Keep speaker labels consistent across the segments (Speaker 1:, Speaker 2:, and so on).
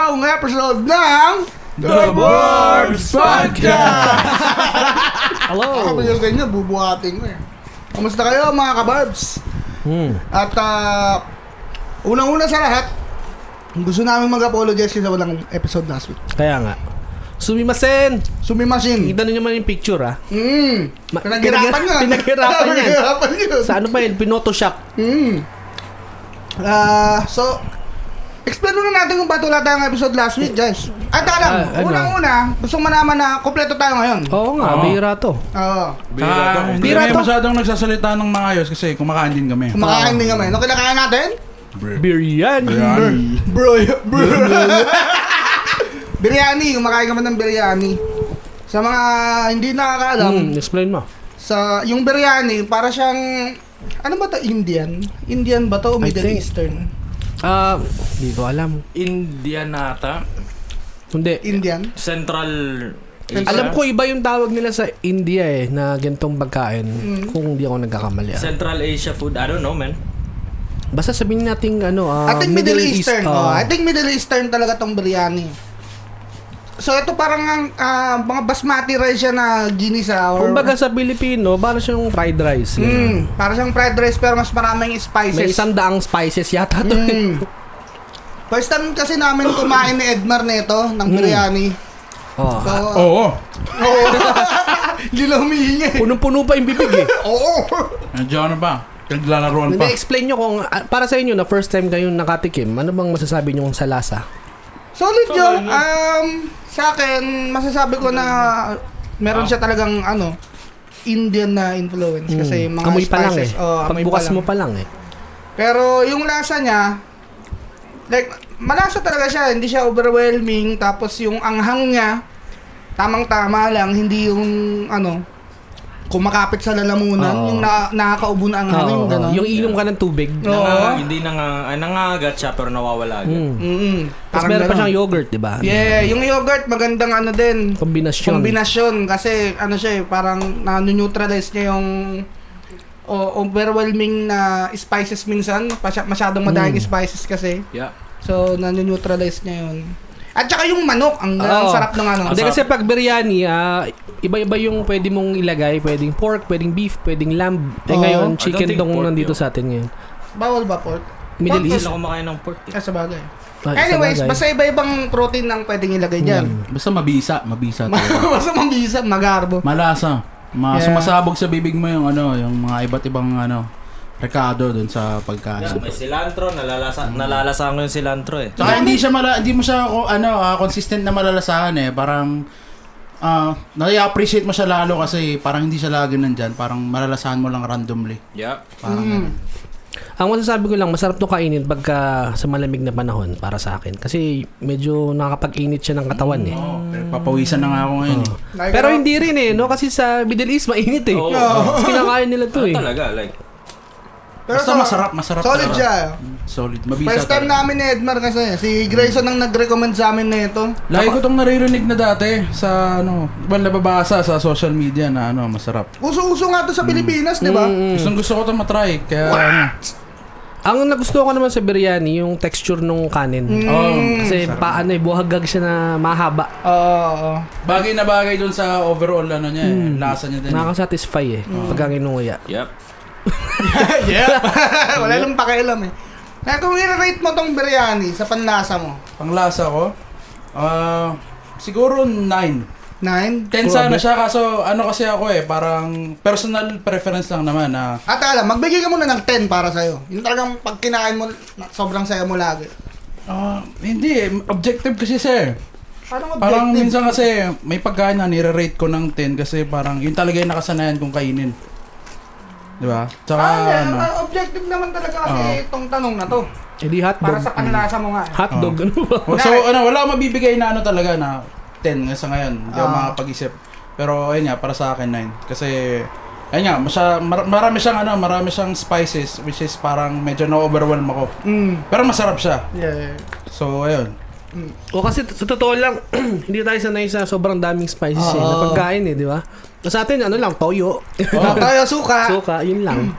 Speaker 1: loob ng
Speaker 2: The Borbs Podcast!
Speaker 1: Ako
Speaker 3: Hello!
Speaker 1: yung ganyan, bubuhatin ko eh. Kamusta kayo mga kabarbs?
Speaker 3: Hmm.
Speaker 1: At ah, unang-una sa lahat, gusto namin mag-apologize kasi sa walang episode last week.
Speaker 3: Kaya nga. Sumimasen!
Speaker 1: Sumimasin.
Speaker 3: Kita nyo naman yung picture ah.
Speaker 1: Mm.
Speaker 3: Ma-
Speaker 1: Pinaghirapan
Speaker 3: pinag-
Speaker 1: nga.
Speaker 3: pinaghirapan yan.
Speaker 1: Pinaghirapan yun.
Speaker 3: Sa ano pa yun? Pinotoshop.
Speaker 1: Mm. Ah, so, explain muna natin kung ba't wala tayong episode last week, guys. At alam,
Speaker 3: Ah, ano? Oh.
Speaker 1: unang-una, gusto ko malaman na kompleto tayo ngayon. Oo.
Speaker 3: Oo nga,
Speaker 2: Oo.
Speaker 3: bihira to.
Speaker 2: Ah, hindi
Speaker 3: Bira to.
Speaker 2: kami masyadong nagsasalita ng maayos kasi kumakain din
Speaker 3: Ah.
Speaker 2: kami.
Speaker 1: Kumakain din kami. Ano kinakain natin?
Speaker 3: Biryani.
Speaker 2: Ayan.
Speaker 1: Bro, bro. biryani, kumakain kami ng biryani. Sa mga hindi nakakaalam,
Speaker 3: Hmm, explain mo.
Speaker 1: sa yung biryani, para siyang ano ba to Indian? Indian ba to o
Speaker 3: I
Speaker 1: Middle
Speaker 3: think-
Speaker 1: Eastern?
Speaker 3: Ah, hindi ko alam.
Speaker 4: Indianata.
Speaker 3: Hindi.
Speaker 1: Indian.
Speaker 4: Central Asia.
Speaker 3: Alam ko iba yung tawag nila sa India eh, na ganitong pagkain.
Speaker 1: Hmm.
Speaker 3: Kung hindi ako nagkakamali. ah.
Speaker 4: Central Asia food. I don't know, man.
Speaker 3: Basta sabihin natin ano, ah,
Speaker 1: I think Middle, Eastern.
Speaker 3: East,
Speaker 1: oh.
Speaker 3: ah.
Speaker 1: I think Middle Eastern talaga tong biryani. So ito parang ang ah, mga basmati rice siya na ginisa or
Speaker 3: Kumbaga sa Pilipino, para siyang fried rice. ganun.
Speaker 1: Mm, para siyang fried rice pero mas maraming spices.
Speaker 3: May isang daang spices yata to.
Speaker 1: Mm.
Speaker 3: eh.
Speaker 1: First time kasi namin kumain ni Edmar nito ng biryani.
Speaker 3: Mm. Oh.
Speaker 1: So, oh.
Speaker 2: Oo.
Speaker 1: Hindi na humihingi.
Speaker 3: Punong-puno pa yung bibig eh.
Speaker 1: Oo.
Speaker 2: Medyo ano pa? Naglalaroan Ano pa.
Speaker 3: explain nyo kung, ah, para sa inyo na first time kayong nakatikim, ano bang masasabi nyo sa lasa?
Speaker 1: Hmm. Solid yun. Um, sa akin, masasabi ko na meron siya talagang ano, Indian na influence kasi mga
Speaker 3: amoy
Speaker 1: spices.
Speaker 3: pa lang eh.
Speaker 1: Oh, amoy
Speaker 3: Pagbukas
Speaker 1: pa lang.
Speaker 3: mo pa lang eh.
Speaker 1: Pero yung lasa niya, like, malasa talaga siya. Hindi siya overwhelming. Tapos yung anghang niya, tamang-tama lang. Hindi yung, ano, kumakapit sa lalamunan.
Speaker 3: Oo.
Speaker 1: Yung na, nakakaubo na anghang.
Speaker 3: Oo,
Speaker 1: Ano yung gano'n.
Speaker 3: yung inom ka ng tubig.
Speaker 1: Oo.
Speaker 4: Nanga- hindi nanga, ah, nangagat siya pero nawawala
Speaker 1: Hmm.
Speaker 4: agad.
Speaker 3: Mm.
Speaker 1: Mm-mm.
Speaker 3: Tapos
Speaker 1: Parang
Speaker 3: meron pa
Speaker 1: ganun.
Speaker 3: siyang yogurt, di ba?
Speaker 1: Yeah, yung yogurt, magandang ano din.
Speaker 3: Kombinasyon.
Speaker 1: Kombinasyon. Kasi, ano siya eh, parang na-neutralize niya yung o overwhelming na spices minsan. Pasya- Masyadong madaming
Speaker 3: Hmm.
Speaker 1: spices kasi.
Speaker 4: Yeah.
Speaker 1: So, na-neutralize niya yun. At saka yung manok, ang, ang
Speaker 3: Oo.
Speaker 1: sarap ng ano.
Speaker 3: Hindi kasi pag biryani, ah, iba-iba yung pwede mong ilagay. Pwedeng pork, pwedeng beef, pwedeng lamb. Eh
Speaker 1: Oo.
Speaker 3: ngayon,
Speaker 4: I
Speaker 3: chicken
Speaker 4: don't think
Speaker 3: dong
Speaker 4: pork
Speaker 3: nandito
Speaker 4: yun.
Speaker 3: sa atin ngayon.
Speaker 1: Bawal ba pork?
Speaker 3: Middle
Speaker 4: Hindi
Speaker 3: East.
Speaker 4: sila kumakain ng pork. eh.
Speaker 1: Ah, sa bagay.
Speaker 3: Ah, isa
Speaker 1: Anyways,
Speaker 3: bagay.
Speaker 1: basta iba-ibang protein ang pwedeng ilagay dyan.
Speaker 2: Basta mabisa. Mabisa talaga.
Speaker 1: basta mambisa, magarbo.
Speaker 2: Malasa. Ma
Speaker 1: Yeah.
Speaker 2: Sumasabog sa bibig mo yung ano, yung mga iba't ibang ano, rekado dun sa pagkain.
Speaker 4: Yeah, may silantro,
Speaker 1: Hmm.
Speaker 4: nalalasa, nalalasahan ko yung silantro eh.
Speaker 2: Tsaka hindi siya mala, hindi mo siya ko- ano, ah, consistent na malalasahan eh. Parang ah nai-appreciate mo siya lalo kasi parang hindi siya lagi nandyan. Parang malalasahan mo lang randomly.
Speaker 4: Yeah.
Speaker 2: Parang
Speaker 3: Ang masasabi ko lang, masarap to kainin pagka sa malamig na panahon para sa akin. Kasi medyo nakakapag-init siya ng katawan eh.
Speaker 2: Oo, pero papawisan na nga ako ngayon. eh.
Speaker 1: Like,
Speaker 3: Pero
Speaker 1: ano,
Speaker 3: hindi rin eh, no? Kasi sa Middle East, mainit eh.
Speaker 4: Oo.
Speaker 3: Tapos kinakain nila to
Speaker 4: Ano
Speaker 3: eh.
Speaker 4: talaga, like,
Speaker 1: pero
Speaker 2: Basta
Speaker 1: sa-
Speaker 2: masarap, masarap.
Speaker 1: Solid
Speaker 2: talaga.
Speaker 1: siya.
Speaker 2: Solid. Mabisa
Speaker 1: First time
Speaker 2: talaga.
Speaker 1: namin ni Edmar kasi. Si Grayson ang nag-recommend sa amin na ito.
Speaker 2: Lagi ko tong naririnig na dati sa ano, well, nababasa sa social media na ano, masarap.
Speaker 1: Uso-uso nga to
Speaker 3: Hmm.
Speaker 1: sa Pilipinas, di ba?
Speaker 2: Gustong gusto ko itong matry, kaya ano.
Speaker 3: Ang nagustuhan ko naman sa biryani, yung texture nung kanin.
Speaker 1: Hmm.
Speaker 2: Oh,
Speaker 3: Kasi paano eh, buhagag siya na mahaba.
Speaker 1: Oo. oo.
Speaker 2: bagay na bagay dun sa overall ano niya, eh,
Speaker 1: Hmm.
Speaker 2: lasa niya din.
Speaker 3: Nakakasatisfy eh, pagka kinuya.
Speaker 4: yep.
Speaker 1: Wala lang pakialam eh. Kaya kung i-rate mo tong biryani sa panlasa mo,
Speaker 2: Panglasa ko, ah, siguro 9.
Speaker 1: 9?
Speaker 2: 10 sana siya, kaso ano kasi ako eh, parang personal preference lang naman na
Speaker 1: At alam, magbigay ka muna ng 10 para sa'yo. Yung talagang pag kinain mo, na- sobrang saya mo lagi.
Speaker 2: ah, hindi eh, objective kasi eh. sir.
Speaker 1: Parang objective.
Speaker 2: Parang minsan kasi may pagkain na nire-rate ko ng 10 kasi parang yun talaga yung nakasanayan kong kainin. Di ba? Tsaka
Speaker 1: Ah, yeah,
Speaker 2: ano,
Speaker 1: ah, objective naman talaga kasi
Speaker 2: Oo.
Speaker 1: itong tanong na to.
Speaker 3: Eh di hotdog.
Speaker 1: Para sa panlasa mo nga. eh.
Speaker 3: Hotdog, ano ba?
Speaker 2: So ano, wala akong mabibigay na ano talaga na 10 nga sa ngayon. Hindi ako
Speaker 1: Ah.
Speaker 2: makapag-isip. Pero ayun nga, para sa akin 9. Kasi ayun nga, masya, mar- marami siyang ano, marami siyang spices which is parang medyo na-overwhelm ako.
Speaker 1: Mm.
Speaker 2: Pero masarap siya.
Speaker 1: Yeah.
Speaker 2: So ayun.
Speaker 3: O kasi t- sa totoo lang, hindi tayo sanay sa sobrang daming spices eh, na pagkain eh, di ba? Sa atin, ano lang, toyo,
Speaker 1: Oh. Toyo suka.
Speaker 3: suka, yun lang.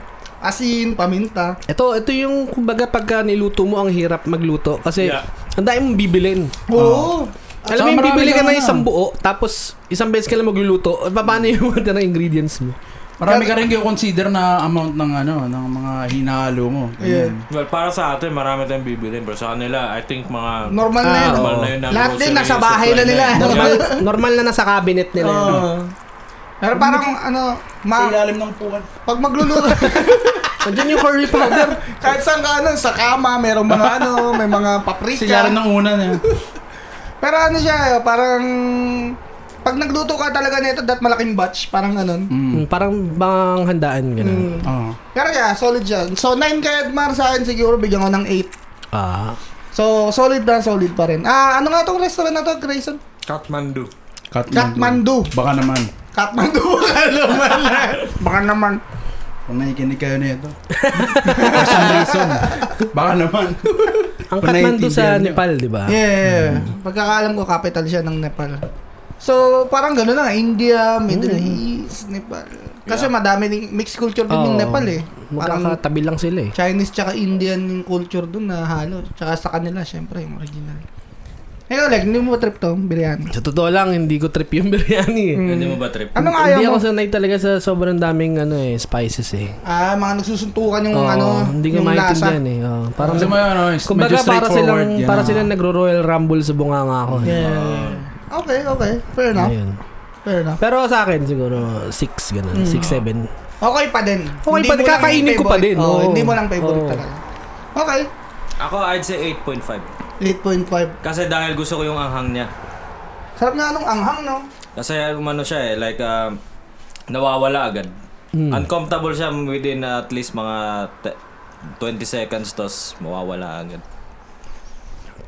Speaker 1: asin, paminta.
Speaker 3: Ito, ito yung kumbaga pagka niluto mo ang hirap magluto kasi
Speaker 4: Yeah.
Speaker 3: ang dami mong bibilin.
Speaker 1: Oo.
Speaker 3: Alam mo
Speaker 2: Ah, saka
Speaker 3: yung
Speaker 2: marami
Speaker 3: bibili ka
Speaker 2: ka
Speaker 3: na
Speaker 2: na.
Speaker 3: isang buo tapos isang beses ka lang magluluto, eh, paano yung mga ng ingredients mo?
Speaker 2: Marami ka rin consider na amount ng ano, ng mga hinalo mo. Ganyan.
Speaker 4: Well, para sa atin, marami tayong bibili. Pero sa kanila, I think mga...
Speaker 1: Normal na
Speaker 3: Ah,
Speaker 1: yun.
Speaker 4: normal
Speaker 1: oh.
Speaker 4: na yun ang
Speaker 1: Lahat din
Speaker 4: grocery
Speaker 1: nasa
Speaker 4: supply
Speaker 1: bahay na nila. ano?
Speaker 4: yun.
Speaker 3: Normal, normal na nasa cabinet nila. yun.
Speaker 2: Ah.
Speaker 1: Oo. Pero parang ano,
Speaker 2: Sa
Speaker 1: ma-
Speaker 2: ilalim ng puwan.
Speaker 1: pag magluluto,
Speaker 3: Andiyan yung curry powder.
Speaker 1: kahit saan ka ano, sa kama, merong mga ano, may mga paprika.
Speaker 2: Sigaran ng eh. una na.
Speaker 1: Pero ano siya, eh, parang pag nagluto ka talaga nito, that malaking batch, parang ganun.
Speaker 2: Mm.
Speaker 3: Mm, parang bang handaan
Speaker 1: Mm.
Speaker 3: ganun.
Speaker 2: Oo.
Speaker 1: Pero yeah, solid siya. So 9 kay Edmar sa akin siguro bigyan ko ng 8.
Speaker 3: Ah,
Speaker 1: So solid na solid pa rin. Ah, ano nga tong restaurant na to, Grayson?
Speaker 4: Kathmandu.
Speaker 1: Kathmandu.
Speaker 2: Baka naman.
Speaker 1: Kathmandu. Ano man? Baka naman.
Speaker 2: Kung nakikinig kayo nito. For some reason. Baka naman.
Speaker 3: ang
Speaker 2: Kung
Speaker 3: Kathmandu sa
Speaker 2: naiintindihan nyo.
Speaker 3: Nepal, di ba?
Speaker 1: Yeah.
Speaker 3: Hmm.
Speaker 1: Pagkakaalam ko capital siya ng Nepal. So parang gano'n na nga, India, Middle
Speaker 3: Hmm.
Speaker 1: East, Nepal. Kasi madami ding mixed culture din ng
Speaker 3: Oo.
Speaker 1: Nepal eh. Parang
Speaker 3: Magkakatabi lang sila eh.
Speaker 1: Chinese tsaka Indian yung culture dun na halo. Tsaka sa kanila, syempre, yung original. Eh, Oleg, hindi mo ba trip to, biryani?
Speaker 3: Sa totoo lang, hindi ko trip yung biryani eh.
Speaker 4: Hindi mo ba trip?
Speaker 1: Anong Hmm. ayaw
Speaker 3: Hindi
Speaker 1: mo?
Speaker 3: ako sanay talaga sa sobrang daming ano eh, spices eh.
Speaker 1: Ah, mga nagsusuntukan yung
Speaker 3: Oo,
Speaker 1: ano,
Speaker 3: hindi ko
Speaker 1: yung lasa.
Speaker 3: maintindihan eh. Oo, parang
Speaker 2: Kasi mo yun, ano, medyo
Speaker 3: Kumbaga para
Speaker 2: straightforward
Speaker 3: silang
Speaker 2: yan,
Speaker 3: para
Speaker 2: ah.
Speaker 3: silang nagro-Royal Rumble sa bunganga ko. eh.
Speaker 1: Yeah. Okay, okay. Fair enough.
Speaker 3: Ayun.
Speaker 1: Fair enough.
Speaker 3: Pero sa akin siguro 6 ganun, 6 7.
Speaker 1: Okay pa din.
Speaker 3: Okay pa
Speaker 1: mo
Speaker 3: din,
Speaker 1: lang
Speaker 3: kakainin ko pa
Speaker 1: favorite.
Speaker 3: din,
Speaker 1: Oo,
Speaker 3: oo.
Speaker 1: hindi mo lang favorite
Speaker 3: Oo.
Speaker 1: talaga. Okay.
Speaker 4: Ako, I'd say 8.5.
Speaker 1: 8.5.
Speaker 4: Kasi dahil gusto ko yung anghang niya.
Speaker 1: Sarap nga nung anghang, no?
Speaker 4: Kasi umano siya eh, like, um, nawawala agad. Uncomfortable siya within at least mga te- 20 seconds, tos mawawala agad.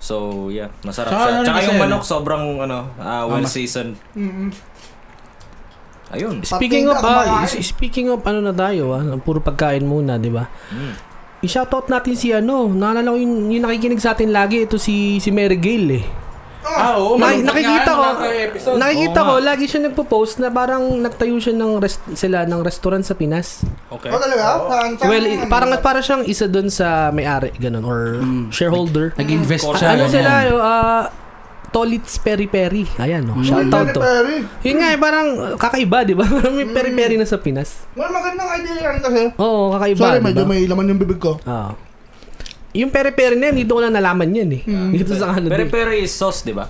Speaker 4: So, yeah, masarap
Speaker 2: Tsaka
Speaker 4: siya.
Speaker 2: ano rin
Speaker 4: Tsaka
Speaker 2: kasi,
Speaker 4: yung
Speaker 2: ano?
Speaker 4: manok, sobrang, ano, ah, well-seasoned.
Speaker 1: Mm-mm.
Speaker 4: Ayun.
Speaker 3: Speaking
Speaker 1: Pati
Speaker 3: of
Speaker 1: hindi ako
Speaker 3: ah,
Speaker 1: makain.
Speaker 3: is- speaking of ano na tayo ah, puro pagkain muna, 'di ba?
Speaker 2: Hmm.
Speaker 4: Mm.
Speaker 3: I-shoutout natin si ano, naalala ko yung, yung nakikinig sa atin lagi, ito si si Mary Gail eh.
Speaker 2: Ah, oo.
Speaker 3: Na-
Speaker 2: malungkot
Speaker 3: nakikita ko,
Speaker 2: nga yan, wala tayong episode.
Speaker 3: nakikita
Speaker 2: Oo
Speaker 3: ko,
Speaker 2: nga.
Speaker 3: lagi siya nagpo-post na parang nagtayo siya ng rest, sila ng restaurant sa Pinas.
Speaker 4: Okay.
Speaker 1: Oh, talaga? Parang- ano,
Speaker 3: Well, i- parang para siyang isa doon sa may-ari ganun or
Speaker 2: Hmm.
Speaker 3: shareholder.
Speaker 2: Nag-invest
Speaker 4: Ano
Speaker 2: siya.
Speaker 3: ano
Speaker 2: ganyan.
Speaker 3: sila, yo, ah, Tolits Peri Peri. Ayan,
Speaker 1: Hmm.
Speaker 3: oh, shout out to.
Speaker 1: Peri-peri.
Speaker 3: Yun nga, eh, parang uh, kakaiba, di ba? Parang may Peri Peri na sa Pinas.
Speaker 1: Well, magandang idea yan kasi.
Speaker 3: Oo, kakaiba.
Speaker 1: Sorry,
Speaker 3: di ba?
Speaker 1: medyo may laman yung bibig ko.
Speaker 3: Oo. Yung Peri Peri na yan, dito ko lang nalaman yan eh. Dito sa ano. Peri,
Speaker 4: Pero pero is sauce, di ba?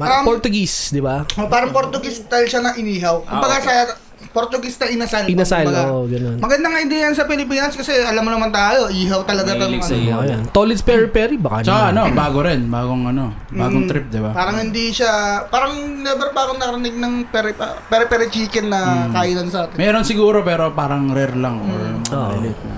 Speaker 1: Hmm. Um,
Speaker 3: Portuguese, di ba?
Speaker 1: Oh, parang Portuguese style siya na inihaw. Kumbaga
Speaker 4: Ah, okay.
Speaker 1: sa Portuguese na inasal.
Speaker 3: Inasal,
Speaker 1: Kumbaga.
Speaker 3: oo, ganun.
Speaker 1: Magandang idea yan sa Pilipinas kasi alam mo naman tayo, ihaw talaga to.
Speaker 4: Mahilig sa
Speaker 1: ano.
Speaker 4: ihaw.
Speaker 3: Oo, yan. Tolits Peri Peri, baka
Speaker 2: Tsaka
Speaker 3: naman.
Speaker 2: ano, bago rin. Bagong ano, bagong trip, di ba?
Speaker 1: Parang hindi siya, parang never pa akong narinig ng peri, ah, peri-peri chicken na
Speaker 4: Hmm.
Speaker 1: kainan sa atin.
Speaker 2: Meron siguro pero parang rare lang or mga
Speaker 3: Oo.
Speaker 2: maliliit na.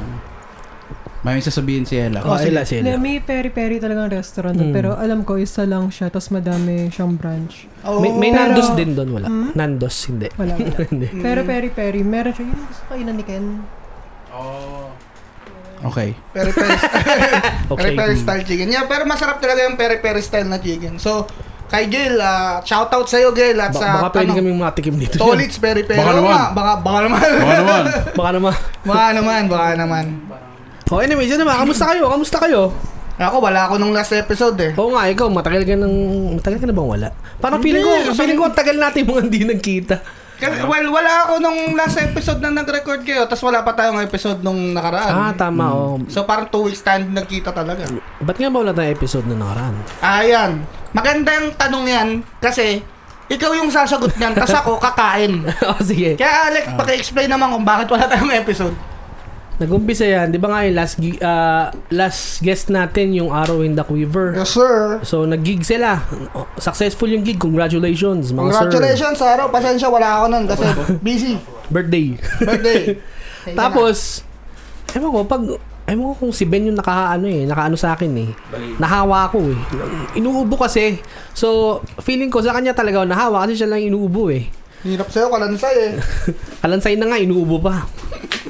Speaker 2: May sasabihin si Ella.
Speaker 3: Oh, sila,
Speaker 5: Na
Speaker 3: sila.
Speaker 5: may peri-peri talaga ang restaurant.
Speaker 3: Hmm.
Speaker 5: doon, Pero alam ko, isa lang siya. Tapos madami siyang branch.
Speaker 1: Oo.
Speaker 3: May, may
Speaker 5: Pero-
Speaker 3: Nandos din doon, wala.
Speaker 1: Hmm?
Speaker 3: Nandos, hindi.
Speaker 5: Wala. wala.
Speaker 3: Hindi.
Speaker 5: Pero peri-peri, meron siya. Yung gusto kainan ni Ken.
Speaker 2: Okay.
Speaker 1: Peri-peri,
Speaker 3: Okay. Hmm.
Speaker 1: peri-peri style chicken. Yeah, pero masarap talaga yung peri-peri style na chicken. So, kay Gail, ah, shoutout sa'yo Gail at
Speaker 3: Ba-
Speaker 1: sa
Speaker 3: baka pwede
Speaker 1: ano,
Speaker 3: kaming matikim dito.
Speaker 1: Tolits peri-peri.
Speaker 2: Baka
Speaker 1: Oo
Speaker 2: naman.
Speaker 1: nga, Baka, baka naman.
Speaker 2: Baka naman.
Speaker 3: Baka naman.
Speaker 1: baka naman, baka naman.
Speaker 3: Oh, anyway, yun naman. Kamusta kayo? Kamusta kayo?
Speaker 1: Ako, wala ako nung last episode eh.
Speaker 3: Oo nga, ikaw, matagal ka nang... Matagal ka na bang wala? Parang feeling ko,
Speaker 1: Hindi,
Speaker 3: feeling ko ang tagal natin mga hindi nagkita.
Speaker 1: Kasi, well, wala ako nung last episode na nag-record kayo, tapos wala pa tayong episode nung
Speaker 3: Ah,
Speaker 1: nakaraan.
Speaker 3: tama, oh.
Speaker 1: so, parang two weeks time nagkita talaga.
Speaker 3: Ba't nga ba wala tayong episode na nakaraan?
Speaker 1: Ayan. Maganda yung tanong yan kasi ikaw yung sasagot niyan, tapos ako kakain.
Speaker 3: oh, sige.
Speaker 1: Kaya Alex, paki-explain naman kung bakit wala tayong episode.
Speaker 3: Nagumpisa yan. Di ba nga yung last, gi- ah, last guest natin, yung Arrow in the Quiver.
Speaker 1: sir.
Speaker 3: So, nag-gig sila. Successful yung gig. Congratulations, mga sir.
Speaker 1: Congratulations, Saro. Pasensya, wala ako nun kasi busy.
Speaker 3: Birthday.
Speaker 1: Birthday. Thank you
Speaker 3: Tapos, ewan ko, pag, ewan ko kung si Ben yung nakaano eh, nakaano sa akin eh. Nahawa ko eh. Inuubo kasi. So, feeling ko sa kanya talaga ako nahawa kasi siya lang yung inuubo eh.
Speaker 1: na. Hirap sa'yo, kalansay eh.
Speaker 3: Kalansay na nga, inuubo pa.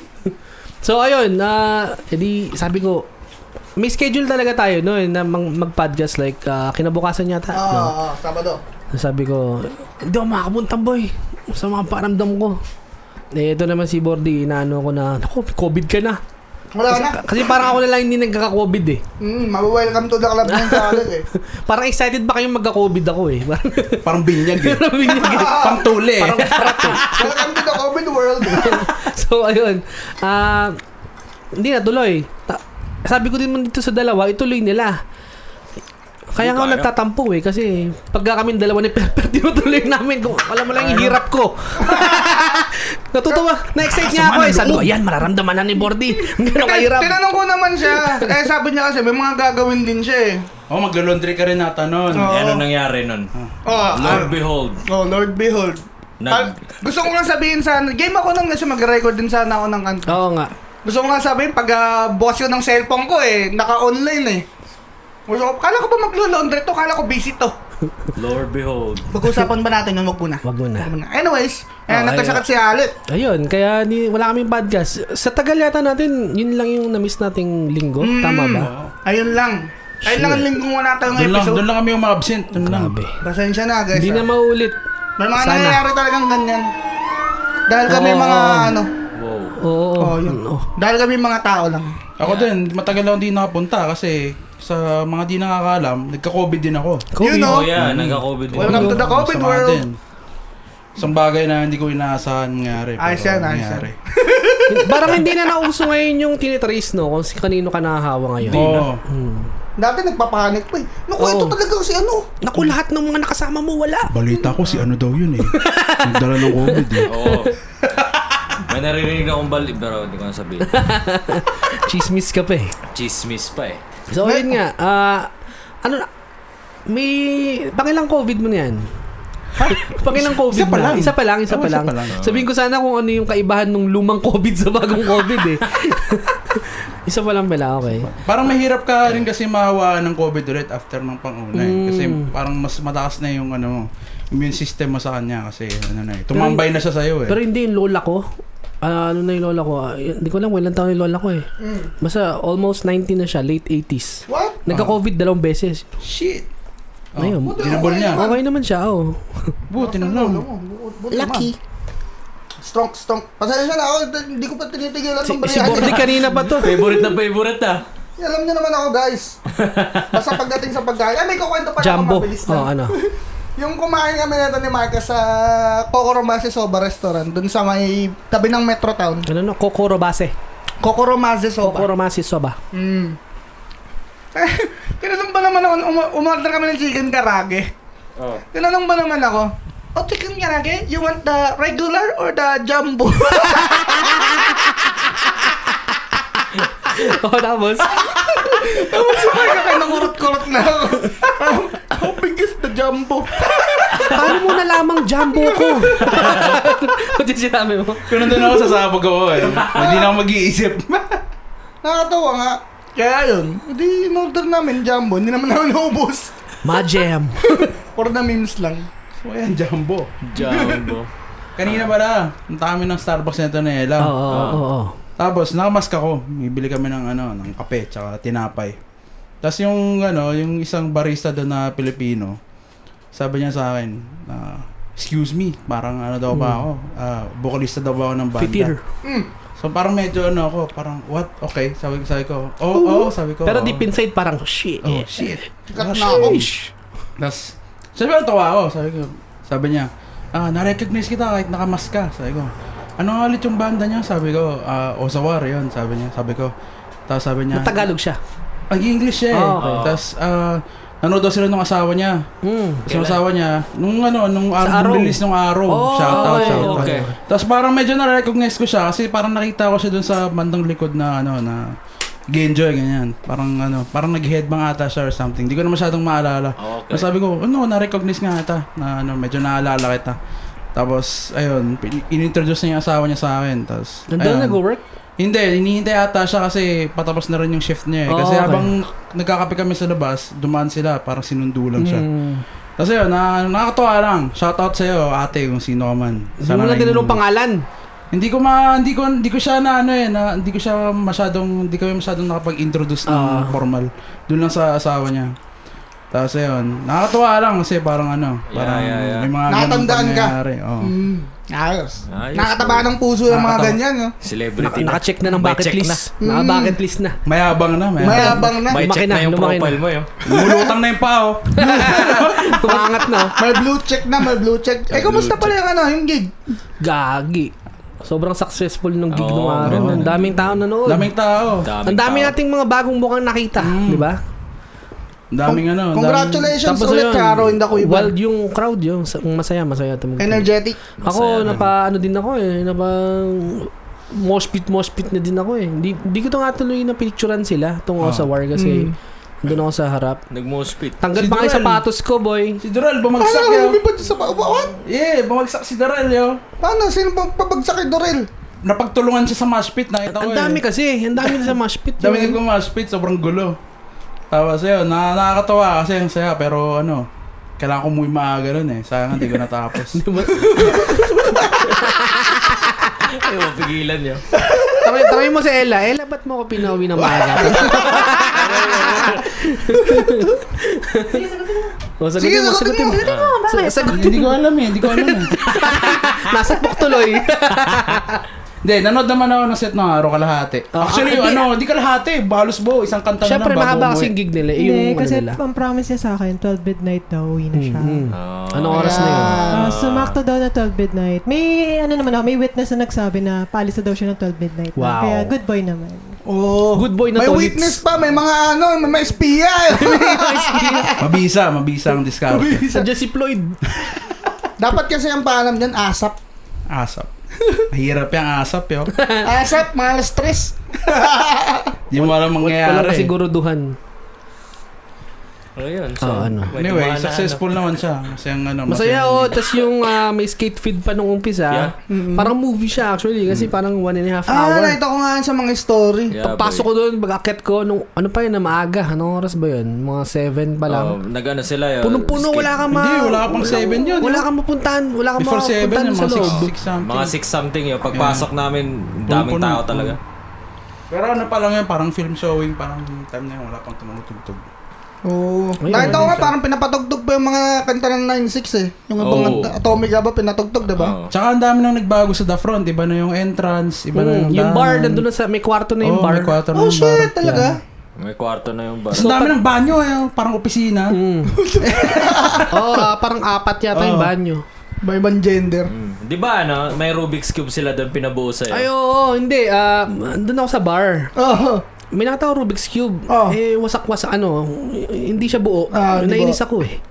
Speaker 3: so, ayun, na edi sabi ko, may schedule talaga tayo noon na mang- mag-podcast like ah, kinabukasan yata.
Speaker 1: Oo,
Speaker 3: no?
Speaker 1: oo, ah, Sabado.
Speaker 3: Sabi ko, hindi ako makakapunta boy. Sa mga paramdam ko. Eh, ito naman si Bordy, inaano ko na, naku, COVID ka na.
Speaker 1: Wala na.
Speaker 3: Kasi parang ako na lang hindi nagkaka-COVID eh.
Speaker 1: Mm, welcome to the club ng salad eh.
Speaker 3: Parang excited ba kayong magka-COVID ako eh. Parang,
Speaker 2: Parang binyag eh.
Speaker 3: parang yun eh.
Speaker 2: Pang tuli eh.
Speaker 3: Parang frat eh.
Speaker 1: Welcome to the COVID world. eh.
Speaker 3: So, ayun. Ah, hindi na tuloy. Ta- sabi ko din man dito sa dalawa, ituloy nila. Kaya nga
Speaker 4: Hindi
Speaker 3: ako
Speaker 4: kaya.
Speaker 3: nagtatampo eh kasi pagka kaming dalawa ni Perper tinutuloy namin kung alam mo lang yung hirap ko. Natutuwa, na-excite niya ako eh. Sabi ko, ayan, mararamdaman na ni Bordy. Ganun kahirap.
Speaker 1: Tinanong ko naman siya. Eh sabi niya kasi may mga gagawin din siya eh.
Speaker 2: Oh, maglo-laundry ka rin nata nun.
Speaker 1: Oo.
Speaker 4: Eh, ano nangyari nun?
Speaker 1: Oh,
Speaker 4: Lord behold.
Speaker 1: oh Lord behold. Al-
Speaker 4: Nag-
Speaker 1: gusto ko lang sabihin sana, game ako nang kasi mag-record din sana ako ng kanta.
Speaker 3: Oo nga.
Speaker 1: Gusto ko lang sabihin, pag ah, boss ko ng cellphone ko eh, naka-online eh. Gusto ko, kala ko ba maglo-laundry to? Kala ko busy to.
Speaker 4: Lord behold.
Speaker 1: Pag-usapan ba natin yun? Wag muna.
Speaker 3: Wag mo na.
Speaker 1: Wag muna. Anyways, eh,
Speaker 3: Oh,
Speaker 1: nagkasakat si Alit.
Speaker 3: Ayun, kaya ni, wala kaming podcast. Sa tagal yata natin, yun lang yung na-miss nating linggo. Tama ba?
Speaker 1: Hmm, Ayun lang. Ayun lang ang linggo na tayo ng
Speaker 2: Doon lang,
Speaker 1: episode.
Speaker 2: doon lang kami yung absent. Doon lang.
Speaker 3: Grabe.
Speaker 1: Pasensya na guys.
Speaker 3: Hindi
Speaker 1: ah.
Speaker 3: na maulit.
Speaker 1: May mga
Speaker 3: Sana.
Speaker 1: nangyayari talagang ganyan. Dahil kami
Speaker 3: Oo.
Speaker 1: mga ano.
Speaker 4: Wow.
Speaker 3: Oo.
Speaker 1: Oh, yun.
Speaker 3: Oo.
Speaker 1: Dahil kami mga tao lang.
Speaker 2: Ako din, matagal lang din nakapunta kasi sa mga di nakakaalam, nagka-COVID din ako.
Speaker 1: You know.
Speaker 4: Oh yeah, nagka-COVID din.
Speaker 1: Welcome to the COVID
Speaker 2: Masama
Speaker 1: world.
Speaker 2: din. Isang bagay na hindi ko inaasahan nangyari. pero
Speaker 1: Ayos yan, ayos yan.
Speaker 2: nangyari.
Speaker 3: Parang hindi na nauso ngayon yung tinitrace, no? Kung si kanino ka nahahawa ngayon.
Speaker 2: Oo.
Speaker 1: Dati nagpapanik pa eh. Naku,
Speaker 3: Oo.
Speaker 1: ito talaga si ano.
Speaker 3: Naku, lahat ng mga nakasama mo, wala.
Speaker 2: Balita ko si ano daw yun eh. Nagdala ng COVID eh.
Speaker 4: Oo. May naririnig akong bali, pero hindi ko na sabihin.
Speaker 3: Chismis ka pa eh.
Speaker 4: Chismis pa eh.
Speaker 3: So, yun nga. ah, ano na, may... Pangilang COVID mo na yan? Pangilang COVID
Speaker 2: Isa pa
Speaker 3: mo na?
Speaker 2: lang.
Speaker 3: Isa pa lang, isa
Speaker 2: Oo,
Speaker 3: pa
Speaker 2: isa
Speaker 3: lang.
Speaker 2: pa lang.
Speaker 3: Sabihin ko sana kung ano yung kaibahan ng lumang COVID sa bagong COVID eh. isa pa lang pala, okay.
Speaker 2: Parang mahirap ka rin kasi mahawaan ng COVID ulit after ng panguna eh.
Speaker 3: Mm.
Speaker 2: Kasi parang mas mataas na yung ano, immune system mo sa kanya kasi ano na eh. Tumambay na siya sa'yo eh.
Speaker 3: Pero hindi yung lola ko. Ah, ano na yung lola ko? Ah, hindi ko alam, ilang taon yung lola ko eh. Basta almost 90 na siya, late 80s.
Speaker 1: What?
Speaker 3: Nagka-COVID dalawang beses.
Speaker 2: Shit! Oh,
Speaker 3: Ayun.
Speaker 2: dinabol niya.
Speaker 3: Okay naman siya, oh.
Speaker 2: Buti na lang.
Speaker 1: Lucky. Strong, strong. Pasensya na ako. Hindi ko pa tinitigilan
Speaker 3: Si,
Speaker 1: ng
Speaker 3: si
Speaker 1: bariyahin.
Speaker 3: Bordy kanina pa to.
Speaker 4: Favorite na favorite ah.
Speaker 1: Alam niyo naman ako guys. Basta pagdating sa pagkain. Ay, may kukwento pa na ako
Speaker 3: Jumbo.
Speaker 1: mabilis
Speaker 3: Oh,
Speaker 1: na.
Speaker 3: ano.
Speaker 1: Yung kumain kami nito ni Marcus sa Kokoromase Soba Restaurant. Dun sa may tabi ng Metro Town.
Speaker 3: Ano no? Kokoro base.
Speaker 1: Kokoromase Soba.
Speaker 3: Kokoro masi soba.
Speaker 1: Mm. Tinanong ba naman ako, um- umorder kami ng chicken karage.
Speaker 4: Oh.
Speaker 1: Tinanong ba naman ako, oh, chicken karage, you want the regular or the jumbo?
Speaker 3: Oh, tapos.
Speaker 1: Tapos yung mga kaya nangurot-kurot na ako. Um, How big is the jumbo?
Speaker 3: Paano mo nalamang jumbo ko? Ano yung sinabi mo?
Speaker 2: Kung nandun ako, sasabog ako eh. Hindi na ako mag-iisip.
Speaker 1: Nakakatawa nga. Kaya yun, hindi in-order namin jumbo, hindi naman namin naubos.
Speaker 3: Majem.
Speaker 1: For the memes lang.
Speaker 2: So ayan, Jumbo.
Speaker 4: Jumbo.
Speaker 2: Kanina pala, punta kami ng Starbucks nito na Ella.
Speaker 3: Oo, oo, oo, oo.
Speaker 2: Tapos, nakamask ako. Bibili kami ng ano, ng kape, tsaka tinapay. Tapos yung, ano, yung isang barista doon na Pilipino, sabi niya sa akin, ah, excuse me, parang ano daw
Speaker 3: Hmm.
Speaker 2: ba ako, Ah, vocalista daw ba ako ng banda.
Speaker 3: Fitir.
Speaker 2: So parang medyo ano ako, parang what? Okay, sabi, sabi ko, oh, oh, sabi ko.
Speaker 3: Pero
Speaker 2: "Oo."
Speaker 3: deep inside parang, shit. eh.
Speaker 2: Oh, shit.
Speaker 1: Sikat na ako.
Speaker 3: Sheesh.
Speaker 2: Tapos, sabi ko, tawa ako. Sabi ko, sabi niya, ah, na-recognize kita kahit nakamask ka. Sabi ko, ano nga ulit yung banda niya? Sabi ko, ah, Ozawar yun, sabi niya. Sabi ko, tapos sabi niya,
Speaker 3: Tagalog siya.
Speaker 2: nag-English siya eh.
Speaker 3: Ah, okay.
Speaker 2: Tapos, ah, nanood daw sila nung asawa niya.
Speaker 3: Mm.
Speaker 2: Tapos yung asawa niya, nung ano, nung
Speaker 3: Sa
Speaker 2: album
Speaker 3: Arrow.
Speaker 2: release nung Arrow.
Speaker 3: Oh,
Speaker 2: shout out,
Speaker 3: okay,
Speaker 2: shout out.
Speaker 4: okay.
Speaker 2: Tapos parang medyo na-recognize ko siya kasi parang nakita ko siya dun sa bandang likod na ano, na Genjoy, ganyan. Parang ano, parang nag-headbang ata siya or something. Hindi ko na masyadong maalala.
Speaker 4: Okay.
Speaker 2: Tapos sabi ko, ano, na-recognize nga ata. Na ano, medyo naalala kita. Tapos, ayun, pin- in-introduce niya yung asawa niya sa akin. Tapos,
Speaker 3: Nandun
Speaker 2: ayun.
Speaker 3: nag-work?
Speaker 2: Hindi, hinihintay ata siya kasi patapos na rin yung shift niya eh.
Speaker 3: Oh,
Speaker 2: Kasi
Speaker 3: okay.
Speaker 2: habang nagkakape kami sa labas, dumaan sila, parang sinundo lang siya.
Speaker 3: Mm.
Speaker 2: Tapos yun, na, nakakatuwa lang. Shoutout sa'yo, ate, kung sino ka man.
Speaker 3: Hindi mo na
Speaker 2: naiintindihan.
Speaker 3: tinanong pangalan.
Speaker 2: Hindi ko ma, hindi ko, hindi ko siya na ano eh, na, hindi ko siya masyadong, hindi kami masyadong nakapag-introduce ng
Speaker 3: Ah.
Speaker 2: formal. Doon lang sa asawa niya. Tapos ayun, nakakatuwa lang kasi parang ano,
Speaker 4: Yeah,
Speaker 2: parang
Speaker 4: yeah, yeah.
Speaker 2: may mga ganun
Speaker 1: Nakatandaan ka.
Speaker 2: pangyayari. Oh. Oo.
Speaker 1: Mm, ayos.
Speaker 4: Ayos.
Speaker 1: Nakataba ng puso yung mga
Speaker 2: Nakakatawa.
Speaker 1: ganyan, no?
Speaker 3: Naka-
Speaker 4: Celebrity
Speaker 3: naka-check na ng
Speaker 4: May
Speaker 3: bucket
Speaker 4: check
Speaker 3: list.
Speaker 2: Hmm.
Speaker 1: na.
Speaker 3: Naka-bucket list na.
Speaker 2: Mayabang na, mayabang.
Speaker 1: Mayabang na.
Speaker 4: na. May
Speaker 3: Lumaki
Speaker 4: check
Speaker 3: na,
Speaker 4: na yung
Speaker 3: lumaki na.
Speaker 4: profile mo yun.
Speaker 2: Lumulutang na yung pao.
Speaker 3: Tumangat na. oh.
Speaker 1: May blue check na, may blue check. Eh,
Speaker 4: May
Speaker 1: kumusta
Speaker 4: blue
Speaker 1: pala yung ano, yung gig?
Speaker 3: Gagi. Sobrang successful nung gig nung
Speaker 4: Oo,
Speaker 3: araw.
Speaker 4: ganda.
Speaker 3: Ang daming tao nanood.
Speaker 2: Daming tao.
Speaker 3: Ang dami
Speaker 4: tao. Hmm.
Speaker 3: nating mga bagong mukhang nakita, di ba?
Speaker 2: Daming ano. daming-
Speaker 1: Congratulations ulit,
Speaker 3: ayun,
Speaker 1: Charo in the Kuiban.
Speaker 3: Well, yung crowd yung sa- yung masaya, masaya tumugtog.
Speaker 1: Energetic.
Speaker 3: Ako,
Speaker 4: Masaya
Speaker 3: napa, ano din ako eh, napa, mosh pit, mosh pit na din ako eh. Hindi, hindi ko to nga tuloy na picturean sila tungo
Speaker 4: Ah.
Speaker 2: Oh.
Speaker 3: sa war kasi doon ako sa harap.
Speaker 4: Nag-mospit.
Speaker 3: Tanggal
Speaker 2: Si
Speaker 3: pa kayo
Speaker 2: Joel.
Speaker 3: sapatos ko, boy.
Speaker 2: Si Dural, bumagsak
Speaker 1: Paano
Speaker 2: yo.
Speaker 1: lumipad sa pa- What?
Speaker 2: Yeah, bumagsak si Dural yo.
Speaker 1: Paano? Sino pang pabagsak kay Dorel?
Speaker 2: Napagtulungan siya sa mosh pit, nakita ko
Speaker 3: Ang
Speaker 2: eh.
Speaker 3: dami kasi, ang dami sa mosh pit.
Speaker 2: Dami
Speaker 3: yun.
Speaker 2: din ko mosh pit, sobrang gulo. Tapos yun, na nakakatawa kasi ang saya, pero ano, kailangan ko umuwi maaga nun eh. Sayang hindi ko natapos.
Speaker 4: Ay, oh, mapigilan yun.
Speaker 3: try, try mo si Ella. Ella, ba't mo ako pinauwi ng maaga? O,
Speaker 1: Sige,
Speaker 3: Oh, sagutin mo, sagutin mo.
Speaker 1: sagutin mo.
Speaker 3: Sa- Sagutin
Speaker 2: hindi ko alam eh, hindi ko alam eh.
Speaker 3: Nasa tuloy.
Speaker 2: Hindi, nanood naman ako ng set ng araw kalahati.
Speaker 3: Ah,
Speaker 2: Actually,
Speaker 3: ah, hindi.
Speaker 2: ano, hindi kalahati, balos bo, isang kanta na
Speaker 3: Siyempre,
Speaker 2: lang bago
Speaker 3: mahaba
Speaker 2: umuwi.
Speaker 3: kasi yung gig nila. eh, Yung
Speaker 5: Hindi,
Speaker 3: ano
Speaker 5: kasi
Speaker 3: nila.
Speaker 5: ang promise niya sa akin, 12 midnight daw, uwi na siya.
Speaker 3: Mm.
Speaker 4: Ah.
Speaker 3: Anong oras na yun?
Speaker 5: Ah, sumakto daw na 12 midnight. May ano naman ako, may witness na nagsabi na paalis na daw siya ng 12 midnight. na.
Speaker 3: Wow.
Speaker 5: Kaya good boy naman.
Speaker 1: Oh.
Speaker 3: Good boy na
Speaker 1: May
Speaker 3: ano to,
Speaker 1: witness pa, may mga ano, may mga espiya.
Speaker 2: Mabisa, mabisa ang discount.
Speaker 3: Sadya si Floyd.
Speaker 1: Dapat kasi ang paalam niyan, asap.
Speaker 2: Asap. Mahirap yung asap yo.
Speaker 1: Asap, mga alas stress.
Speaker 2: Hindi mo alam
Speaker 3: Walang
Speaker 2: mangyayari. eh.
Speaker 3: kasiguruduhan.
Speaker 4: Ayun.
Speaker 3: Ah, ano.
Speaker 4: may
Speaker 2: Anyway,
Speaker 4: tumahan na,
Speaker 2: successful naman siya. Kasi ang ano,
Speaker 3: Masaya
Speaker 2: yung
Speaker 3: o.
Speaker 2: gig.
Speaker 3: Tapos yung ah, may skate feed pa nung umpisa.
Speaker 4: Yeah.
Speaker 3: Parang movie siya actually. Kasi parang one and a half
Speaker 1: Ah,
Speaker 3: hour.
Speaker 1: nakita ko nga yan sa mga story.
Speaker 4: ano. Yeah,
Speaker 3: Pagpasok
Speaker 4: boy.
Speaker 3: ko doon, pag-akit ko, nung, ano pa yun, na maaga. Anong oras ba yun? Mga 7 pa lang.
Speaker 4: Oh, nag-ano sila yun.
Speaker 3: Punong-puno,
Speaker 4: skate.
Speaker 3: wala kang ma...
Speaker 2: Hindi, wala ka pang 7 yun.
Speaker 3: Wala kang mapuntahan. Wala kang
Speaker 2: Before 7,
Speaker 3: mapuntahan
Speaker 2: yung
Speaker 3: sa
Speaker 2: mga
Speaker 3: loob.
Speaker 2: 6 something.
Speaker 4: Mga 6 something yun. Pagpasok namin, daming
Speaker 2: Punong-puno.
Speaker 4: tao talaga.
Speaker 2: Pero ano pa lang yun, parang film showing, parang time na yun, wala pang tumutugtog.
Speaker 1: Oo.
Speaker 3: Ayun,
Speaker 1: nakita ko
Speaker 3: ayun
Speaker 1: nga
Speaker 3: siya.
Speaker 1: parang pinapatugtog pa yung mga kanta ng 96 eh. Yung
Speaker 4: Oo.
Speaker 1: abang Atomic Aba pinatugtog, di ba?
Speaker 4: Oo.
Speaker 3: Oh.
Speaker 2: Tsaka ang dami nang nagbago sa The Front, iba na yung entrance, iba na
Speaker 3: Mm,
Speaker 2: yung
Speaker 3: yung bar,
Speaker 2: daan.
Speaker 3: nandun na sa... May kwarto na yung
Speaker 2: Oh,
Speaker 3: bar.
Speaker 2: may kwarto na
Speaker 1: Oh,
Speaker 2: yung
Speaker 1: shit,
Speaker 2: bar.
Speaker 1: talaga.
Speaker 4: May kwarto na yung bar.
Speaker 2: Ang dami ng banyo eh, parang opisina.
Speaker 3: Mm. Oo, ah, parang apat yata yung
Speaker 2: Oo.
Speaker 3: banyo.
Speaker 1: By ibang gender.
Speaker 4: Mm. Di ba ano, may Rubik's Cube sila doon pinabuo sa'yo.
Speaker 3: Ay, oo, hindi. ah, doon ako sa bar.
Speaker 1: Oo.
Speaker 3: May nakita ko Rubik's Cube.
Speaker 1: Oh.
Speaker 3: Eh, wasak-wasak, ano, hindi siya buo.
Speaker 1: Ah, hindi
Speaker 3: Nainis ako eh.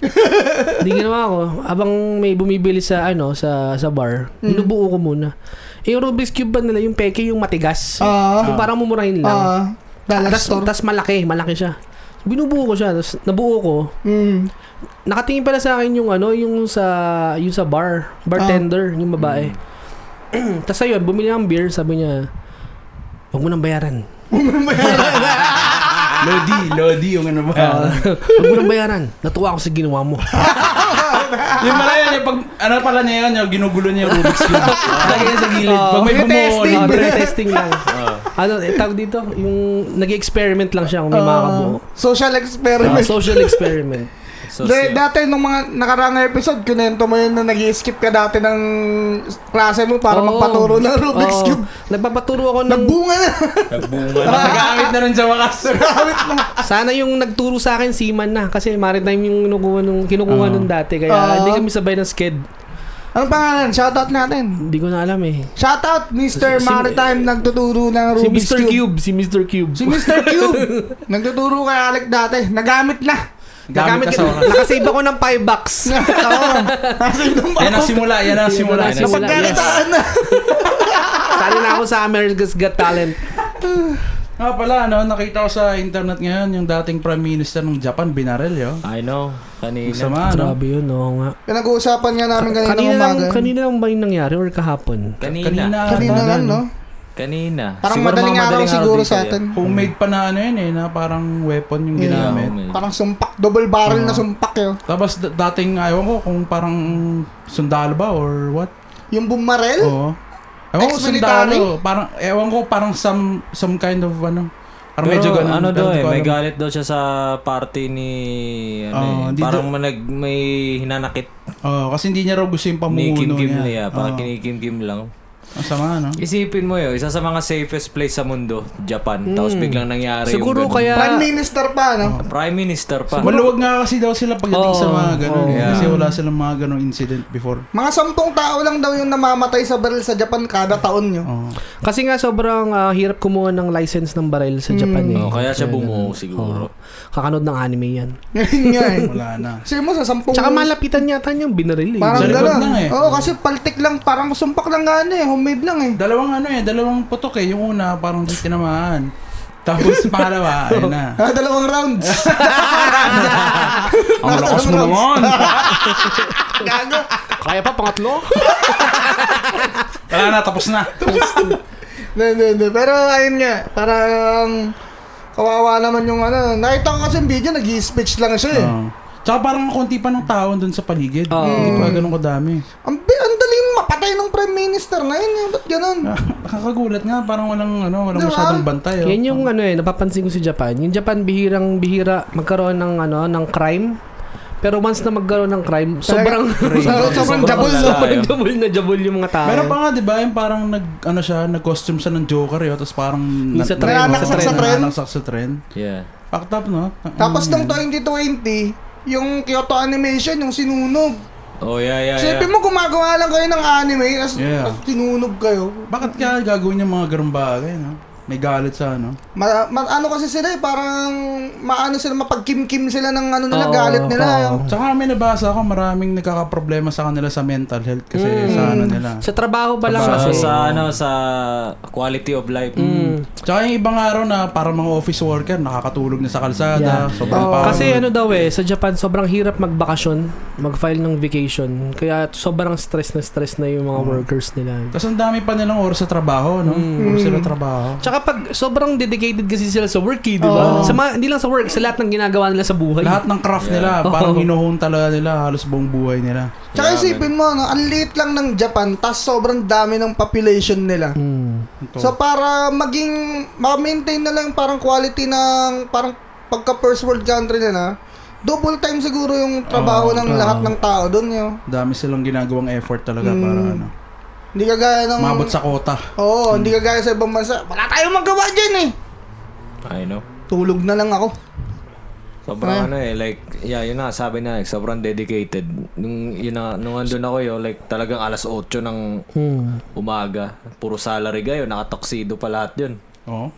Speaker 3: Hindi ginawa ko. Abang may bumibili sa, ano, sa, sa bar,
Speaker 1: Hmm.
Speaker 3: binubuo ko muna. Eh, yung Rubik's Cube ba nila, yung peke, yung matigas.
Speaker 1: Ah.
Speaker 3: Yung parang mumurahin lang.
Speaker 1: Ah, Dallas
Speaker 3: tas,
Speaker 1: store.
Speaker 3: tas malaki, malaki siya. Binubuo ko siya, tas nabuo ko.
Speaker 1: Mm.
Speaker 3: Nakatingin pala sa akin yung ano, yung sa yung sa bar,
Speaker 1: Ah.
Speaker 3: bartender, yung babae. Tapos ayun, bumili ng beer, sabi niya, "Huwag mo nang bayaran."
Speaker 2: Lodi, Lodi yung ano ba.
Speaker 3: Ah, Huwag mo nang bayaran. Natuwa ako sa ginawa mo.
Speaker 2: yung pala yun, yung pag, ano pala niya yun, yung ginugulo niya yung Rubik's Cube. Lagi yan sa gilid.
Speaker 3: Oo.
Speaker 2: Pag may bumuo
Speaker 1: Testing.
Speaker 2: na.
Speaker 3: Ah, testing lang.
Speaker 4: Ah,
Speaker 3: ano, eh, tawag dito, yung nag-experiment lang siya kung may
Speaker 1: Ah,
Speaker 3: makabuo.
Speaker 1: social
Speaker 3: Ah,
Speaker 1: experiment.
Speaker 3: social experiment.
Speaker 4: So,
Speaker 1: De,
Speaker 4: siya-
Speaker 1: dati nung mga nakarang episode, kunento mo yun na nag skip ka dati ng klase mo para
Speaker 3: Oo.
Speaker 1: magpaturo ng Rubik's
Speaker 3: Oo.
Speaker 1: Cube.
Speaker 3: Nagpapaturo ako ng...
Speaker 1: Nagbunga na.
Speaker 4: nagbunga
Speaker 3: Ah.
Speaker 4: na.
Speaker 2: Nagagamit na rin sa wakas. Ah.
Speaker 3: Sana yung nagturo sa akin si Man na kasi maritime yung kinukuha nung, kinukuha
Speaker 2: Oo.
Speaker 3: nung dati kaya
Speaker 2: Ah.
Speaker 1: Oo.
Speaker 3: hindi kami sabay ng sked.
Speaker 1: Anong pangalan? Shoutout natin.
Speaker 3: Hindi ko na alam eh.
Speaker 1: Shoutout, Mr.
Speaker 3: Si- si-
Speaker 1: Maritime, nagtuturo ng
Speaker 3: Si
Speaker 1: Rubik's
Speaker 3: Mr.
Speaker 1: Cube.
Speaker 3: Cube, si Mr. Cube.
Speaker 1: Si Mr. Cube. Nagtuturo kay Alec dati. Nagamit na.
Speaker 2: Gamit ka sa wakas.
Speaker 3: Nakasave ako ng 5 bucks.
Speaker 1: Oo. Nasa ibang
Speaker 2: Yan ang
Speaker 1: bako.
Speaker 2: simula, yan ang simula.
Speaker 3: Yan ang simula.
Speaker 1: Napagkakitaan na.
Speaker 3: Sali na ako sa America's Got Talent.
Speaker 2: Ah, pala, ano, nakita ko sa internet ngayon, yung dating Prime Minister ng Japan, Binarel, yo.
Speaker 4: I know. Kanina.
Speaker 2: Yung Sama, ano?
Speaker 3: Grabe yun, oo nga.
Speaker 1: Pinag-uusapan nga namin kanina,
Speaker 3: Kanina lang,
Speaker 1: umaga.
Speaker 3: kanina lang ba yung nangyari or kahapon?
Speaker 2: Kanina.
Speaker 4: Kanina.
Speaker 1: Kanina
Speaker 2: ata,
Speaker 1: lang,
Speaker 2: ano?
Speaker 1: no?
Speaker 4: Kanina.
Speaker 1: Parang
Speaker 3: Siguro mga
Speaker 1: madaling araw
Speaker 3: madaling araw
Speaker 1: siguro
Speaker 3: dito eh.
Speaker 1: sa
Speaker 4: yan.
Speaker 1: atin.
Speaker 2: Homemade pa na ano yun eh, na parang weapon yung
Speaker 1: Yeah.
Speaker 2: ginamit.
Speaker 1: Parang sumpak, double barrel na sumpak eh. yun.
Speaker 2: Tapos d- dating, ayaw ko kung parang sundalo ba or what.
Speaker 1: Yung bumarel?
Speaker 2: Oo. Ewan
Speaker 1: Eh,
Speaker 2: ko
Speaker 1: Ex-military?
Speaker 2: sundalo. Parang, ewan ko parang some, some kind of ano, Parang medyo
Speaker 4: Pero
Speaker 2: ganun.
Speaker 4: ano
Speaker 2: pero
Speaker 4: daw
Speaker 2: di
Speaker 4: eh,
Speaker 2: ko
Speaker 4: may
Speaker 2: alam.
Speaker 4: galit daw siya sa party ni,
Speaker 2: Oo,
Speaker 4: ano eh,
Speaker 2: hindi
Speaker 4: parang manag, may hinanakit
Speaker 2: Oo, kasi hindi niya raw gusto
Speaker 4: ni
Speaker 2: yung
Speaker 4: Kim
Speaker 2: pamumuno
Speaker 4: Kim
Speaker 2: niya. Ah.
Speaker 4: niya. Parang
Speaker 2: Oo.
Speaker 4: kinikim-kim lang.
Speaker 2: Ang sama, no?
Speaker 4: Isipin mo yun, isa sa mga safest place sa mundo, Japan. Tapos biglang nangyari
Speaker 3: Hmm. Siguro
Speaker 4: yung ganun.
Speaker 3: kaya...
Speaker 1: Prime Minister pa, no?
Speaker 4: Prime Minister pa.
Speaker 2: Maluwag nga kasi daw sila pagdating sa
Speaker 3: Oo,
Speaker 2: mga
Speaker 3: oo.
Speaker 2: ganun. eh, Kasi wala silang mga ganung incident before.
Speaker 1: Mga sampung tao lang daw yung namamatay sa baril sa Japan kada taon nyo.
Speaker 2: Oo.
Speaker 3: Kasi nga sobrang ah, hirap kumuha ng license ng baril sa Japan eh.
Speaker 4: Oh, kaya siya
Speaker 3: Oo.
Speaker 4: bumuo siguro.
Speaker 3: Kakanood ng anime yan.
Speaker 1: Ngayon nga eh.
Speaker 2: Wala na.
Speaker 1: Kasi mo sa sampung...
Speaker 3: Tsaka malapitan yata niyang binaril eh.
Speaker 1: Parang
Speaker 2: Sa likod
Speaker 1: gano'n.
Speaker 2: lang eh.
Speaker 1: Oo, kasi paltik lang. Parang sumpak lang nga ano eh. Homemade lang eh.
Speaker 2: Dalawang ano eh, dalawang putok eh. Yung una, parang di tinamaan. Tapos pangalawa, ayun na.
Speaker 1: Ah, dalawang rounds.
Speaker 2: Ang lakas mo naman!
Speaker 1: Gago.
Speaker 3: Kaya pa pangatlo?
Speaker 2: Wala na, tapos na.
Speaker 1: Hindi, hindi, hindi. Pero ayun nga. Parang... Kawawa naman yung ano. Nakita ko kasi yung video, nag-speech lang siya eh.
Speaker 2: Oo. Tsaka parang konti pa ng tao doon sa paligid.
Speaker 3: Oo.
Speaker 2: Hindi pa ganun kadami.
Speaker 1: Ang, bi- ang daling mapatay ng Prime Minister na yun. eh. Ba't ganun?
Speaker 2: Ah. Nakakagulat nga, parang walang ano, walang
Speaker 1: Diba?
Speaker 2: masyadong bantay. oh.
Speaker 3: Yan yung ano eh, napapansin ko si Japan. Yung Japan bihirang bihira magkaroon ng ano, ng crime. Pero once na magkaroon ng crime, sobrang
Speaker 1: Sobrang- sobrang jabol.
Speaker 4: malala.
Speaker 1: no?
Speaker 3: sobrang jabol na jabol yung mga tao.
Speaker 2: Meron pa nga, di ba, yung parang nag, ano siya, nag-costume siya ng Joker yun, tapos parang...
Speaker 3: Yung sa
Speaker 2: na-
Speaker 3: tren,
Speaker 2: nananaksak
Speaker 1: sa tren.
Speaker 2: nananaksak sa tren.
Speaker 4: Yeah.
Speaker 2: Fucked up, no? Mm.
Speaker 1: Tapos
Speaker 2: Ang-
Speaker 1: nung 2020, yung Kyoto Animation, yung sinunog.
Speaker 4: Oh, yeah, yeah, yeah.
Speaker 1: Sipin mo, gumagawa lang kayo ng anime, tapos
Speaker 2: Ah, Yeah.
Speaker 1: tapos sinunog kayo.
Speaker 2: Bakit kaya gagawin niya mga ganun bagay, no? May galit sa ano.
Speaker 1: Ma, ma- ano kasi sila eh, parang maano sila, mapagkimkim sila ng ano nila,
Speaker 3: Oo,
Speaker 1: galit nila.
Speaker 3: oo.
Speaker 2: Tsaka may nabasa ako, maraming nagkakaproblema sa kanila sa mental health kasi
Speaker 3: Mm.
Speaker 2: sa ano nila.
Speaker 3: Sa trabaho pa lang
Speaker 4: Sa,
Speaker 3: kasi.
Speaker 4: sa ano sa quality of life.
Speaker 3: Mm.
Speaker 2: Tsaka yung ibang araw na parang mga office worker, nakakatulog na sa kalsada.
Speaker 3: Yeah.
Speaker 2: Sobrang
Speaker 1: Oo.
Speaker 2: pagod.
Speaker 3: Kasi ano daw eh, sa Japan sobrang hirap magbakasyon, mag-file ng vacation. Kaya sobrang stress na stress na yung mga workers nila.
Speaker 2: Tapos ang dami pa nilang oras sa trabaho, no? Oras sila trabaho.
Speaker 3: Mm. Tsaka pag sobrang dedicated kasi sila sa work eh, di ba? Sa mga, hindi lang sa work, sa lahat ng ginagawa nila sa buhay.
Speaker 2: Lahat ng craft nila, parang hinuhon talaga nila halos buong buhay nila.
Speaker 1: Tsaka isipin mo, no, ang liit lang ng Japan, tas sobrang dami ng population nila.
Speaker 3: Mm.
Speaker 1: So para maging, ma-maintain na lang yung parang quality ng, parang pagka first world country nila, double time siguro yung trabaho ng lahat ng tao doon yun.
Speaker 2: Dami silang ginagawang effort talaga
Speaker 3: Mm.
Speaker 2: para ano,
Speaker 1: Hindi kagaya ng...
Speaker 2: mabot sa kota.
Speaker 1: Oo, hindi kagaya sa ibang bansa. Wala tayong magawa dyan eh.
Speaker 4: I know.
Speaker 1: Tulog na lang ako.
Speaker 3: Ah.
Speaker 4: Sobrang ano eh, like, yeah, yun na, sabi na, eh, sobrang dedicated. Nung, yun na, nung andun ako yun, like, talagang alas 8 ng
Speaker 3: Mm.
Speaker 4: umaga. Puro salary kayo, nakatoksido pa lahat yun.
Speaker 2: Oo.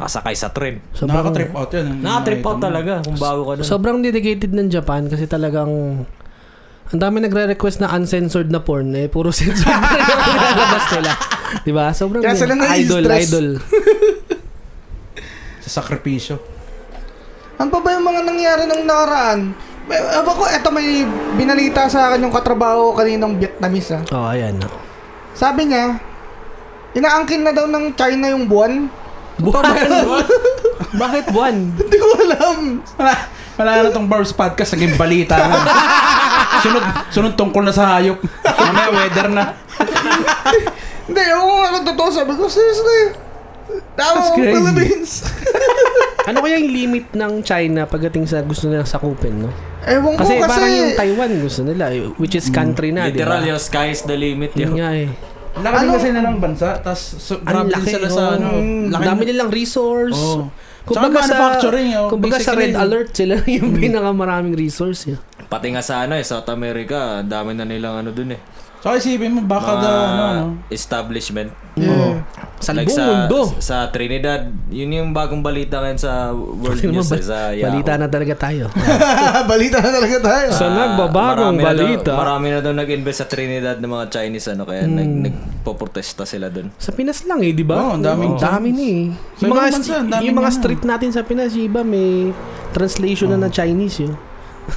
Speaker 4: Nakasakay sa train.
Speaker 2: Nakaka-trip out yun.
Speaker 3: Hmm,
Speaker 2: Ang-
Speaker 4: Nakatrip out
Speaker 2: nakita mo.
Speaker 4: talaga kung bago ka dun.
Speaker 3: Sobrang dedicated ng Japan kasi talagang ang dami nagre-request na uncensored na porn eh puro censored na yung nilalabas nila. 'Di ba? Sobrang
Speaker 1: Kaya sila na
Speaker 3: idol
Speaker 1: i-stress.
Speaker 3: idol.
Speaker 2: Sa sakripisyo.
Speaker 1: Ano pa ba yung mga nangyari nung nakaraan? Eh, Ewan ko, eto may binalita sa akin yung katrabaho ko kaninong Vietnamese ah.
Speaker 3: Oh, ayan.
Speaker 1: Sabi niya, inaangkin na daw ng China yung buwan.
Speaker 3: Buwan. Bakit buwan?
Speaker 1: Hindi ko alam.
Speaker 2: Wala, wala na tong Barbs Podcast, naging balita na. sunod, sunod tungkol na sa hayop. Mamaya weather na.
Speaker 1: Hindi, ewan ko ako totoo. Sabi ko, seriously.
Speaker 2: That's
Speaker 1: Tama ang
Speaker 2: crazy.
Speaker 1: Philippines.
Speaker 3: Ano kaya yung limit ng China pagdating sa gusto nilang sakupin, no?
Speaker 1: Ewan ko
Speaker 3: Kasi,
Speaker 1: kasi.
Speaker 3: parang yung Taiwan gusto nila, eh, which
Speaker 2: Mm,
Speaker 3: is country na, di
Speaker 4: Literal
Speaker 3: ba?
Speaker 4: yung sky is the limit
Speaker 3: Yun
Speaker 4: yun.
Speaker 3: nga eh.
Speaker 1: Ano?
Speaker 2: Laki ano? kasi na ng bansa, tapos so,
Speaker 3: Ang
Speaker 2: grabe din
Speaker 3: laki,
Speaker 2: sila sa
Speaker 3: oh.
Speaker 2: ano.
Speaker 3: Ang
Speaker 2: Laki
Speaker 3: dami nilang resource.
Speaker 2: Oo.
Speaker 3: Kumbaga
Speaker 2: Tsaka
Speaker 3: sa,
Speaker 2: manufacturing, oh,
Speaker 3: kumbaga sa
Speaker 2: basically. Mm.
Speaker 3: red alert sila yung pinakamaraming resource. Yeah.
Speaker 4: Pati nga sa ano eh, South America, ang dami na nilang ano dun eh.
Speaker 2: So isipin mo,
Speaker 3: Ah.
Speaker 4: Mga
Speaker 2: baka daw, ano, ano.
Speaker 4: establishment.
Speaker 1: Yeah.
Speaker 3: Sa
Speaker 4: Like
Speaker 3: buong
Speaker 4: sa,
Speaker 3: mundo.
Speaker 4: Sa Trinidad, yun yung bagong balita ngayon sa World
Speaker 3: Tingnan mo,
Speaker 4: News.
Speaker 3: ba-
Speaker 4: eh, sa Yahoo.
Speaker 3: Balita
Speaker 2: oh.
Speaker 3: na talaga tayo.
Speaker 1: Balita na talaga tayo.
Speaker 3: Sa
Speaker 4: Ah,
Speaker 3: nagbabagong
Speaker 4: marami na daw-
Speaker 3: balita.
Speaker 4: marami na daw nag-invest sa Trinidad ng mga Chinese ano kaya nag
Speaker 3: Hmm.
Speaker 4: nagpoprotesta sila doon.
Speaker 3: sa Pinas lang eh, di ba?
Speaker 2: Oo, ang daming
Speaker 3: dami ni eh.
Speaker 2: Sa
Speaker 3: Yung mga,
Speaker 2: ibang bansa,
Speaker 3: st-
Speaker 2: ang daming
Speaker 3: yung mga
Speaker 2: ano.
Speaker 3: street natin sa Pinas, yung iba may translation na na Chinese yun.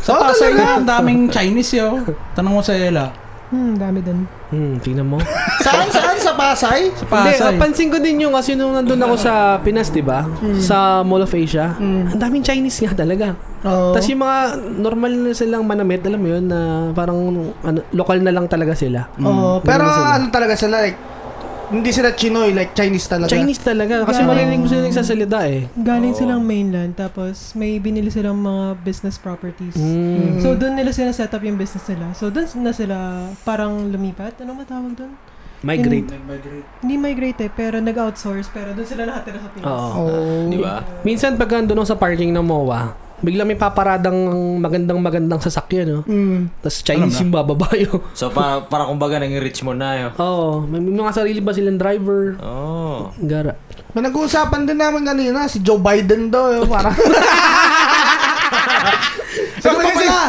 Speaker 2: Sa
Speaker 3: Oh,
Speaker 2: Pasay nga, ang daming Chinese yo. Tanong mo sa Ella.
Speaker 5: Hmm, dami din.
Speaker 3: Hmm, tingnan mo.
Speaker 1: Saan, saan? Sa Pasay?
Speaker 2: Sa
Speaker 3: Hindi,
Speaker 2: Pasay.
Speaker 3: napansin ko din yung kasi nung nandun ako sa Pinas, di ba?
Speaker 2: Hmm.
Speaker 3: Sa Mall of Asia. Ang daming Chinese nga talaga.
Speaker 1: Oo.
Speaker 3: Tapos yung mga normal na silang manamit, alam mo yun, na parang ano, local na lang talaga sila.
Speaker 1: Oo, pero
Speaker 3: Meron
Speaker 5: Oh,
Speaker 3: na sila.
Speaker 1: ano talaga sila like, hindi sila Chinoy, like Chinese talaga.
Speaker 3: Chinese talaga. Kasi
Speaker 5: Galing.
Speaker 3: malaling mo sila nagsasalita eh.
Speaker 5: Galing
Speaker 4: Oo.
Speaker 5: silang mainland, tapos may binili silang mga business properties.
Speaker 3: Mm.
Speaker 2: Hmm.
Speaker 5: So, doon nila sila set up yung business nila. So, doon na sila parang lumipat. Ano matawag doon?
Speaker 3: Migrate.
Speaker 2: Hmm.
Speaker 5: Hindi migrate eh, pero nag-outsource. Pero doon sila nakatira sa Pinas.
Speaker 3: Oo.
Speaker 1: Oh.
Speaker 4: Di ba?
Speaker 3: Minsan pag andun ako sa parking ng MOA, bigla may paparadang magandang magandang sasakyan, no?
Speaker 1: Mm.
Speaker 3: Tapos Chinese yung bababayo.
Speaker 4: So, para, para kumbaga naging rich eh, mo na yun.
Speaker 3: Oo. May may mga sarili ba silang driver?
Speaker 4: Oh.
Speaker 3: Gara.
Speaker 1: May nag-uusapan din namin kanina, si Joe Biden daw, yung parang... Sabi
Speaker 2: Ito
Speaker 1: ko
Speaker 2: pa
Speaker 1: pala,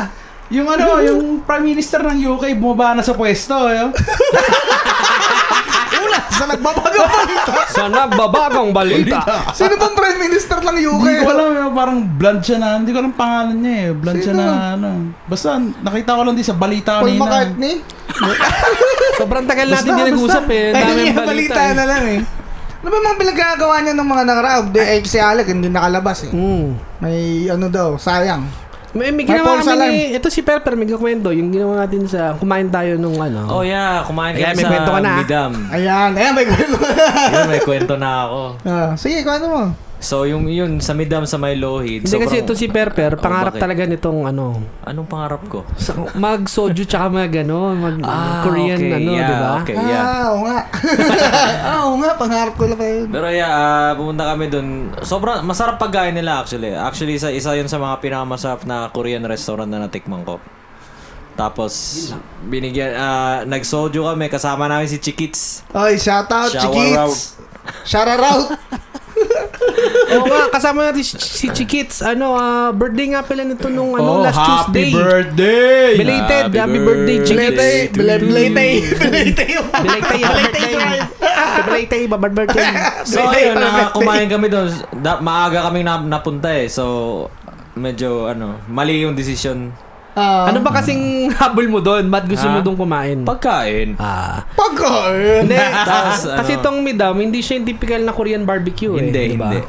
Speaker 2: Yung ano, yung Prime Minister ng UK bumaba na sa pwesto. Yo.
Speaker 1: una, sa nagbabago pa dito.
Speaker 3: Sana babagong balita.
Speaker 1: Sino bang Prime Minister ng UK?
Speaker 2: Hindi ko alam, yung parang bland siya na, hindi ko alam pangalan niya eh. Bland siya
Speaker 1: Sino?
Speaker 2: na ano. Basta nakita ko lang din sa balita
Speaker 1: Paul
Speaker 2: kanina.
Speaker 1: McCartney?
Speaker 3: Sobrang tagal natin
Speaker 2: Basta,
Speaker 3: din nag-usap
Speaker 2: basta.
Speaker 3: eh. Ang
Speaker 1: Ayun
Speaker 3: daming
Speaker 1: nga, balita
Speaker 3: eh.
Speaker 1: na lang eh. Ano ba mga pinagagawa niya ng mga nangarap? De, eh, si Alec, hindi nakalabas eh.
Speaker 3: Mm.
Speaker 1: May ano daw, sayang.
Speaker 3: May, may
Speaker 1: May
Speaker 3: ginawa
Speaker 1: false
Speaker 3: kami
Speaker 1: alarm.
Speaker 3: ni, ito si Pepper, may kakwento, yung ginawa natin sa, kumain tayo nung ano.
Speaker 4: Oh yeah, kumain
Speaker 3: Ayan,
Speaker 4: ka
Speaker 3: may
Speaker 4: sa
Speaker 3: kwento ka na, ah.
Speaker 4: Midam.
Speaker 1: Ayan, ayan, may kwento.
Speaker 4: Yun, may kwento na ako.
Speaker 1: Ah, sige, kwento mo.
Speaker 4: So, yung yun, sa Midam, sa may Lohid.
Speaker 3: Hindi kasi ito si Pepper,
Speaker 4: Oh,
Speaker 3: pangarap
Speaker 4: bakit?
Speaker 3: talaga nitong ano,
Speaker 4: Anong pangarap ko?
Speaker 3: sa- mag soju tsaka mag ano, mag Korean
Speaker 4: Ah, okay,
Speaker 3: ano,
Speaker 4: yeah,
Speaker 3: di ba?
Speaker 4: Okay, yeah.
Speaker 1: Ah, oo nga. ah, oo nga, pangarap ko lang pa yun.
Speaker 4: Pero yeah, ah, pumunta kami dun. Sobrang masarap pagkain nila actually. Actually, isa, isa yun sa mga pinakamasarap na Korean restaurant na natikman ko. Tapos, binigyan, ah, nag-soju kami. Kasama namin si Chikits.
Speaker 1: Ay, shoutout,
Speaker 4: Shower
Speaker 1: chikits. Shoutout.
Speaker 3: Oo nga, kasama natin si, si Chikits, ano, ah, birthday nga pala nito nung ano,
Speaker 2: Oh,
Speaker 3: last Tuesday.
Speaker 2: happy birthday!
Speaker 3: Belated, happy, birthday, Chikits.
Speaker 1: Bletay, bletay, bletay.
Speaker 3: Belated, birthday. Belated, birthday. ah,
Speaker 4: So, ayun, na, kumain kami doon. Da- maaga kaming na- napunta eh. So, medyo, ano, mali yung decision.
Speaker 1: Ah,
Speaker 3: Ano ba kasing habol mo doon? Ba't gusto mo
Speaker 4: Ha?
Speaker 3: doon kumain?
Speaker 4: Pagkain.
Speaker 3: Ah.
Speaker 1: pagkain.
Speaker 3: Hindi,
Speaker 4: Tapos,
Speaker 3: kasi
Speaker 4: ano?
Speaker 3: itong midam, hindi siya yung typical na Korean barbecue eh. di
Speaker 4: hindi,
Speaker 3: ba?
Speaker 4: hindi.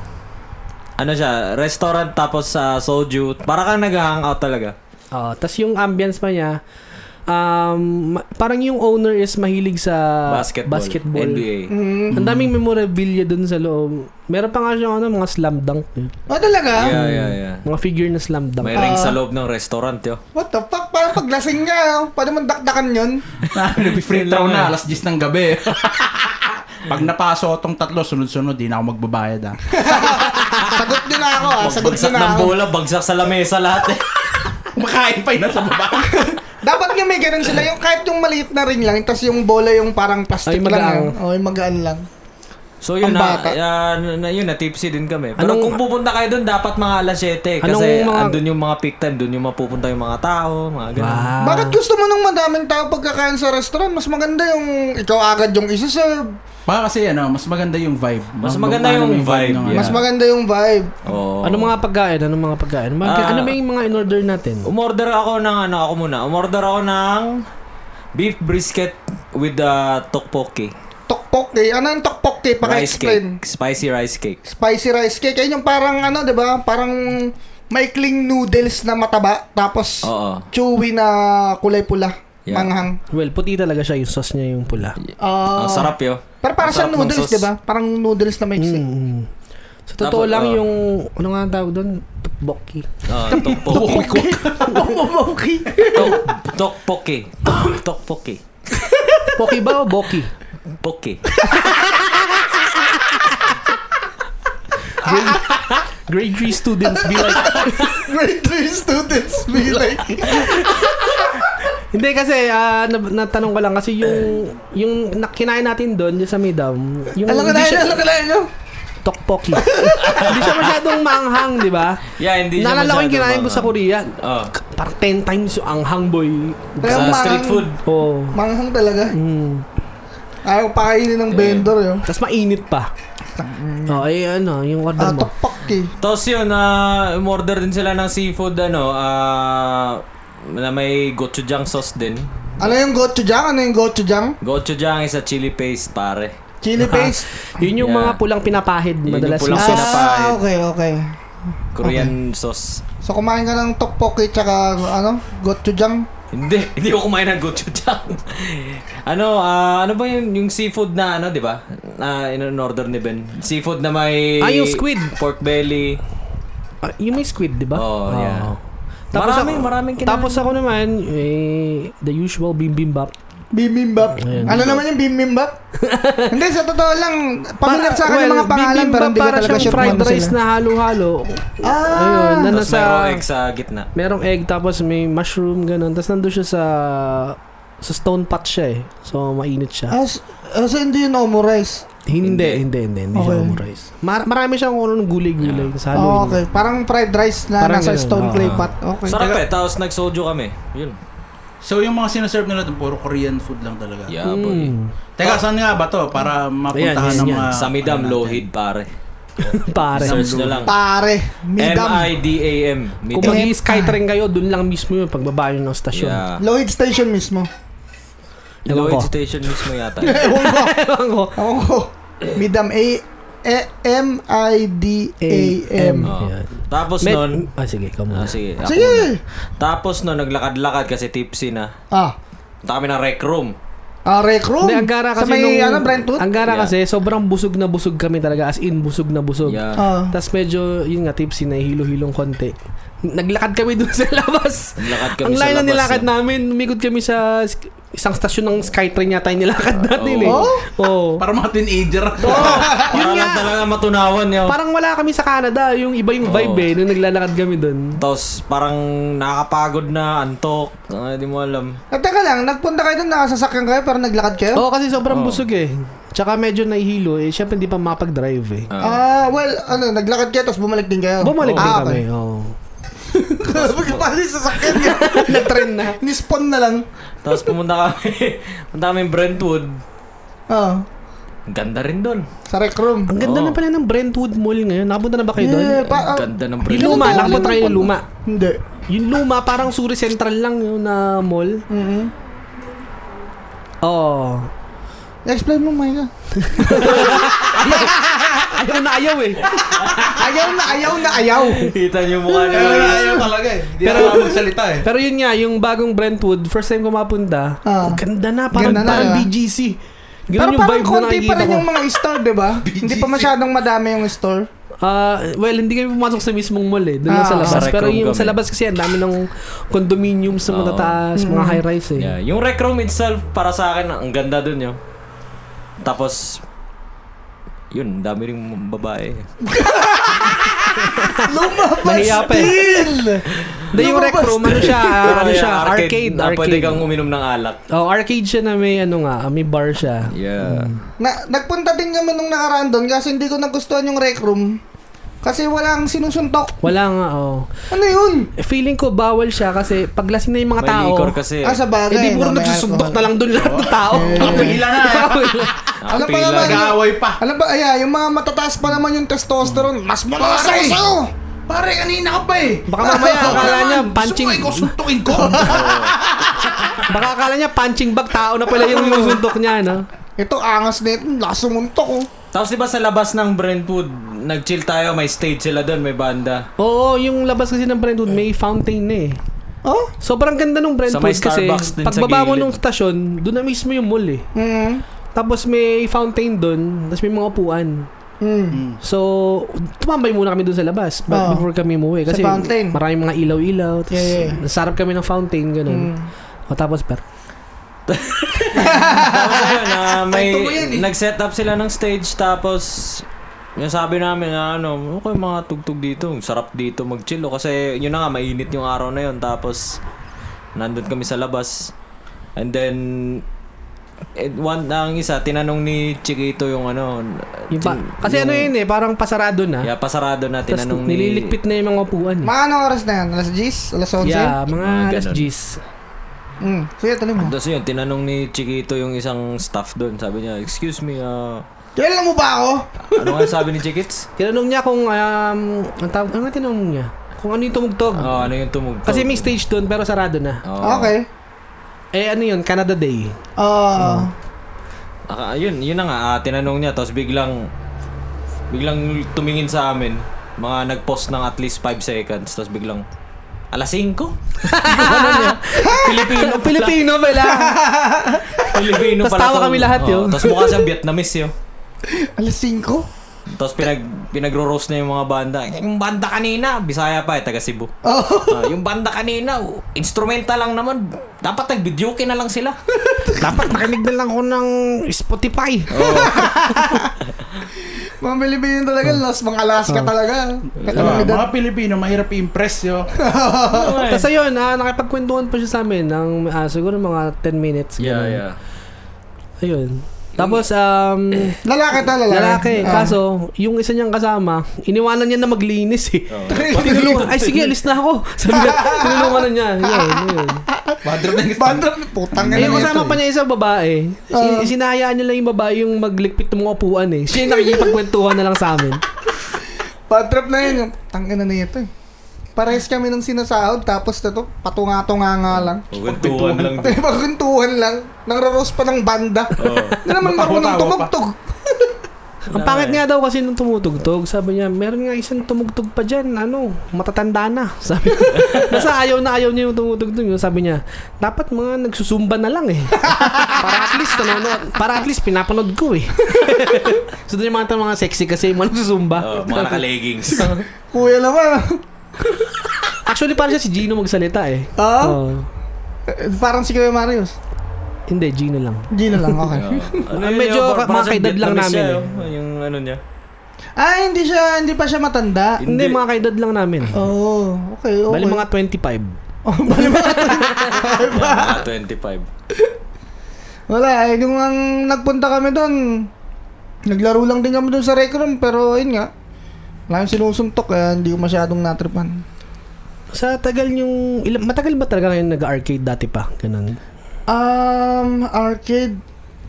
Speaker 4: Ano siya, restaurant tapos sa soju. Para kang nag-hangout talaga.
Speaker 3: Oh, tas yung ambience pa niya, um, ma- parang yung owner is mahilig sa
Speaker 4: Basketball.
Speaker 3: Ah, basketball. Mm-hmm.
Speaker 4: NBA.
Speaker 1: Mm.
Speaker 3: Ang daming memorabilia dun sa loob. Meron pa nga siyang ano, mga slam dunk. eh.
Speaker 1: Oh, talaga?
Speaker 4: Yeah, yeah, yeah.
Speaker 3: Mga figure na slam dunk.
Speaker 4: May ring sa loob ng restaurant, yo.
Speaker 1: What the fuck? Parang paglasing nga, paano man dakdakan yun?
Speaker 2: Nag-free throw na, alas 10 ng gabi. Pag napaso tong tatlo, sunod-sunod, di na ako magbabayad ah.
Speaker 1: Sagot din ako ah, sagot
Speaker 4: Bagsak
Speaker 1: din
Speaker 4: ng
Speaker 1: ako.
Speaker 4: bola, bagsak sa lamesa lahat eh.
Speaker 2: Kumakain pa yun nasa baba.
Speaker 1: Dapat nga may ganun sila, yung kahit yung maliit na ring lang, tapos yung bola yung parang plastic
Speaker 3: Ay,
Speaker 1: lang.
Speaker 3: magaang.
Speaker 1: ah. Oh, yung magaan lang.
Speaker 4: So yun
Speaker 1: Ang
Speaker 4: na,
Speaker 1: bata.
Speaker 4: ah, na, yun na tipsy din kami. Pero
Speaker 3: Anong-
Speaker 4: kung pupunta kayo doon dapat mga alas 7 kasi
Speaker 3: Anong mga-
Speaker 4: andun yung mga peak time, doon yung mapupunta yung mga tao, mga ganun.
Speaker 3: Wow.
Speaker 1: Bakit gusto mo nung madaming tao pagkakain sa restaurant? Mas maganda yung ikaw agad yung isa-serve.
Speaker 2: Baka kasi ano, mas maganda yung vibe.
Speaker 4: Mas maganda
Speaker 2: ano,
Speaker 4: yung vibe,
Speaker 2: ng-
Speaker 4: yeah.
Speaker 1: Mas maganda yung vibe.
Speaker 4: Oo.
Speaker 3: Ano mga pagkain? Ano mga pagkain? Mga-
Speaker 4: Ah.
Speaker 3: ano ba yung mga in-order natin?
Speaker 4: Umorder ako ng ano ako muna. Umorder ako ng beef brisket with uh, tteokbokki.
Speaker 1: Tokpok eh. Ano yung tokpok eh?
Speaker 4: Rice
Speaker 1: Paka-explain.
Speaker 4: cake, spicy rice cake.
Speaker 1: Spicy rice cake. Ayun yung parang ano, di ba? Parang maikling noodles na mataba. Tapos
Speaker 4: Oo.
Speaker 1: chewy na kulay pula.
Speaker 4: Yeah.
Speaker 1: Manghang.
Speaker 3: Well, puti talaga siya. Yung sauce niya yung pula.
Speaker 1: Ah,
Speaker 4: Ang sarap 'yo.
Speaker 1: Pero para
Speaker 4: Ang
Speaker 1: sa
Speaker 4: sarap ng
Speaker 1: noodles,
Speaker 4: sauce.
Speaker 1: di ba? Parang noodles na may mm.
Speaker 3: Mm. Sa totoo
Speaker 4: Dapat,
Speaker 3: lang
Speaker 4: ah.
Speaker 3: yung, ano nga ang tawag doon? Bokki.
Speaker 4: Oo, Ah, tteokbokki. Oh, Tok- Tteokbokki. Tok- Tteokbokki.
Speaker 3: Poki ba o Boki?
Speaker 4: Poke.
Speaker 3: Grade 3 students be like,
Speaker 1: Grade 3 students be like...
Speaker 3: Hindi kasi ah, nab- natanong ko lang kasi yung yung na- kinain natin doon yung sa Midam, yung
Speaker 1: alam ko na
Speaker 3: hindi
Speaker 1: yun,
Speaker 3: siya
Speaker 1: alam ko na yun.
Speaker 3: tokpoki. hindi siya masyadong maanghang, di ba?
Speaker 4: Yeah, hindi siya
Speaker 3: Naalala ko yung
Speaker 4: masyado Oh.
Speaker 3: kinain ko sa
Speaker 4: maanghang.
Speaker 3: Korea.
Speaker 4: Oo.
Speaker 3: K- Parang 10 times yung anghang boy.
Speaker 1: Kaya
Speaker 4: Sa
Speaker 1: manghang-
Speaker 4: street food.
Speaker 3: Oh.
Speaker 1: Manghang talaga.
Speaker 3: Mm.
Speaker 1: Ayaw pakainin ng vendor yun.
Speaker 3: Tapos mainit pa. Oh, ay ano, yung order
Speaker 1: Mm-hmm. Ah,
Speaker 3: mo.
Speaker 1: tokpok eh.
Speaker 4: Tapos yun, na order din sila ng seafood, ano, ah, na may gochujang sauce din.
Speaker 1: Ano yung gochujang? Ano yung gochujang?
Speaker 4: Gochujang is a chili paste, pare.
Speaker 1: Chili paste?
Speaker 3: Yun yung
Speaker 4: Yeah.
Speaker 3: mga pulang pinapahid
Speaker 4: Yun yung
Speaker 3: madalas
Speaker 4: pulang
Speaker 3: yung
Speaker 4: Kasi
Speaker 3: sauce.
Speaker 4: pinapahid.
Speaker 1: ah,
Speaker 4: napahid.
Speaker 1: okay, okay.
Speaker 4: Korean sauce.
Speaker 1: So kumain ka ng tokpoki tsaka ano, gochujang.
Speaker 4: Hindi, hindi ko kumain ng gochujang. ano, ah, ano ba yun, yung seafood na ano, di ba? Na in-order ni Ben. Seafood na may...
Speaker 3: Ah, yung squid.
Speaker 4: Pork belly.
Speaker 3: Ah, yung may squid, di ba? Oh.
Speaker 4: Oo, Oh, yeah.
Speaker 3: Tapos
Speaker 4: Maraming,
Speaker 3: ako,
Speaker 4: maraming kinain.
Speaker 3: Tapos ako naman, eh, the usual bibimbap.
Speaker 1: Bibimbap.
Speaker 3: Ayan.
Speaker 1: Ano naman yung bibimbap? Hindi, sa totoo lang, pamilyar sa akin yung mga pangalan, pero
Speaker 3: bibimbap
Speaker 1: hindi ko
Speaker 3: para
Speaker 1: talaga
Speaker 3: siyang
Speaker 1: sure kung
Speaker 3: fried
Speaker 1: ano
Speaker 3: rice
Speaker 1: sila.
Speaker 3: na halo-halo. Ayun,
Speaker 1: Ah!
Speaker 3: na
Speaker 4: Tapos
Speaker 3: nasa...
Speaker 4: mayroong egg sa gitna.
Speaker 3: Merong egg tapos may mushroom ganun. Tapos nandoon siya sa sa stone pot siya eh. So mainit siya.
Speaker 1: As, as hindi yun omurice.
Speaker 3: hindi, hindi, hindi, hindi
Speaker 1: Okay.
Speaker 3: siya omurice. Mar- marami siyang kung anong gulay-gulay sa Halloween.
Speaker 1: Oh, okay. Parang fried rice na
Speaker 3: Parang
Speaker 1: nasa
Speaker 3: ganun, Ah.
Speaker 1: stone
Speaker 3: oo.
Speaker 1: clay pot. Okay.
Speaker 4: Sarap eh, tapos nag-soju kami. Yun.
Speaker 2: So yung mga sinaserve nila doon, puro Korean food lang talaga.
Speaker 4: Yeah, boy.
Speaker 3: Mm.
Speaker 2: Teka, saan nga ba to? Para mapuntahan
Speaker 3: Ayan,
Speaker 2: ng
Speaker 3: yan,
Speaker 2: mga...
Speaker 4: Samidam,
Speaker 2: ano natin.
Speaker 4: Lohid, pare.
Speaker 3: Pare.
Speaker 4: Search na lang.
Speaker 1: Pare, midam.
Speaker 4: M-I-D-A-M.
Speaker 3: Kung
Speaker 4: Midam.
Speaker 1: Kumbaga-
Speaker 3: mag-skytrain kayo, dun lang mismo yung pagbaba nyo ng stasyon.
Speaker 4: Yeah.
Speaker 1: Lloyd Station mismo.
Speaker 3: Ewan
Speaker 4: Lohid
Speaker 3: ko.
Speaker 4: Station mismo yata.
Speaker 1: Ewan ko.
Speaker 3: Ewan ko.
Speaker 1: Ewan ko. Midam. A E- M-I-D-A-M.
Speaker 3: A.M.
Speaker 4: Oo.
Speaker 3: Ayan.
Speaker 4: Oh. Tapos
Speaker 3: Med-
Speaker 4: nun,
Speaker 3: Ah, sige, ikaw muna.
Speaker 4: Ah, sige. ako muna.
Speaker 1: Sige.
Speaker 4: Tapos no, naglakad-lakad kasi tipsy na.
Speaker 1: Ah.
Speaker 4: Punta kami ng rec room.
Speaker 1: Ah, rec room.
Speaker 3: Hindi, ang gara
Speaker 1: Sa
Speaker 3: kasi
Speaker 1: may,
Speaker 3: nung-
Speaker 1: ano, Brentwood?
Speaker 3: Ang gara
Speaker 4: Yeah.
Speaker 3: kasi, sobrang busog na busog kami talaga. As in, busog na busog.
Speaker 4: Yeah.
Speaker 1: Ah.
Speaker 3: Tapos medyo, yun nga, tipsy na hilo-hilong konti. Naglakad kami dun sa labas.
Speaker 4: Naglakad kami
Speaker 3: Ang
Speaker 4: sa
Speaker 3: layo na
Speaker 4: labas.
Speaker 3: nilakad
Speaker 4: no?
Speaker 3: namin, umikot kami sa sk- isang stasyon ng Skytrain yata yung
Speaker 4: Ah,
Speaker 3: nilakad natin eh.
Speaker 1: Oh?
Speaker 3: Oo.
Speaker 2: Para mga teenager.
Speaker 4: Para lang talaga matunawan yun.
Speaker 3: Parang wala kami sa Canada, yung iba yung vibe
Speaker 4: Oo.
Speaker 3: eh, nung naglalakad kami dun.
Speaker 4: Tapos parang nakakapagod na, antok. Ah, Hindi mo alam.
Speaker 1: At teka lang, nagpunta kayo doon, nakasasakyan kayo, pero naglakad kayo?
Speaker 3: Oo, kasi
Speaker 1: Oh.
Speaker 3: sobrang busog eh. Tsaka medyo nahihilo eh, syempre hindi pa mapag-drive eh.
Speaker 1: Ah,
Speaker 4: Ah.
Speaker 1: well, ano, naglakad kayo, tapos bumalik din kayo?
Speaker 3: Bumalik din
Speaker 1: Ah,
Speaker 3: kami, oo.
Speaker 1: Okay. Pagkapali sa sakyan niya,
Speaker 3: Na-trend na.
Speaker 1: nispon na lang.
Speaker 4: Tapos pumunta kami. Punta kami Brentwood.
Speaker 1: Ah,
Speaker 4: Ang Ganda rin doon.
Speaker 1: sa rec room.
Speaker 3: Ang ganda
Speaker 4: Oo.
Speaker 3: na pala ng Brentwood Mall ngayon. Nakapunta na ba Ano kayo doon?
Speaker 1: Yeah, pa- ah,
Speaker 4: Ganda ng
Speaker 3: Yung
Speaker 4: Brentwood.
Speaker 3: luma,
Speaker 1: Ano ba?
Speaker 3: nakapunta kayo yung luma.
Speaker 1: Hindi.
Speaker 3: Yung luma, parang Suri Central lang yun na mall.
Speaker 1: mm
Speaker 3: Oo.
Speaker 1: Explain mo, Micah.
Speaker 3: Ayaw na ayaw eh.
Speaker 1: Ayaw na, ayaw na, ayaw.
Speaker 4: Kita niyo mukha niya.
Speaker 2: Ayaw na ayaw talaga eh. Hindi
Speaker 3: Pero-
Speaker 2: Pero, ako magsalita eh.
Speaker 3: Pero yun nga, yung bagong Brentwood, first time ko mapunta,
Speaker 1: Ah.
Speaker 3: ganda na, parang,
Speaker 1: Ganda na,
Speaker 3: parang
Speaker 1: diba?
Speaker 3: BGC.
Speaker 1: Pero
Speaker 3: Ganun yung
Speaker 1: parang
Speaker 3: vibe na
Speaker 1: konti pa
Speaker 3: nakikita
Speaker 1: rin
Speaker 3: ko.
Speaker 1: yung mga store, di ba? Hindi pa masyadong madami yung store.
Speaker 3: Ah, well, hindi kami pumasok sa mismong mall eh. Doon
Speaker 1: Ah,
Speaker 3: lang sa labas.
Speaker 4: sa rec
Speaker 3: Pero
Speaker 4: room
Speaker 3: yung sa
Speaker 4: kami.
Speaker 3: labas kasi ang dami ng condominiums sa
Speaker 4: Oo.
Speaker 3: matataas, mga
Speaker 2: Hmm.
Speaker 3: high-rise eh.
Speaker 4: Yeah, yung rec room itself para sa akin ang ganda dun yun. Tapos yun, dami rin babae.
Speaker 1: Lumabas
Speaker 3: Nahiya pa eh.
Speaker 1: din!
Speaker 3: Hindi, yung rec room, ano siya, ah, ano siya, arcade,
Speaker 4: na
Speaker 3: arcade.
Speaker 4: Ah, Pwede kang uminom ng alak.
Speaker 3: Oh, arcade siya na may ano nga, may bar siya.
Speaker 4: Yeah.
Speaker 3: Hmm.
Speaker 1: Na, nagpunta din kami nung nakaraan doon kasi hindi ko nagustuhan yung rec room. Kasi walang sinusuntok.
Speaker 3: Wala nga, oh.
Speaker 1: Ano yun?
Speaker 3: Eh, Feeling ko bawal siya kasi paglasing na yung mga
Speaker 4: May
Speaker 3: tao,
Speaker 4: liquor kasi.
Speaker 1: Ah, sa bagay.
Speaker 3: eh di puro
Speaker 1: no, may
Speaker 3: nagsusundok na
Speaker 1: alcohol.
Speaker 3: lang doon lahat ng tao.
Speaker 2: Nakapila na eh.
Speaker 3: ano
Speaker 1: Alam pa
Speaker 4: Nakapila.
Speaker 1: naman,
Speaker 2: Nag-aaway pa.
Speaker 1: Alam ba, ayan, yung mga matataas pa naman yung testosterone, mas malakas
Speaker 2: Pare!
Speaker 1: ako sa'yo!
Speaker 2: Pare, kanina ka pa eh.
Speaker 3: Baka mamaya
Speaker 2: Ako
Speaker 3: akala
Speaker 2: naman,
Speaker 3: niya
Speaker 2: gusto
Speaker 3: punching-
Speaker 2: ko ikaw suntukin ko.
Speaker 3: Baka akala niya punching bag tao na pala yung suntok niya, no?
Speaker 1: Ito, angas na ito, lakas sumuntok oh.
Speaker 4: Tapos diba sa labas ng Brentwood, nag-chill tayo, may stage sila doon, may banda.
Speaker 3: Oo, yung labas kasi ng Brentwood may fountain na eh.
Speaker 1: Oh?
Speaker 3: Sobrang ganda ng Brentwood
Speaker 4: may
Speaker 3: kasi
Speaker 4: Starbucks din sa
Speaker 3: pagbaba mo
Speaker 4: gilid. eh.
Speaker 3: nung stasyon, doon na mismo yung mall eh.
Speaker 1: Mm.
Speaker 3: Tapos may fountain doon, tapos may mga upuan.
Speaker 1: Mm.
Speaker 3: So, tumambay muna kami doon sa labas but
Speaker 1: Oo.
Speaker 3: before kami umuwi.
Speaker 1: Sa
Speaker 3: Kasi
Speaker 1: fountain.
Speaker 3: maraming mga ilaw-ilaw. Tapos
Speaker 1: Yeah, yeah.
Speaker 3: nasarap kami ng fountain, ganun.
Speaker 1: Mm.
Speaker 3: O tapos per.
Speaker 4: Tapos ayun, ah, may,
Speaker 1: Ay, tuloy yan eh.
Speaker 4: nag-set up sila ng stage, tapos yung sabi namin na ano, okay mga tugtog dito, ang sarap dito mag-chill. oh." Kasi yun na nga, mainit yung araw na yun. Tapos nandun kami sa labas. And then, eh, one, ang isa, tinanong ni Chiquito yung ano,
Speaker 3: Yung pa- kasi ano yun eh, parang pasarado na.
Speaker 4: yeah, pasarado na,
Speaker 3: Tapos
Speaker 4: tinanong ni...
Speaker 3: nililikpit na yung mga upuan. eh.
Speaker 1: Mga anong oras na yan? Alas 10? Alas 11?
Speaker 3: Yeah, mga
Speaker 4: Mga
Speaker 3: alas
Speaker 4: ganun.
Speaker 3: G's.
Speaker 1: Mm. Sige, tuloy mo.
Speaker 4: Tapos yun, tinanong ni Chiquito yung isang staff doon. Sabi niya, excuse me, ah,
Speaker 1: Kailan mo ba ako?
Speaker 4: ano nga sabi ni Chiquits?
Speaker 3: Tinanong niya kung, um, ang tawag, ano nga tinanong niya? Kung ano yung tumugtog.
Speaker 4: Oh, ano yung tumugtog? Oh.
Speaker 3: Kasi may stage doon pero sarado na.
Speaker 4: Oo.
Speaker 1: Okay.
Speaker 3: Eh ano yun, Canada Day.
Speaker 1: Ah.
Speaker 4: Ah, yun, yun na nga, ah, tinanong niya, tapos biglang, biglang tumingin sa amin, mga nag-post ng at least 5 seconds, tapos biglang, Alas 5?
Speaker 3: Pilipino Pilipino pala.
Speaker 4: Pilipino
Speaker 3: Tas tawa kami lahat, yo.
Speaker 4: Tapos mukha siyang Vietnamese yun.
Speaker 1: Alas 5?
Speaker 4: Tapos pinag, pinagro-roast na yung mga banda. "Eh, Yung banda kanina, Bisaya pa eh, taga Cebu.
Speaker 3: Oh.
Speaker 4: Ah, yung banda kanina, oh, instrumental lang naman. Dapat nag-videoke na lang sila.
Speaker 3: Dapat nakinig na lang ko ng Spotify.
Speaker 1: Mga Pilipino talaga, Los mga Alaska talaga.
Speaker 2: Diba?
Speaker 1: Katalagad.
Speaker 2: Mga Pilipino, mahirap i-impress yo.
Speaker 3: Tapos ayun, ah, nakipagkwentuhan pa siya sa amin ng ah, siguro mga 10 minutes. ganun. Ayun. Tapos, um,
Speaker 1: Lalaki ta, lalaki.
Speaker 3: lalaki.
Speaker 1: Ah.
Speaker 3: Kaso, yung isa niyang kasama, iniwanan niya na maglinis eh.
Speaker 1: Tinulungan-
Speaker 3: Tinulungan, ay sige, alis na ako. Sabi niya, tinulungan na niya. Yun, yun.
Speaker 2: Badrop na yung
Speaker 1: Bandrop, putang
Speaker 3: Eh,
Speaker 1: ganito
Speaker 3: yung kasama pa
Speaker 1: eh.
Speaker 3: niya isang babae.
Speaker 1: Ah.
Speaker 3: Uh, sinayaan niya lang yung babae yung maglikpit ng mga upuan eh. Siya yung nakikipagkwentuhan na lang sa amin.
Speaker 1: Bandrop na yun. yung Tangina na ito eh. Parehas kami ng sinasahod, tapos na to, patunga-tunga nga lang.
Speaker 4: Pagkwentuhan lang din.
Speaker 1: Pagkuntuhan lang, nangraros pa ng banda. Hindi naman
Speaker 2: Matawa-tawa
Speaker 1: marunong
Speaker 2: pa.
Speaker 1: tumugtog.
Speaker 3: Ang pangit nga daw kasi nung tumutugtog, sabi niya, meron nga isang tumugtog pa dyan, ano, matatanda na. Sabi niya. Nasa ayaw na ayaw niya yung tumutugtog yun. Sabi niya, dapat mga nagsusumba na lang eh. para at least, nanonood, para at least pinapanood ko eh. so doon yung mga, mga sexy kasi, yung mga nagsusumba.
Speaker 4: Oh, mga naka-leggings.
Speaker 1: Kuya naman.
Speaker 3: Actually, parang siya si Gino magsalita eh.
Speaker 1: Ah?
Speaker 3: Oo.
Speaker 1: Eh, Parang si Kuya Marius.
Speaker 3: hindi, Gino lang.
Speaker 1: Hindi na lang, okay.
Speaker 4: Oh.
Speaker 3: Ah, medyo mga
Speaker 4: Parang siyang
Speaker 3: kaedad lang
Speaker 4: Vietnamese
Speaker 3: namin
Speaker 4: siya,
Speaker 3: eh.
Speaker 4: oh. Yung ano niya.
Speaker 1: ah, hindi siya, hindi pa siya matanda.
Speaker 3: Hindi, mga kaedad lang namin.
Speaker 1: Oo, oh, okay, okay.
Speaker 3: Bali mga 25.
Speaker 4: Yung
Speaker 3: Ah!
Speaker 4: mga 25.
Speaker 1: Wala, eh, yung ang nagpunta kami doon, naglaro lang din kami doon sa rec room, pero ayun nga, wala yung sinusuntok, kaya hindi ko masyadong natripan.
Speaker 3: Sa tagal yung, ilang, matagal ba talaga ngayon nag-arcade dati pa? Ganun.
Speaker 1: Um, arcade,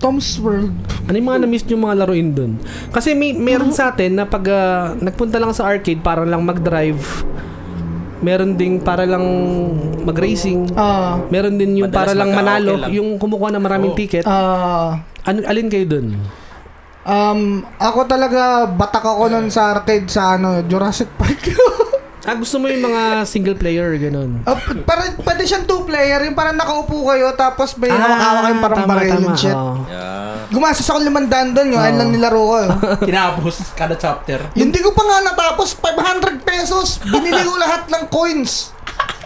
Speaker 1: Tom's World.
Speaker 3: Ano yung mga na-miss yung mga laruin dun? Kasi may meron sa atin na pag ah, nagpunta lang sa arcade para lang mag-drive, meron ding para lang mag-racing,
Speaker 1: Ah,
Speaker 3: meron din yung
Speaker 4: Madalas
Speaker 3: para lang
Speaker 4: magkaraoke
Speaker 3: manalo,
Speaker 4: lang.
Speaker 3: yung kumukuha ng maraming
Speaker 2: Oo.
Speaker 3: ticket.
Speaker 1: ah,
Speaker 3: Ano, alin kayo dun?
Speaker 1: um, ako talaga, batak ako nun sa arcade sa ano, Jurassic Park.
Speaker 3: Ah, gusto mo yung mga single player, ganun.
Speaker 1: uh, parang, pwede siyang two-player, yung parang nakaupo kayo, tapos may Ah, hawak-hawak kayong parang
Speaker 3: Ah, tama,
Speaker 1: baril
Speaker 3: tama,
Speaker 1: and shit.
Speaker 3: oo.
Speaker 4: Yeah.
Speaker 1: Gumastos ako limandaan doon, yun, ayun lang nilaro ko. eh.
Speaker 2: Tinapos kada chapter.
Speaker 1: Hindi ko pa nga natapos 500 pesos. Binili ko lahat ng coins.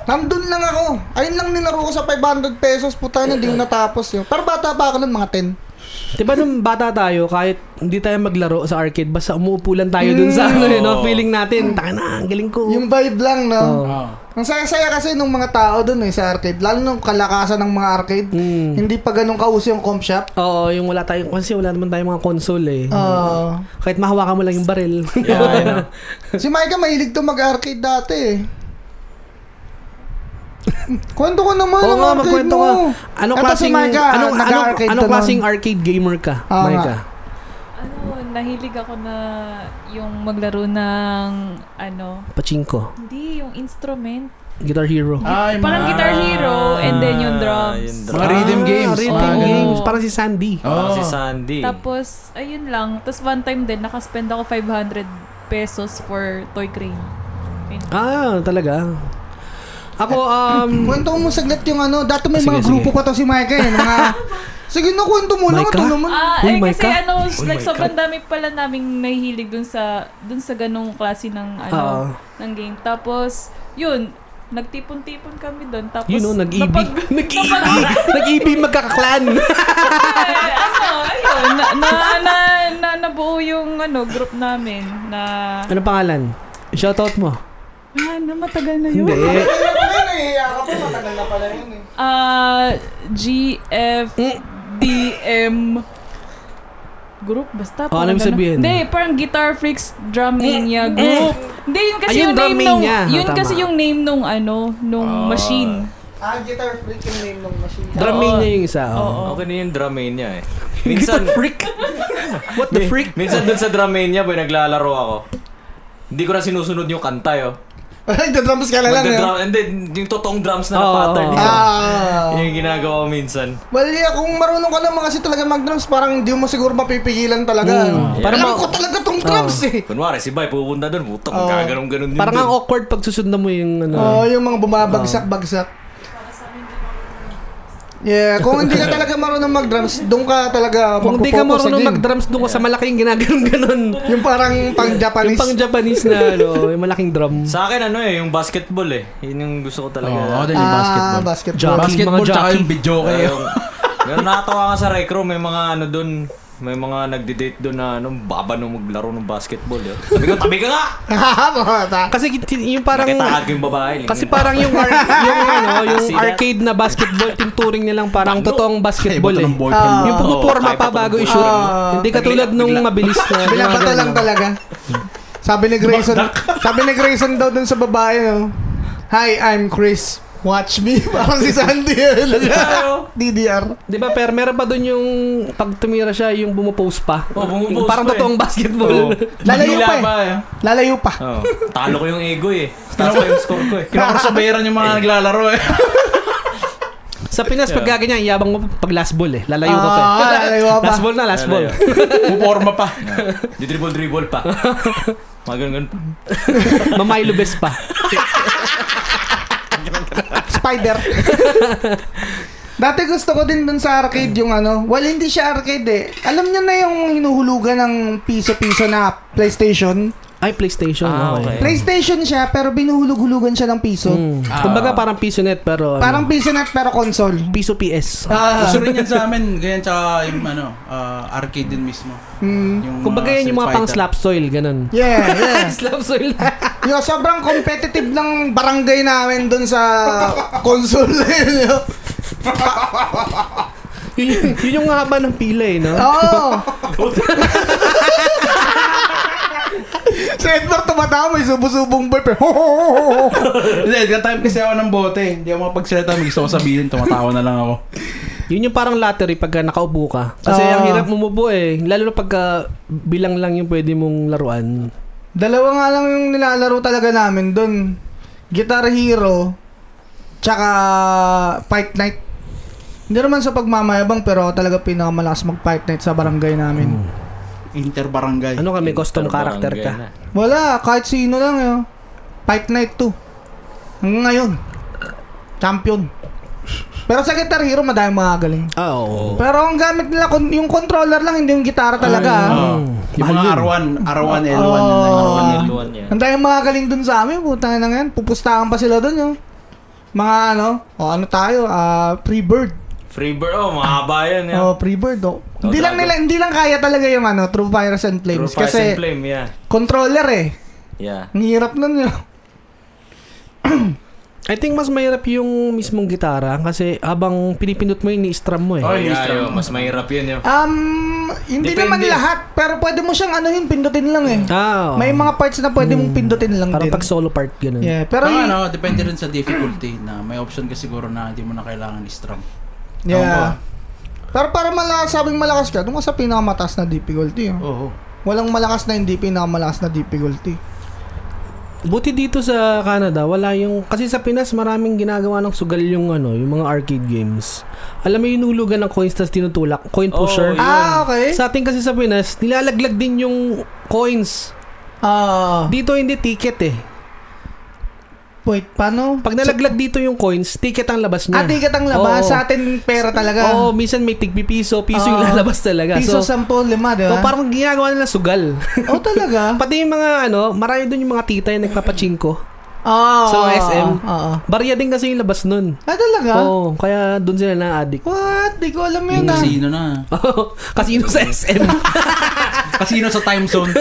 Speaker 1: Nandun lang ako. Ayun lang nilaro ko sa 500 pesos. Puta na, hindi ko natapos yun. Pero bata pa ako nun, mga 10.
Speaker 3: Diba nung bata tayo, kahit hindi tayo maglaro sa arcade, basta umuupulan tayo dun sa ano, eh, no?
Speaker 4: Oo.
Speaker 3: feeling natin, taka na, ang galing ko.
Speaker 1: Yung vibe lang, no?
Speaker 3: Oo.
Speaker 2: Ah.
Speaker 1: Ang saya-saya kasi nung mga tao dun eh, sa arcade. Lalo nung kalakasan ng mga arcade.
Speaker 3: Mm.
Speaker 1: Hindi pa ganun kauso yung comp shop.
Speaker 3: Oo, yung wala tayong, kasi wala naman tayong mga console eh.
Speaker 1: Ah.
Speaker 3: Kahit mahawakan mo lang yung baril.
Speaker 4: Yeah, I know.
Speaker 1: si Micah mahilig to mag-arcade dati eh. Kwento ko naman
Speaker 3: Oo
Speaker 1: ang
Speaker 3: nga,
Speaker 1: arcade
Speaker 3: magkwento
Speaker 1: mo.
Speaker 3: ka. Anong
Speaker 1: Eto si
Speaker 3: klaseng,
Speaker 1: Micah,
Speaker 3: anong, anong,
Speaker 1: nag-arcade
Speaker 3: anong
Speaker 1: to nun.
Speaker 3: klaseng arcade gamer ka,
Speaker 1: Oo nga.
Speaker 3: Micah?
Speaker 6: Ano, nahilig ako na yung maglaro ng ano,
Speaker 3: Pachinko,
Speaker 6: hindi, yung instrument.
Speaker 3: Guitar Hero.
Speaker 2: Ay,
Speaker 6: Parang
Speaker 2: mga-
Speaker 6: Guitar Hero and then
Speaker 3: Ah,
Speaker 6: yung drums.
Speaker 4: Yung
Speaker 2: Ah, Mga rhythm games.
Speaker 3: Rhythm
Speaker 2: mga
Speaker 6: Oo.
Speaker 2: ganun.
Speaker 3: games. Parang si Sandy.
Speaker 4: Parang
Speaker 2: Oo.
Speaker 4: Ah, si Sandy.
Speaker 6: Tapos, ayun lang. Tapos one time din, nakaspend ako 500 pesos for toy crane. Ayun.
Speaker 3: Ah, talaga. Ako, um...
Speaker 1: Kwento mo saglit yung ano, dati may
Speaker 3: Sige,
Speaker 1: mga
Speaker 3: Ah, sige.
Speaker 1: grupo pa to si Mike eh, mga... sige na, kwento mo lang,
Speaker 3: Micah?
Speaker 1: ito naman.
Speaker 6: Ah,
Speaker 3: Uy,
Speaker 6: eh,
Speaker 3: my
Speaker 6: kasi
Speaker 3: God.
Speaker 6: ano, like
Speaker 4: my
Speaker 6: sobrang dami pala naming nahihilig dun sa dun sa ganung klase ng ano,
Speaker 3: Ah.
Speaker 6: ng game. Tapos, yun, nagtipon-tipon kami doon. Tapos,
Speaker 3: you know, nag-EB.
Speaker 6: napag-
Speaker 3: Nag-EB.
Speaker 6: napag-
Speaker 3: Nag-EB magkakaklan.
Speaker 6: Eh, ano, ayun, na, na, na, na, nabuo yung ano, group namin na,
Speaker 3: ano pangalan? Shoutout mo.
Speaker 6: ah, na matagal na yun.
Speaker 3: Hindi.
Speaker 1: Kaya pa rin, nahihiya ka pa, matagal na pala yun eh.
Speaker 6: Ah, GFDM group basta
Speaker 3: Oh, ano
Speaker 6: parang
Speaker 3: ibig
Speaker 6: ganun.
Speaker 3: sabihin?
Speaker 6: Hindi, parang Guitar Freaks Drummania group. Hindi, yun kasi
Speaker 3: Ayun,
Speaker 6: yung name nung
Speaker 3: Drummania.
Speaker 6: yun
Speaker 3: Tama.
Speaker 6: kasi yung name nung ano, nung machine.
Speaker 1: Ah, guitar freak yung name ng machine.
Speaker 3: Dramania yung isa. Oh.
Speaker 6: Oo.
Speaker 4: Okay na yung Dramania eh.
Speaker 3: Guitar
Speaker 4: Minsan,
Speaker 3: freak. What the
Speaker 2: Oh,
Speaker 3: freak?
Speaker 4: minsan dun sa Dramania, boy, naglalaro ako. Hindi ko na sinusunod yung kanta, yo.
Speaker 1: Nagdadramas ka na lang. eh.
Speaker 4: Magdadrum, and then, yung totoong drums na
Speaker 3: Oo.
Speaker 4: pattern.
Speaker 3: Oo.
Speaker 4: yun.
Speaker 1: Ah.
Speaker 4: Yun Yung ginagawa ko minsan.
Speaker 1: Well, yeah, kung marunong ka naman kasi talaga mag-drums, parang di mo siguro mapipigilan talaga. ano.
Speaker 3: Hmm. Parang Ah.
Speaker 1: Alam
Speaker 3: ma-
Speaker 1: ko talaga tong drums eh.
Speaker 4: Kunwari, si Bay pupunta doon, putang
Speaker 1: Oo.
Speaker 4: gaganong-ganon yun.
Speaker 3: Parang
Speaker 4: dun.
Speaker 3: ang awkward pag susundan mo yung ano.
Speaker 1: Oo, Oh, yung mga
Speaker 3: Ah.
Speaker 1: bumabagsak-bagsak. Yeah, kung hindi ka talaga marunong mag-drums, doon ka talaga
Speaker 3: Kung di ka marunong
Speaker 1: mapupusagin.
Speaker 3: mag-drums doon ka sa malaking ginaganon-ganon.
Speaker 1: Yung parang pang-Japanese.
Speaker 3: Yung pang Japanese na ano, yung malaking drum.
Speaker 4: Sa akin ano eh, yung basketball eh. Yun yung gusto ko talaga.
Speaker 2: Oo, ako oh, din yung
Speaker 1: ah,
Speaker 2: basketball.
Speaker 1: basketball.
Speaker 3: Jockey,
Speaker 2: basketball Eh,
Speaker 3: mga
Speaker 2: tsaka
Speaker 3: jockey.
Speaker 2: yung video
Speaker 4: Okay.
Speaker 2: kayo.
Speaker 4: Meron nakatawa nga sa rec room, may mga ano doon, may mga nagde-date doon na ano, baba nung maglaro ng basketball. Yun. Sabi ko, tabi ka nga!
Speaker 1: Bata.
Speaker 3: Kasi kin- yung parang
Speaker 4: Nakitahan ko yung babae. eh.
Speaker 3: kasi parang yung ar- yung ano, yung
Speaker 4: See that?
Speaker 3: arcade na basketball tinturing nilang parang totoong
Speaker 2: Kaya
Speaker 3: basketball
Speaker 2: iba to
Speaker 3: eh.
Speaker 2: ng boyfriend mo.
Speaker 3: Yung pumuporma
Speaker 4: Oo,
Speaker 3: pa
Speaker 4: kaya
Speaker 3: bago
Speaker 4: patulog.
Speaker 3: i-shoot.
Speaker 1: Ah.
Speaker 3: Hindi katulad nung mabilis na.
Speaker 1: Binabato
Speaker 3: gumagano.
Speaker 1: lang talaga. Sabi ni Grayson, sabi ni Grayson daw dun sa babae, no? Hi, I'm Chris. Watch me. Parang si Sandy. DDR.
Speaker 3: Di ba, pero meron pa doon yung pag tumira siya, yung bumupost pa.
Speaker 4: Oo, bumupost
Speaker 3: Yung parang
Speaker 4: pa eh.
Speaker 3: totoong basketball.
Speaker 1: Lalayo
Speaker 2: Manila
Speaker 1: pa eh.
Speaker 2: eh.
Speaker 1: Lalayo pa.
Speaker 4: Oh, talo ko yung ego eh. Taas ko yung score ko eh.
Speaker 2: Kinakasabayaran yung mga naglalaro eh.
Speaker 3: Sa Pinas, pag gaganyan, yabang mo pag last ball eh. Lalayo ka pa eh.
Speaker 1: Ah, lalayo pa.
Speaker 3: Last ball na, last ball.
Speaker 2: Puporma pa.
Speaker 4: Di dribble dribble pa. Mga ganun pa.
Speaker 3: Mamaylo best pa.
Speaker 1: Spider. Dati gusto ko din dun sa arcade yung ano. Well, hindi siya arcade eh. Alam niyo na yung hinuhulugan ng piso-piso na PlayStation.
Speaker 3: Ay, PlayStation.
Speaker 4: Ah,
Speaker 3: okay.
Speaker 4: okay.
Speaker 1: PlayStation siya, pero binuhulog-hulugan siya ng piso.
Speaker 3: Mm.
Speaker 2: Ah.
Speaker 3: Kumbaga parang piso net pero ano,
Speaker 1: Parang piso net pero console.
Speaker 3: piso PS.
Speaker 1: Ah.
Speaker 2: Gusto rin yan sa amin. Ganyan tsaka yung ano, ah, arcade din mismo.
Speaker 1: Mm.
Speaker 2: Yung,
Speaker 3: Kumbaga yan yung mga pang slap soil, ganun.
Speaker 1: Yeah, yeah.
Speaker 3: slap soil.
Speaker 1: Yo, sobrang competitive ng barangay namin dun sa console na yun. yo.
Speaker 3: yun, yung- yun yung haba ng pila eh, no?
Speaker 1: Oo. si Edward tumatawa, may subo-subong boy. pero,
Speaker 2: Hindi, time kasi ako ng bote. Hindi ako mapagsalita. May gusto ko sabihin. Tumatawa na lang ako.
Speaker 3: Yun yung parang lottery pagka nakaupo ka. Kasi
Speaker 1: Ah.
Speaker 3: ang hirap umubo eh. Lalo na pagka bilang lang yung pwede mong laruan.
Speaker 1: Dalawa nga lang yung nilalaro talaga namin dun. Guitar Hero, tsaka Fight Night. Hindi naman sa pagmamayabang pero ako talaga pinakamalakas mag-Fight Night sa barangay namin.
Speaker 2: Interbarangay.
Speaker 3: Ano kami, custom character ka.
Speaker 1: Wala, kahit sino lang yun. Fight Night 2. Hanggang ngayon. Champion. Pero sa Guitar Hero, madami makagaling.
Speaker 3: Ah, oo.
Speaker 1: Pero ang gamit nila, kon- yung controller lang, hindi yung gitara talaga. ah.
Speaker 2: Oo. yung mga R1, R1, L1. yun na
Speaker 4: Ano
Speaker 2: yun.
Speaker 1: Oo.
Speaker 4: Luan niya.
Speaker 1: Ang daming makagaling dun sa amin, puta na ngayon. Pupustahan pa sila dun, yung mga ano, o ano tayo, ah, free bird.
Speaker 4: Free bird. Oh, mahaba yan. Yeah.
Speaker 1: Oh, free bird, oh. Hindi lang
Speaker 4: dragon.
Speaker 1: nila, hindi lang kaya talaga yung ano, True Fires and
Speaker 4: True
Speaker 1: Flames.
Speaker 4: fires
Speaker 1: kasi,
Speaker 4: and flame, yeah.
Speaker 1: controller eh.
Speaker 4: Yeah.
Speaker 1: Ang hirap nun eh. yun.
Speaker 3: I think mas mahirap yung mismong gitara kasi habang pinipindot mo yun, ni-strum mo eh.
Speaker 2: Oh,
Speaker 4: Ay,
Speaker 2: yung
Speaker 4: yeah,
Speaker 2: strum.
Speaker 4: yun, mas mahirap yun yun.
Speaker 1: Um, hindi
Speaker 4: Depende.
Speaker 1: naman lahat, pero pwede mo siyang ano yun, pindutin lang eh.
Speaker 3: Ah, oo. Hmm.
Speaker 1: May mga parts na pwede mong pindutin lang din.
Speaker 3: Parang pag solo part, ganun.
Speaker 1: Yeah, pero
Speaker 2: Pero
Speaker 1: yun,
Speaker 2: ano, depende rin sa difficulty na may option ka siguro na hindi mo na kailangan i-strum.
Speaker 1: yeah. Pero para malakas, sabing malakas ka, doon ka sa pinakamataas na difficulty. oh.
Speaker 2: Oo.
Speaker 1: Walang malakas na hindi pinakamalakas na difficulty.
Speaker 3: Buti dito sa Canada, wala yung kasi sa Pinas maraming ginagawa ng sugal yung ano, yung mga arcade games. Alam mo yung hulugan ng coins tas tinutulak, coin
Speaker 4: Oh,
Speaker 3: pusher.
Speaker 4: yun.
Speaker 1: Ah, okay.
Speaker 3: Sa atin kasi sa Pinas, nilalaglag din yung coins.
Speaker 1: Ah,
Speaker 3: Dito hindi ticket eh.
Speaker 1: wait, paano?
Speaker 3: Pag nalaglag dito yung coins, ticket ang labas
Speaker 1: Ah,
Speaker 3: niya.
Speaker 1: ticket ang labas.
Speaker 3: Oo.
Speaker 1: Sa atin, pera talaga.
Speaker 3: Oo, minsan may tigpi piso, piso yung
Speaker 1: Oo.
Speaker 3: lalabas talaga.
Speaker 1: Piso
Speaker 3: so,
Speaker 1: 10, lima, di ba?
Speaker 3: so parang ginagawa nila sugal.
Speaker 1: oh, talaga?
Speaker 3: Pati yung mga ano, marami doon yung mga tita yung nagpapachinko.
Speaker 1: Ah,
Speaker 3: Sa SM?
Speaker 1: Oo. oo.
Speaker 3: Barya din kasi yung labas nun.
Speaker 1: Ah, talaga?
Speaker 3: Oo, kaya doon sila na-addict.
Speaker 1: What? Di ko alam yun
Speaker 2: Yung
Speaker 1: ah.
Speaker 2: casino na.
Speaker 3: Kasino sa SM.
Speaker 2: Casino sa time zone.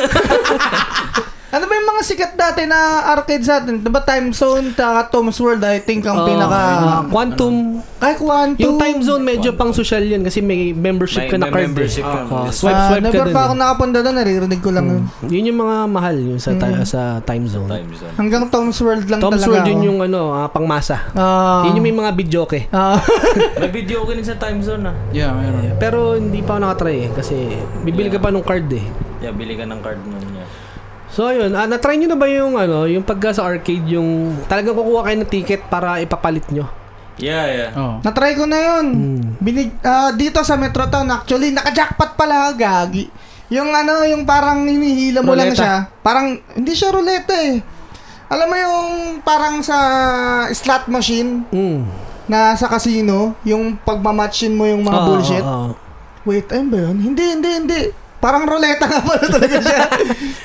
Speaker 1: Ano ba yung mga sikat dati na arcade sa atin? Diba Time Zone, taka Tom's World, I think ang
Speaker 3: Oo,
Speaker 1: pinaka... Ano?
Speaker 3: yung Quantum.
Speaker 1: Kahit one, two.
Speaker 3: Oh, Yung time zone medyo pang social yun kasi may membership
Speaker 4: May-
Speaker 3: ka na
Speaker 4: may
Speaker 3: card. eh.
Speaker 4: membership ka.
Speaker 3: Oo,
Speaker 4: Yes.
Speaker 3: swipe
Speaker 1: Ah,
Speaker 3: swipe ka
Speaker 1: never pa
Speaker 3: dun. eh. Hmm.
Speaker 1: ako nakapunta doon, naririnig ko lang yun.
Speaker 3: Yun yung mga mahal yun sa, ti- sa time zone.
Speaker 4: Time zone.
Speaker 1: Hanggang Tom's World lang Mm.
Speaker 3: Tom's
Speaker 1: talaga
Speaker 3: World yun
Speaker 1: ako.
Speaker 3: yung ano, ah, pangmasa.
Speaker 1: Ah.
Speaker 3: Yun yung may mga bidyoke.
Speaker 1: Ah,
Speaker 4: May video ko din sa time zone ah.
Speaker 2: Yeah, meron.
Speaker 3: Pero hindi pa ako nakatry eh kasi bibili ka pa nung card eh.
Speaker 4: Yeah, bili ka ng card nun niya.
Speaker 3: So ayun, ah, na-try nyo na ba yung ano, yung pagka sa arcade yung talagang kukuha kayo ng ticket para ipapalit nyo?
Speaker 4: Yeah, yeah.
Speaker 2: Oo.
Speaker 1: Natry ko na yun.
Speaker 3: Hmm.
Speaker 1: Binig, ah, dito sa Metro Town, actually, naka-jackpot pala, gagi. Yung ano, yung parang hinihila mo lang
Speaker 3: Ruleta.
Speaker 1: siya. Parang, hindi siya ruleta eh. Alam mo yung parang sa slot machine
Speaker 3: Mm.
Speaker 1: na sa casino, yung pagmamatchin mo yung mga
Speaker 3: Oo,
Speaker 1: bullshit.
Speaker 3: oo, oo.
Speaker 1: Wait, ayun ba yun? Hindi, hindi, hindi. Parang ruleta nga pala talaga siya.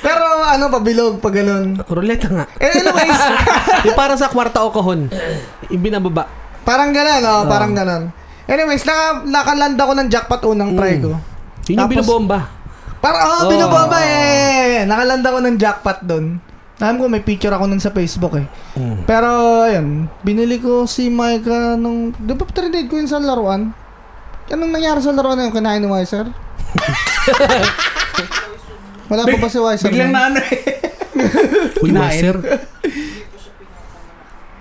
Speaker 1: Pero ano, pabilog, pa ganun.
Speaker 3: Ruleta nga.
Speaker 1: Eh, anyways,
Speaker 3: yung parang sa kwarta o kahon. Ibinababa.
Speaker 1: parang ganun, oh,
Speaker 3: Oo.
Speaker 1: parang ganun. Anyways, naka, nakalanda ko ng jackpot unang try ko.
Speaker 3: Yun yung
Speaker 1: Tapos-
Speaker 3: binobomba.
Speaker 1: Para oh,
Speaker 3: Oh.
Speaker 1: binobomba eh. Nakalanda ko ng jackpot doon. Alam ko may picture ako nun sa Facebook eh.
Speaker 3: Mm.
Speaker 1: Pero ayun, binili ko si Micah nung, di ba trinade ko yun sa laruan? Anong nangyari sa laruan na yun? Kinain ni Wiser? Wala pa ba si Wiser?
Speaker 2: Biglang
Speaker 1: nun?
Speaker 2: na ano eh.
Speaker 3: Uy,
Speaker 2: Kinain.
Speaker 3: Wiser.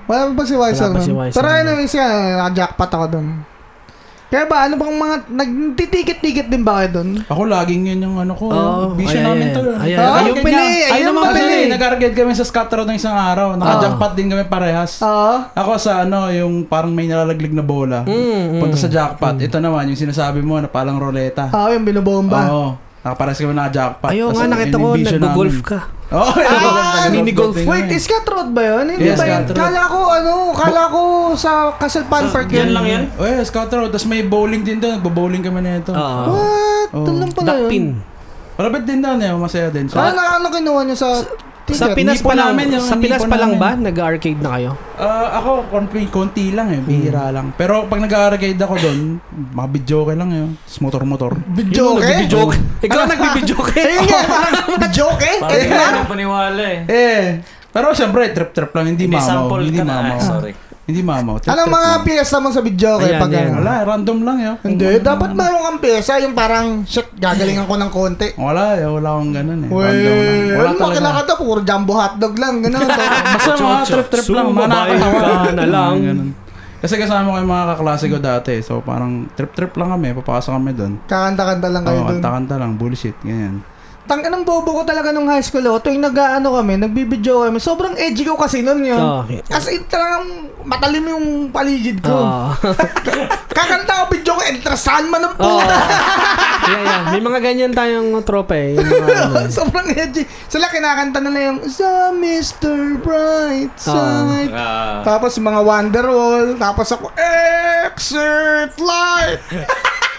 Speaker 1: Wala pa ba si Wiser?
Speaker 3: Wala pa si
Speaker 1: nun?
Speaker 3: Wiser
Speaker 1: Pero
Speaker 3: nun.
Speaker 1: anyways yan, naka-jackpot ako doon. Kaya ba, ano bang mga, nagtitikit-tikit din ba kayo doon?
Speaker 2: Ako laging yun yung ano ko.
Speaker 3: Oo,
Speaker 2: Vision
Speaker 3: Oh, ayan,
Speaker 2: namin to.
Speaker 3: ayan. eh.
Speaker 1: Ah,
Speaker 2: Ayun
Speaker 1: yung pili,
Speaker 2: niya.
Speaker 1: ayun
Speaker 2: Ayun eh.
Speaker 1: naman
Speaker 2: naman pili.
Speaker 1: pili.
Speaker 2: Nag-arcade kami sa scatter ng isang araw.
Speaker 3: Ah.
Speaker 2: Naka-jackpot din kami parehas.
Speaker 1: Oo.
Speaker 2: Ako sa ano, yung parang may nalalaglig na bola.
Speaker 3: Mm, mm.
Speaker 2: Punta sa jackpot. Ito naman, yung sinasabi mo na parang roleta.
Speaker 1: Oo, yung binobomba.
Speaker 2: Oo. Nakapares kami naka-jackpot.
Speaker 3: Ayun nga,
Speaker 2: Tas yun
Speaker 3: nakita
Speaker 2: yung
Speaker 3: ko,
Speaker 2: vision
Speaker 3: nag-golf
Speaker 2: namin.
Speaker 3: ka. Ah,
Speaker 2: Oo, nag-golf kami.
Speaker 3: mini-golf.
Speaker 2: Nag-golf din
Speaker 1: Wait,
Speaker 2: kami.
Speaker 1: Ah, is Cat Road ba yun? Hindi
Speaker 2: eh. Yes,
Speaker 1: ba yun?
Speaker 2: Cat Road.
Speaker 1: Kala ko, ano, kala ko sa Castle Pan Park
Speaker 4: Ah, Yan lang yan?
Speaker 2: Oh yes, Cutter Road. Tapos may bowling din doon. Nagbo-bowling kami na ito.
Speaker 3: Oo.
Speaker 1: What?
Speaker 2: Oh.
Speaker 1: Doon lang pala yun.
Speaker 3: Duckpin.
Speaker 2: Malapit din doon eh. Masaya din. So,
Speaker 1: Kaya na ano kinuha nyo sa ticket?
Speaker 3: Sa Pinas pa
Speaker 2: Nipo
Speaker 3: lang,
Speaker 2: namin yun,
Speaker 3: sa
Speaker 2: nipo
Speaker 3: Pinas pa lang ba
Speaker 2: namin.
Speaker 3: nag-arcade na kayo?
Speaker 2: ah, ako, konti, konti lang eh. Bihira lang. Pero pag nag-arcade ako doon, mga bidjoke lang yun. Tapos motor-motor.
Speaker 1: Bidjoke?
Speaker 3: Joke. Ikaw nagbibidjoke.
Speaker 1: Ayun Eh, nga, parang bidjoke eh.
Speaker 4: Parang
Speaker 1: Ayun
Speaker 4: hindi
Speaker 1: nga.
Speaker 4: ako paniwala eh.
Speaker 2: Eh, pero siyempre, trip-trip lang. Hindi,
Speaker 4: Hindi
Speaker 2: mamaw.
Speaker 4: sample
Speaker 2: Hindi
Speaker 4: ka na.
Speaker 2: mamaw.
Speaker 4: Ah, sorry.
Speaker 2: Hindi mamaw. Trip-trip
Speaker 1: Anong mga
Speaker 2: lang.
Speaker 1: piyesta mo sa bidjoke?
Speaker 3: Ayan,
Speaker 1: Pag
Speaker 3: ayan.
Speaker 1: ano?
Speaker 2: Wala, random lang eh. yun.
Speaker 1: Hindi, dapat meron kang piyesta. Yung parang, shit, gagalingan ko ng konti.
Speaker 2: Wala eh. Wala akong ganun eh.
Speaker 1: Uy,
Speaker 2: Random lang. Wala
Speaker 1: ano ba
Speaker 2: talaga.
Speaker 1: kinakata? Puro jumbo hotdog lang. Ganun.
Speaker 2: Basta mga
Speaker 4: Chocho.
Speaker 2: trip-trip lang. Mga
Speaker 3: Sumabay
Speaker 2: nakakatawa.
Speaker 3: ka na lang.
Speaker 2: Mga ganun. Kasi kasama ko yung mga kaklase ko dati. So parang trip-trip lang kami. Papasok kami doon.
Speaker 1: Kakanta-kanta lang kayo
Speaker 2: Oo,
Speaker 1: dun.
Speaker 2: kanta-kanta lang. Bullshit. Ganyan.
Speaker 1: Tangka ng bobo ko talaga nung high school. Oh. Tuwing nag-ano kami, nagbibideo kami. Sobrang edgy ko kasi noon yun.
Speaker 3: Oo.
Speaker 1: As in, talagang matalim yung paligid ko.
Speaker 3: Oo.
Speaker 1: Kakanta ko video ko, entrasahan man ng
Speaker 3: Oo.
Speaker 1: puta.
Speaker 3: Yeah, yeah. May mga ganyan tayong tropa eh. Yung mga ano.
Speaker 1: Sobrang edgy. Sila kinakanta nila yung Sa Mr. Bright Side.
Speaker 4: Ah.
Speaker 1: Tapos yung mga Wonderwall. Tapos ako, Exit Light.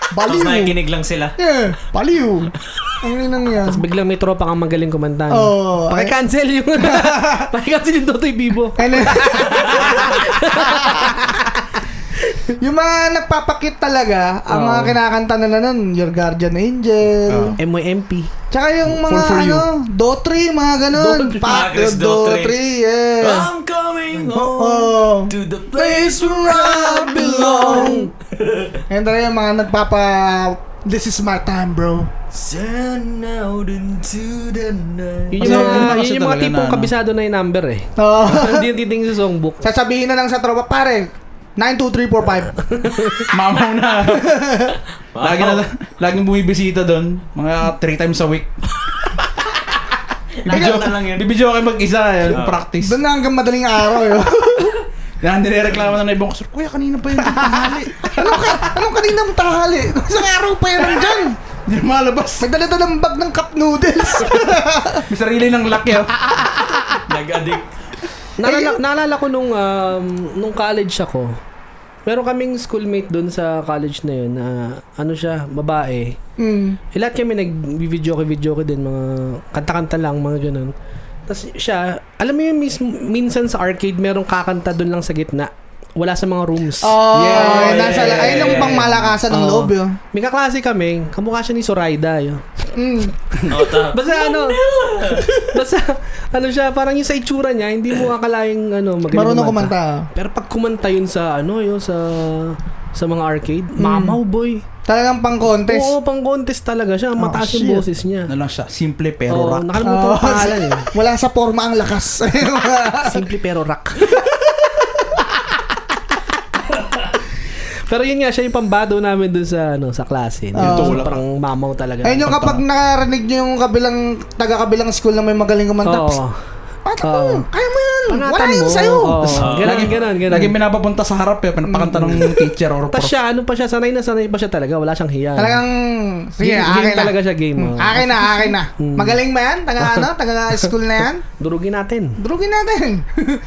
Speaker 4: Tapos
Speaker 1: Baliw.
Speaker 4: nakikinig lang sila.
Speaker 1: Yeah, baliw. Ang inang yan. Oh,
Speaker 3: Tapos biglang may tropa kang magaling kumanta. no?
Speaker 1: Oo. ay-
Speaker 3: Paki-cancel yung... Paki-cancel yung Totoy Bibo.
Speaker 1: And then- yung mga nagpapakit talaga, ang mga
Speaker 3: Oo.
Speaker 1: kinakanta nila nun, Your Guardian Angel.
Speaker 2: Oo.
Speaker 3: MYMP.
Speaker 1: Tsaka yung mga
Speaker 2: For- for you.
Speaker 1: ano, Dotri, mga Ah. ganun.
Speaker 3: Dotri.
Speaker 1: Pak,
Speaker 4: Agres Dotri.
Speaker 1: Dotri, yeah.
Speaker 4: I'm coming
Speaker 1: Oh, Oo.
Speaker 4: home to the
Speaker 1: Place
Speaker 4: place.
Speaker 1: where I belong. Yan talaga yung mga nagpapa... This is my time, bro.
Speaker 4: Send out into the night.
Speaker 3: Yun yung
Speaker 1: Kasi-
Speaker 3: mga,
Speaker 2: kasi
Speaker 3: yun yung mga
Speaker 2: talaga
Speaker 3: tipong
Speaker 2: na, ano.
Speaker 3: kabisado na yung number eh.
Speaker 1: Oo.
Speaker 3: Hindi yung titingin sa songbook.
Speaker 1: Oh. Sasabihin na lang sa tropa, pare, 92345.
Speaker 2: Mamaw na. Lagi na laging bumibisita doon. Mga three times a week.
Speaker 4: Lahat
Speaker 2: Bibidyo-
Speaker 4: na lang yun. Ah.
Speaker 2: Bibidyo kayo mag-isa. Yan, practice.
Speaker 1: Doon na hanggang madaling araw, eh. yun.
Speaker 2: Yan, nireklamo na na ibang kusur. Kuya, kanina pa yun.
Speaker 1: Anong, ka, anong kaninang tahali? Isang araw pa yan nandyan.
Speaker 2: Hindi na malabas.
Speaker 1: Nagdala-dala ng bag ng cup noodles.
Speaker 2: May sarili ng oh. lakyo.
Speaker 4: Nag-addict.
Speaker 3: Naalala, naalala ko nung, um, nung college ako, meron kaming schoolmate doon sa college na yun na ano siya, babae.
Speaker 1: mm.
Speaker 3: Eh, lahat kami nag-video ko, video ko din, mga kanta-kanta lang, mga ganun. Tapos siya, alam mo yung mis- minsan sa arcade, merong kakanta doon lang sa gitna. Wala sa mga rooms.
Speaker 1: Oh,
Speaker 2: Yeah.
Speaker 1: nasa,
Speaker 2: Yeah.
Speaker 1: ayun yung pang malakasan ng
Speaker 3: Oo.
Speaker 1: loob yun.
Speaker 3: May kaklase kami, kamukha siya ni Zoraida. Yun.
Speaker 1: Mm.
Speaker 4: Oh, ta-
Speaker 3: Basta ano, basta ano siya, parang yung sa itsura niya, hindi mo akalaing ano, magaling
Speaker 1: Marunong kumanta.
Speaker 3: Pero pag kumanta yun sa ano, yun sa sa mga arcade, mamaw boy.
Speaker 1: Talagang pang Hmm. contest. Oh,
Speaker 3: Oo, pang contest talaga siya. Mataas yung
Speaker 1: shit. Oh.
Speaker 3: boses niya.
Speaker 2: Ano lang siya, simple pero
Speaker 3: Pero
Speaker 2: rock.
Speaker 3: nakalimutan ko
Speaker 1: Oo.
Speaker 3: ang pangalan eh.
Speaker 1: Wala sa forma ang lakas.
Speaker 3: Simple pero rock. Pero yun nga, siya yung pambado namin dun sa, ano, sa klase.
Speaker 1: Ah. Yung
Speaker 3: Yung
Speaker 2: tulak.
Speaker 3: parang mamaw talaga.
Speaker 1: Ayun yung kapag nakarinig nyo yung kabilang, taga-kabilang school na may magaling kumanta,
Speaker 3: Oo.
Speaker 1: psst, patak mo,
Speaker 3: Oo.
Speaker 1: kaya mo yun, wala
Speaker 3: Panatan
Speaker 1: yun
Speaker 3: mo.
Speaker 1: sa'yo.
Speaker 3: Oo.
Speaker 2: Ah.
Speaker 3: Ganun,
Speaker 2: Lagi-
Speaker 3: ganun, ganun.
Speaker 2: Lagi pinapapunta sa harap eh, pinapakanta ng teacher
Speaker 3: Tapos
Speaker 2: or prof.
Speaker 3: siya, ano pa siya, sanay na sanay pa siya talaga. Wala siyang hiya.
Speaker 1: Talagang, sige,
Speaker 3: Game-
Speaker 1: akin
Speaker 3: game
Speaker 1: na.
Speaker 3: talaga siya, game.
Speaker 1: Hmm,
Speaker 3: Oo. Hmm.
Speaker 1: Akin na, akin na. Magaling ba yan? Taga ano? Taga school na yan?
Speaker 3: Durugin natin.
Speaker 1: Drugin natin.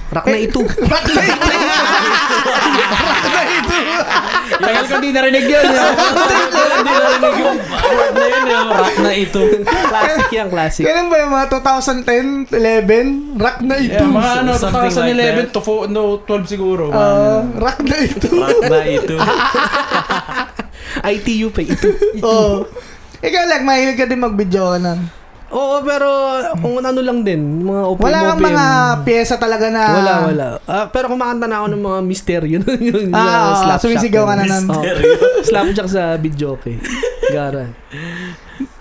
Speaker 3: Rock
Speaker 1: Eh.
Speaker 3: na ito.
Speaker 1: Rock na ito. Rock na ito.
Speaker 2: Tagal ko hindi narinig yun. eh.
Speaker 4: Hindi na rin yung word na yun, yung rap na ito.
Speaker 3: classic yan, classic.
Speaker 1: Ganun ba yung mga 2010, 11? Rock na ito.
Speaker 2: Yeah, mga ano,
Speaker 4: Something like
Speaker 2: 2011 to fo- no, 12 siguro. mga
Speaker 1: Ah,
Speaker 2: ganun.
Speaker 1: rock na ito.
Speaker 4: Rap na ito.
Speaker 3: ITU pa ito.
Speaker 1: Oo. Oh. Ikaw lang, mahilig ka din mag-video ka na.
Speaker 3: Oo, pero kung ano lang din, mga OPM,
Speaker 1: Wala kang
Speaker 3: OPM.
Speaker 1: mga pyesa talaga na...
Speaker 3: Wala, wala. Ah, pero kumakanta na ako ng mga misteryo nun, yung
Speaker 1: Ah,
Speaker 3: ah,
Speaker 1: oo,
Speaker 3: slapjack.
Speaker 1: sumisigaw ka na nun.
Speaker 3: Oo. slapjack sa video okay. Gara.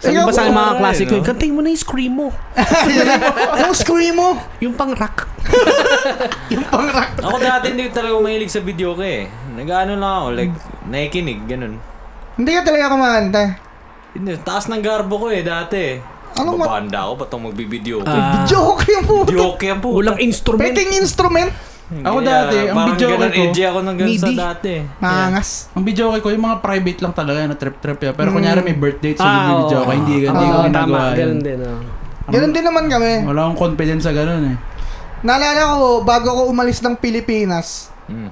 Speaker 3: Sabi
Speaker 1: Ikaw,
Speaker 3: pa sa akin mga
Speaker 4: kumakain,
Speaker 1: eh,
Speaker 3: classic ko,
Speaker 4: no?
Speaker 3: kantayin mo na yung scream mo.
Speaker 1: Yung scream mo.
Speaker 3: Yung pang rock.
Speaker 1: Yung pang rock.
Speaker 4: Ako dati hindi talaga mahilig sa video ko eh. Nag-ano lang ako, like, nakikinig, ganun.
Speaker 1: Hindi ka talaga kumakanta.
Speaker 4: Hindi, taas ng garbo ko eh dati.
Speaker 1: Anong
Speaker 4: Anong
Speaker 1: mat-
Speaker 4: Babanda ako, ba't ako magbibideo ko?
Speaker 3: Ah,
Speaker 1: Joke yung puto.
Speaker 4: Video ko yan po.
Speaker 3: walang instrument.
Speaker 1: Peting instrument.
Speaker 2: Ako dati, ang video ko-
Speaker 4: ah,
Speaker 2: Ah.
Speaker 4: Parang ganun edgy ako nang ganun sa
Speaker 3: Midi.
Speaker 4: dati.
Speaker 1: Mangas.
Speaker 2: Ang video ko yung mga private lang talaga na trip-trip yan. Pero kunyari may birthday so
Speaker 3: Ah,
Speaker 2: video
Speaker 3: oo.
Speaker 2: ko. Hindi, hindi
Speaker 3: Oo,
Speaker 2: ko
Speaker 3: tama,
Speaker 2: ginagawa yun.
Speaker 3: ganun din. ah. oo.
Speaker 1: Ganun din naman kami.
Speaker 2: Wala akong confidence sa ganun eh.
Speaker 1: Naalala ko, bago ko umalis ng Pilipinas,
Speaker 4: Mm.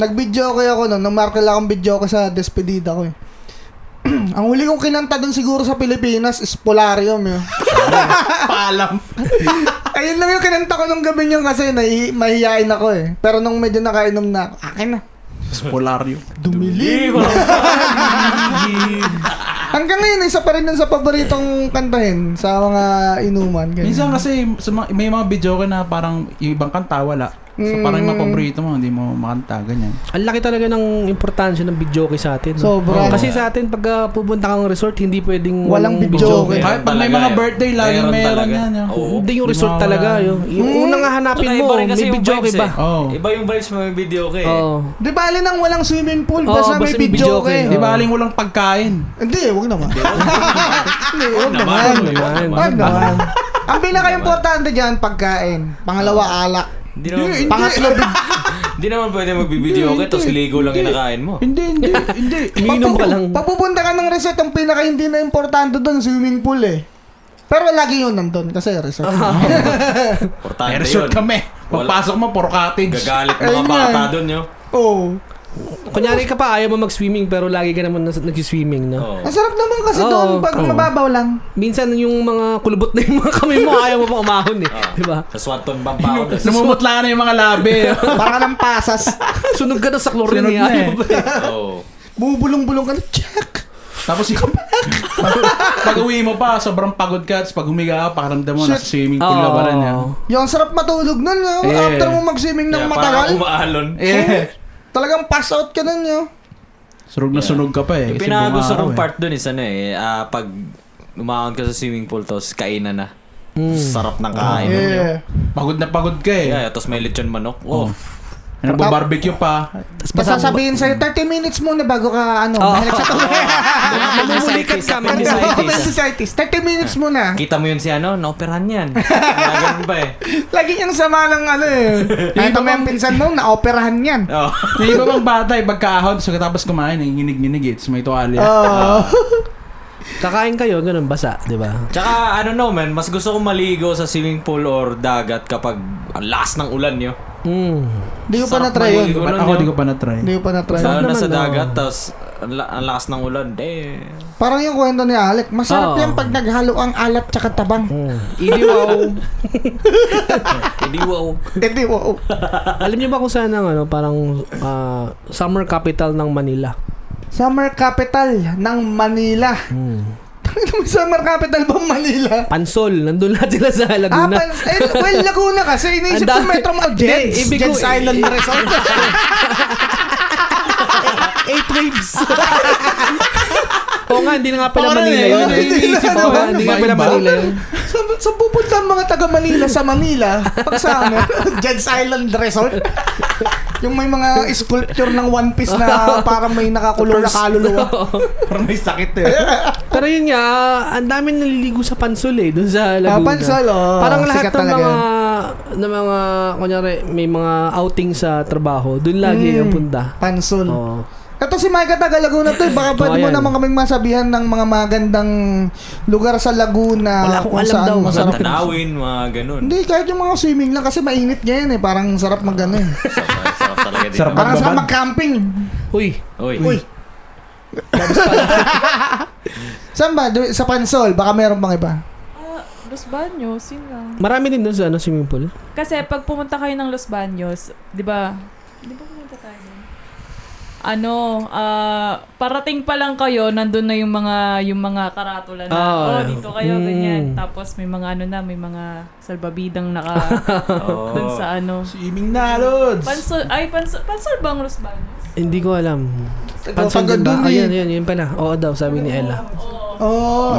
Speaker 1: nag-video kayo ako noon. Nag-markel akong video ko sa despedida ko eh. Ang huli kong kinanta dun siguro sa Pilipinas is Polarium yun.
Speaker 2: Paalam.
Speaker 1: Ayun lang yung kinanta ko nung gabi yun kasi nai- mahihain ako eh. Pero nung medyo nakainom na ako, akin na.
Speaker 2: Spolaryo.
Speaker 1: Dumilim. Hanggang ngayon, isa pa rin yun sa paboritong kantahin sa mga inuman. Ganyan.
Speaker 2: Minsan kasi sa mga- may mga video ko na parang yung ibang kanta wala. So parang yung mga paborito mo, hindi mo makanta, ganyan.
Speaker 3: Ang laki talaga ng importansya ng video kay sa atin. no?
Speaker 1: Sobra.
Speaker 3: Kasi sa atin, pag ah, pupunta kang resort, hindi pwedeng
Speaker 1: Walang
Speaker 3: walang
Speaker 1: video. Okay.
Speaker 4: Meron
Speaker 2: Kahit pag may
Speaker 4: talaga
Speaker 2: mga
Speaker 4: eh.
Speaker 2: birthday, laging meron
Speaker 4: talaga.
Speaker 2: yan, yun.
Speaker 3: Hindi
Speaker 4: Oo.
Speaker 3: yung
Speaker 2: Hindi
Speaker 3: resort
Speaker 2: mawawala.
Speaker 3: talaga. Yung, yung
Speaker 1: Hmm.
Speaker 3: unang hahanapin
Speaker 4: Tsaka
Speaker 3: mo,
Speaker 4: iba rin kasi
Speaker 3: may
Speaker 4: yung
Speaker 3: video
Speaker 4: vibes
Speaker 3: iba.
Speaker 4: eh.
Speaker 2: Oo.
Speaker 4: Iba yung vibes mo may video ko eh.
Speaker 3: Oo.
Speaker 1: Di ba alin ang walang swimming pool?
Speaker 3: Oo,
Speaker 1: Basta,
Speaker 3: basta
Speaker 1: may
Speaker 3: may
Speaker 1: video
Speaker 3: video
Speaker 1: eh.
Speaker 3: kayo.
Speaker 2: Di ba aling walang pagkain?
Speaker 1: Hindi, wag naman. Hindi, wag naman.
Speaker 4: Naman,
Speaker 3: naman.
Speaker 4: naman.
Speaker 1: Wag naman. Ang pinaka-importante dyan, pagkain. Pangalawa, alak.
Speaker 4: Hindi naman,
Speaker 1: Pangatlo, big-
Speaker 4: hindi naman pwede magbibideo ka, tapos ligo lang kinakain mo.
Speaker 2: Hindi, hindi, hindi.
Speaker 3: Umiinom ka lang.
Speaker 1: Papupunta ka ng resort, ang pinaka hindi na importante doon, swimming pool eh. Pero lagi yun nandun kasi resort.
Speaker 3: Ah.
Speaker 2: May
Speaker 4: Importante yun.
Speaker 2: resort kami.
Speaker 4: Wala.
Speaker 2: Pagpasok mo, puro cottage.
Speaker 4: Gagalit mga
Speaker 1: Ayun
Speaker 4: bata
Speaker 1: yan.
Speaker 4: dun yun.
Speaker 1: Oo.
Speaker 3: Kunyari ka pa, ayaw mo mag-swimming pero lagi ka naman nas- nag-swimming, no?
Speaker 4: Oo.
Speaker 1: Ang sarap naman kasi
Speaker 3: Oo.
Speaker 1: doon pag
Speaker 3: Oo.
Speaker 1: mababaw lang.
Speaker 3: Minsan yung mga kulubot na yung mga kamay mo, ayaw mo pa umahon eh.
Speaker 4: Oo.
Speaker 3: Di ba?
Speaker 2: Diba?
Speaker 4: Ah. Sa swanton bampao.
Speaker 2: Namumutla na yung mga labi.
Speaker 1: Parang ng pasas.
Speaker 3: Sunog ka na sa chlorine eh.
Speaker 2: Sunod na
Speaker 3: Ayaw
Speaker 2: eh.
Speaker 3: mo pa.
Speaker 4: Oo.
Speaker 1: Bubulong-bulong ka na, check!
Speaker 2: Tapos yung pag uwi mo pa, sobrang pagod ka. Tapos pag humiga ka, pakaramdam mo, nasa swimming pool na
Speaker 3: Oo.
Speaker 2: ba rin eh. yan?
Speaker 1: Yung sarap matulog nun, no?
Speaker 2: Eh.
Speaker 1: after mo mag-swimming ng
Speaker 4: Kaya
Speaker 1: matagal.
Speaker 4: Parang umaalon.
Speaker 2: Eh,
Speaker 1: Talagang pass out ka nun, yo.
Speaker 2: sunog na sunog ka pa
Speaker 4: Yung
Speaker 2: eh. kasi
Speaker 4: pinakagusto
Speaker 2: bumaraw
Speaker 4: kong
Speaker 2: eh.
Speaker 4: part dun is ano eh, ah, pag umahon ka sa swimming pool tapos kainan na.
Speaker 2: Hmm.
Speaker 4: Sarap ng
Speaker 3: Ano,
Speaker 4: kain. nun
Speaker 2: Ah, eh.
Speaker 4: yun.
Speaker 1: Yeah.
Speaker 2: Pagod na pagod ka eh.
Speaker 4: Yeah, tapos may lechon manok. Oh.
Speaker 2: Nagbabarbecue pa.
Speaker 1: Tapos sasabihin sa'yo, 30 minutes muna bago ka, ano,
Speaker 3: Ah.
Speaker 1: oh. balik sa
Speaker 3: Mamuhulikat ka,
Speaker 1: Open
Speaker 3: mamuhulikat.
Speaker 1: societies. 30 minutes muna.
Speaker 4: Kita mo yun si ano, naoperahan yan. Kaya ganun ba eh.
Speaker 1: Lagi niyang sama ng ano eh. Ay, ito may pinsan mo, naoperahan yan.
Speaker 4: Oh.
Speaker 2: Yung iba bang bata eh, pagkaahon, so tapos kumain, nanginginig-nginig eh. Tapos may tuwalya.
Speaker 1: Oo.
Speaker 3: Kakain kayo, ganun, basa, diba? di ba?
Speaker 4: Tsaka, I don't know man, mas gusto kong maligo sa swimming pool or dagat kapag ang lakas ng ulan yun.
Speaker 3: Mm.
Speaker 1: Hindi ko pa
Speaker 4: Sarap
Speaker 1: na-try yun.
Speaker 4: mahilig.
Speaker 2: Ba't
Speaker 4: Ganun
Speaker 2: ako
Speaker 4: yun.
Speaker 2: di ko pa na-try.
Speaker 1: Hindi ko pa na-try.
Speaker 4: Lalo na
Speaker 3: naman,
Speaker 4: sa
Speaker 3: no?
Speaker 4: dagat, tapos ang, la- ang lakas ng ulan. Eh.
Speaker 1: Parang yung kwento ni Alec, masarap
Speaker 3: Oo.
Speaker 1: yan pag naghalo ang alat tsaka tabang.
Speaker 3: Idiwaw.
Speaker 4: Hindi wow.
Speaker 1: Hindi, wow.
Speaker 3: Alam niyo ba kung saan ang ano, parang ah, summer capital ng Manila?
Speaker 1: Summer capital ng Manila.
Speaker 3: Hmm.
Speaker 1: Tangina mo, summer capital ba ng Manila?
Speaker 3: Pansol, nandun lahat sila sa
Speaker 1: Ah,
Speaker 3: Laguna.
Speaker 1: pan- eh, well, Laguna kasi. Iniisip ko
Speaker 3: Ano Ang dami-
Speaker 1: Metro Mall.
Speaker 3: Hindi,
Speaker 1: Jets.
Speaker 3: ibig
Speaker 1: Jets
Speaker 3: ko-
Speaker 1: Island na resort.
Speaker 3: Eight waves. Oo nga, hindi na nga pala
Speaker 2: Pangalan
Speaker 3: Manila
Speaker 2: eh,
Speaker 3: yun.
Speaker 1: Ano
Speaker 2: yun,
Speaker 3: eh.
Speaker 2: iniisip
Speaker 3: Oo
Speaker 2: ko.
Speaker 3: nga, Hindi nga pala
Speaker 2: Iba-iba.
Speaker 3: Manila yun.
Speaker 1: sa, sa ano? pupunta ang mga taga Manila sa Manila, pag summer, Jets Island Resort. Yung may mga sculpture ng One Piece na parang may nakakulong na kaluluwa.
Speaker 2: Parang may sakit eh.
Speaker 3: Pero yun nga, ah, ang dami naliligo sa pansol eh, dun sa
Speaker 1: Ah,
Speaker 3: Laguna.
Speaker 1: pansol, oh.
Speaker 3: Parang lahat
Speaker 1: Sikat
Speaker 3: ng
Speaker 1: talaga
Speaker 3: mga,
Speaker 1: yun.
Speaker 3: ng mga, kunyari, may mga outing sa trabaho, dun lagi
Speaker 1: Mm.
Speaker 3: yung punta.
Speaker 1: Pansol.
Speaker 3: Oo.
Speaker 1: Ito si Mike taga Laguna to. eh. Baka pwede mo
Speaker 3: Oh. Ayan.
Speaker 1: naman kaming masabihan ng mga magandang lugar sa Laguna.
Speaker 3: Wala akong
Speaker 1: kung
Speaker 3: alam
Speaker 1: saan
Speaker 3: daw.
Speaker 1: Masarap.
Speaker 4: Tanawin, mga ganun.
Speaker 1: Hindi, kahit yung mga swimming lang kasi mainit ngayon eh. Parang sarap mag ano eh.
Speaker 4: Sarap, sarap talaga dito.
Speaker 2: Sarap.
Speaker 1: Parang sarap
Speaker 2: Magbabad.
Speaker 1: mag-camping.
Speaker 3: Uy,
Speaker 4: Uy.
Speaker 1: Uy. Saan ba? Do- Sa Pansol. Baka meron pang iba.
Speaker 6: Ah, Los Baños, yun lang.
Speaker 3: marami din dun sa ano, swimming pool.
Speaker 6: Kasi pag pumunta kayo ng Los Baños, di ba? Di ba pumunta tayo? dun? Ano, ah, parating pa lang kayo, nandun na yung mga yung mga karatula na,
Speaker 3: Ah,
Speaker 6: oh, dito kayo,
Speaker 3: mm.
Speaker 6: ganyan. Tapos may mga ano na, may mga salbabidang naka
Speaker 4: Oo.
Speaker 6: dun sa ano.
Speaker 2: Swimming na, Lods!
Speaker 6: Pansol, ay, pansol, pansol bang Los Baños?
Speaker 3: Hindi ko alam. Pansol
Speaker 1: Tagad
Speaker 3: din ba?
Speaker 1: dun eh.
Speaker 3: Ayan, yun, yun pala. Oo daw, sabi ni Ella.
Speaker 1: Oo.
Speaker 4: Ah.
Speaker 2: Oo.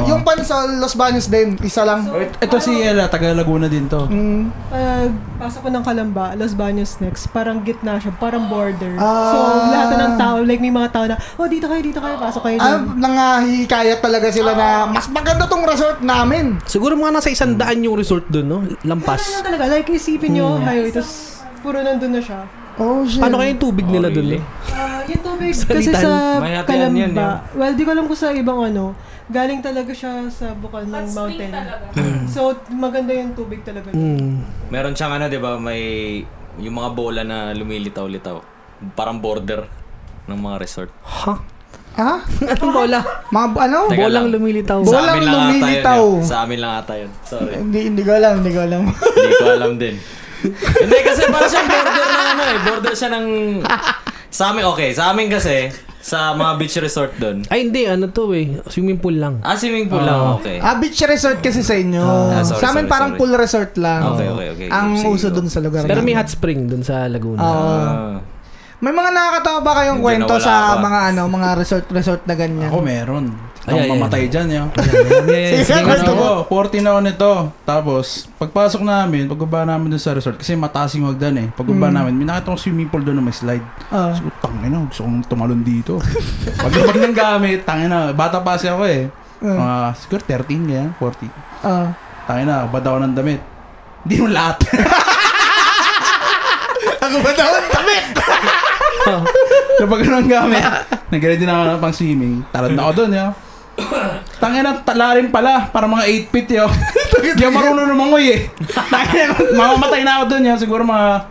Speaker 1: Oh, Yung Pansol, Los Baños din. Isa lang.
Speaker 2: Ito si Ella, taga Laguna din to.
Speaker 1: Mm.
Speaker 5: Pag pasok ko ng Kalamba, Los Baños next, parang gitna siya, parang border.
Speaker 1: Ah.
Speaker 5: So, lahat na ng tao, like may mga tao na, oh, dito kayo, dito kayo, pasok kayo.
Speaker 1: Ah,
Speaker 5: dun."
Speaker 1: nangahikayat talaga sila na
Speaker 4: Ah.
Speaker 1: mas maganda tong resort namin.
Speaker 3: Siguro mga nasa isang daan yung resort dun, no? Lampas.
Speaker 5: Ganun lang talaga, like isipin nyo, highway, tapos puro nandun na siya.
Speaker 1: Oh, shit.
Speaker 3: Paano kaya yung tubig nila
Speaker 4: Oh,
Speaker 3: dun,
Speaker 4: really?
Speaker 3: eh?
Speaker 5: Ah, yung tubig
Speaker 3: Salitan.
Speaker 5: kasi sa
Speaker 4: May hatian
Speaker 5: Kalamba,
Speaker 4: yan, yun.
Speaker 5: well, di ko alam kung sa ibang ano, galing talaga siya sa bukal ng mountain.
Speaker 4: Hmm.
Speaker 5: So, maganda yung tubig talaga.
Speaker 3: Mm.
Speaker 4: Meron siyang ano, di ba, may yung mga bola na lumilitaw-litaw. Parang border ng mga resort.
Speaker 3: Ha?
Speaker 1: Ha?
Speaker 3: Anong bola?
Speaker 1: Mga bu- ano?
Speaker 4: Teka
Speaker 3: Bolang
Speaker 4: lang.
Speaker 3: lumilitaw.
Speaker 1: Bo- Bolang
Speaker 4: amin lang ata yun,
Speaker 1: lumilitaw.
Speaker 4: yun. Sa amin lang ata yun. Sorry.
Speaker 1: Hindi, hindi ko alam, hindi ko alam.
Speaker 4: Hindi ko alam din. Hindi kasi parang siyang border ng ano eh. Border siya ng... Sa amin, okay. Sa amin kasi, sa mga beach resort doon.
Speaker 3: Ay, hindi. Ano to, eh? Swimming pool lang.
Speaker 4: Ah, swimming pool lang, okay.
Speaker 1: ah, beach resort kasi sa inyo.
Speaker 4: Ah, sorry,
Speaker 1: sa amin
Speaker 4: sorry,
Speaker 1: parang
Speaker 4: sorry.
Speaker 1: pool resort lang.
Speaker 4: Okay, okay, okay.
Speaker 1: Ang
Speaker 4: Sige,
Speaker 1: uso
Speaker 4: go.
Speaker 1: dun sa lugar.
Speaker 3: Pero
Speaker 1: namin.
Speaker 3: may hot spring dun sa Laguna.
Speaker 1: Oo.
Speaker 4: Ah.
Speaker 1: may mga nakakatawa ba kayong
Speaker 4: Medyo
Speaker 1: kwento
Speaker 4: nawala
Speaker 1: sa
Speaker 4: ako.
Speaker 1: mga ano, mga resort-resort na ganyan?
Speaker 2: Ako meron. Ang
Speaker 3: Ay, ay,
Speaker 2: mamatay dyan, eh. yun.
Speaker 3: Yeah, yeah,
Speaker 1: Sige,
Speaker 3: yeah.
Speaker 1: kwento mo.
Speaker 2: Ano ako, 14 ako nito. Tapos, pagpasok namin, pagbaba namin dun sa resort, kasi mataas yung hagdan eh. Pagbaba namin, may nakita kong swimming pool doon na may slide.
Speaker 1: Hmm. Ah.
Speaker 2: So, tangin na, gusto kong tumalon dito. Paglabag ng gamit, tangin na, bata pa kasi ako eh.
Speaker 1: Ah.
Speaker 2: Mga, siguro 13 ganyan, 40.
Speaker 1: Ah.
Speaker 2: Tangin na, bad ako ng damit. Hindi yung lahat.
Speaker 1: Ako ba daw? Tamit!
Speaker 2: Oh, Kapag ganun ang gamit, nag-ready na ako ng pang swimming. Talad na ako doon, yo. Tangin na, talarin pala. Para mga 8 feet, yo. Hindi ako marunong lumangoy, eh. Tangin na, mamamatay na ako doon, yo. Siguro mga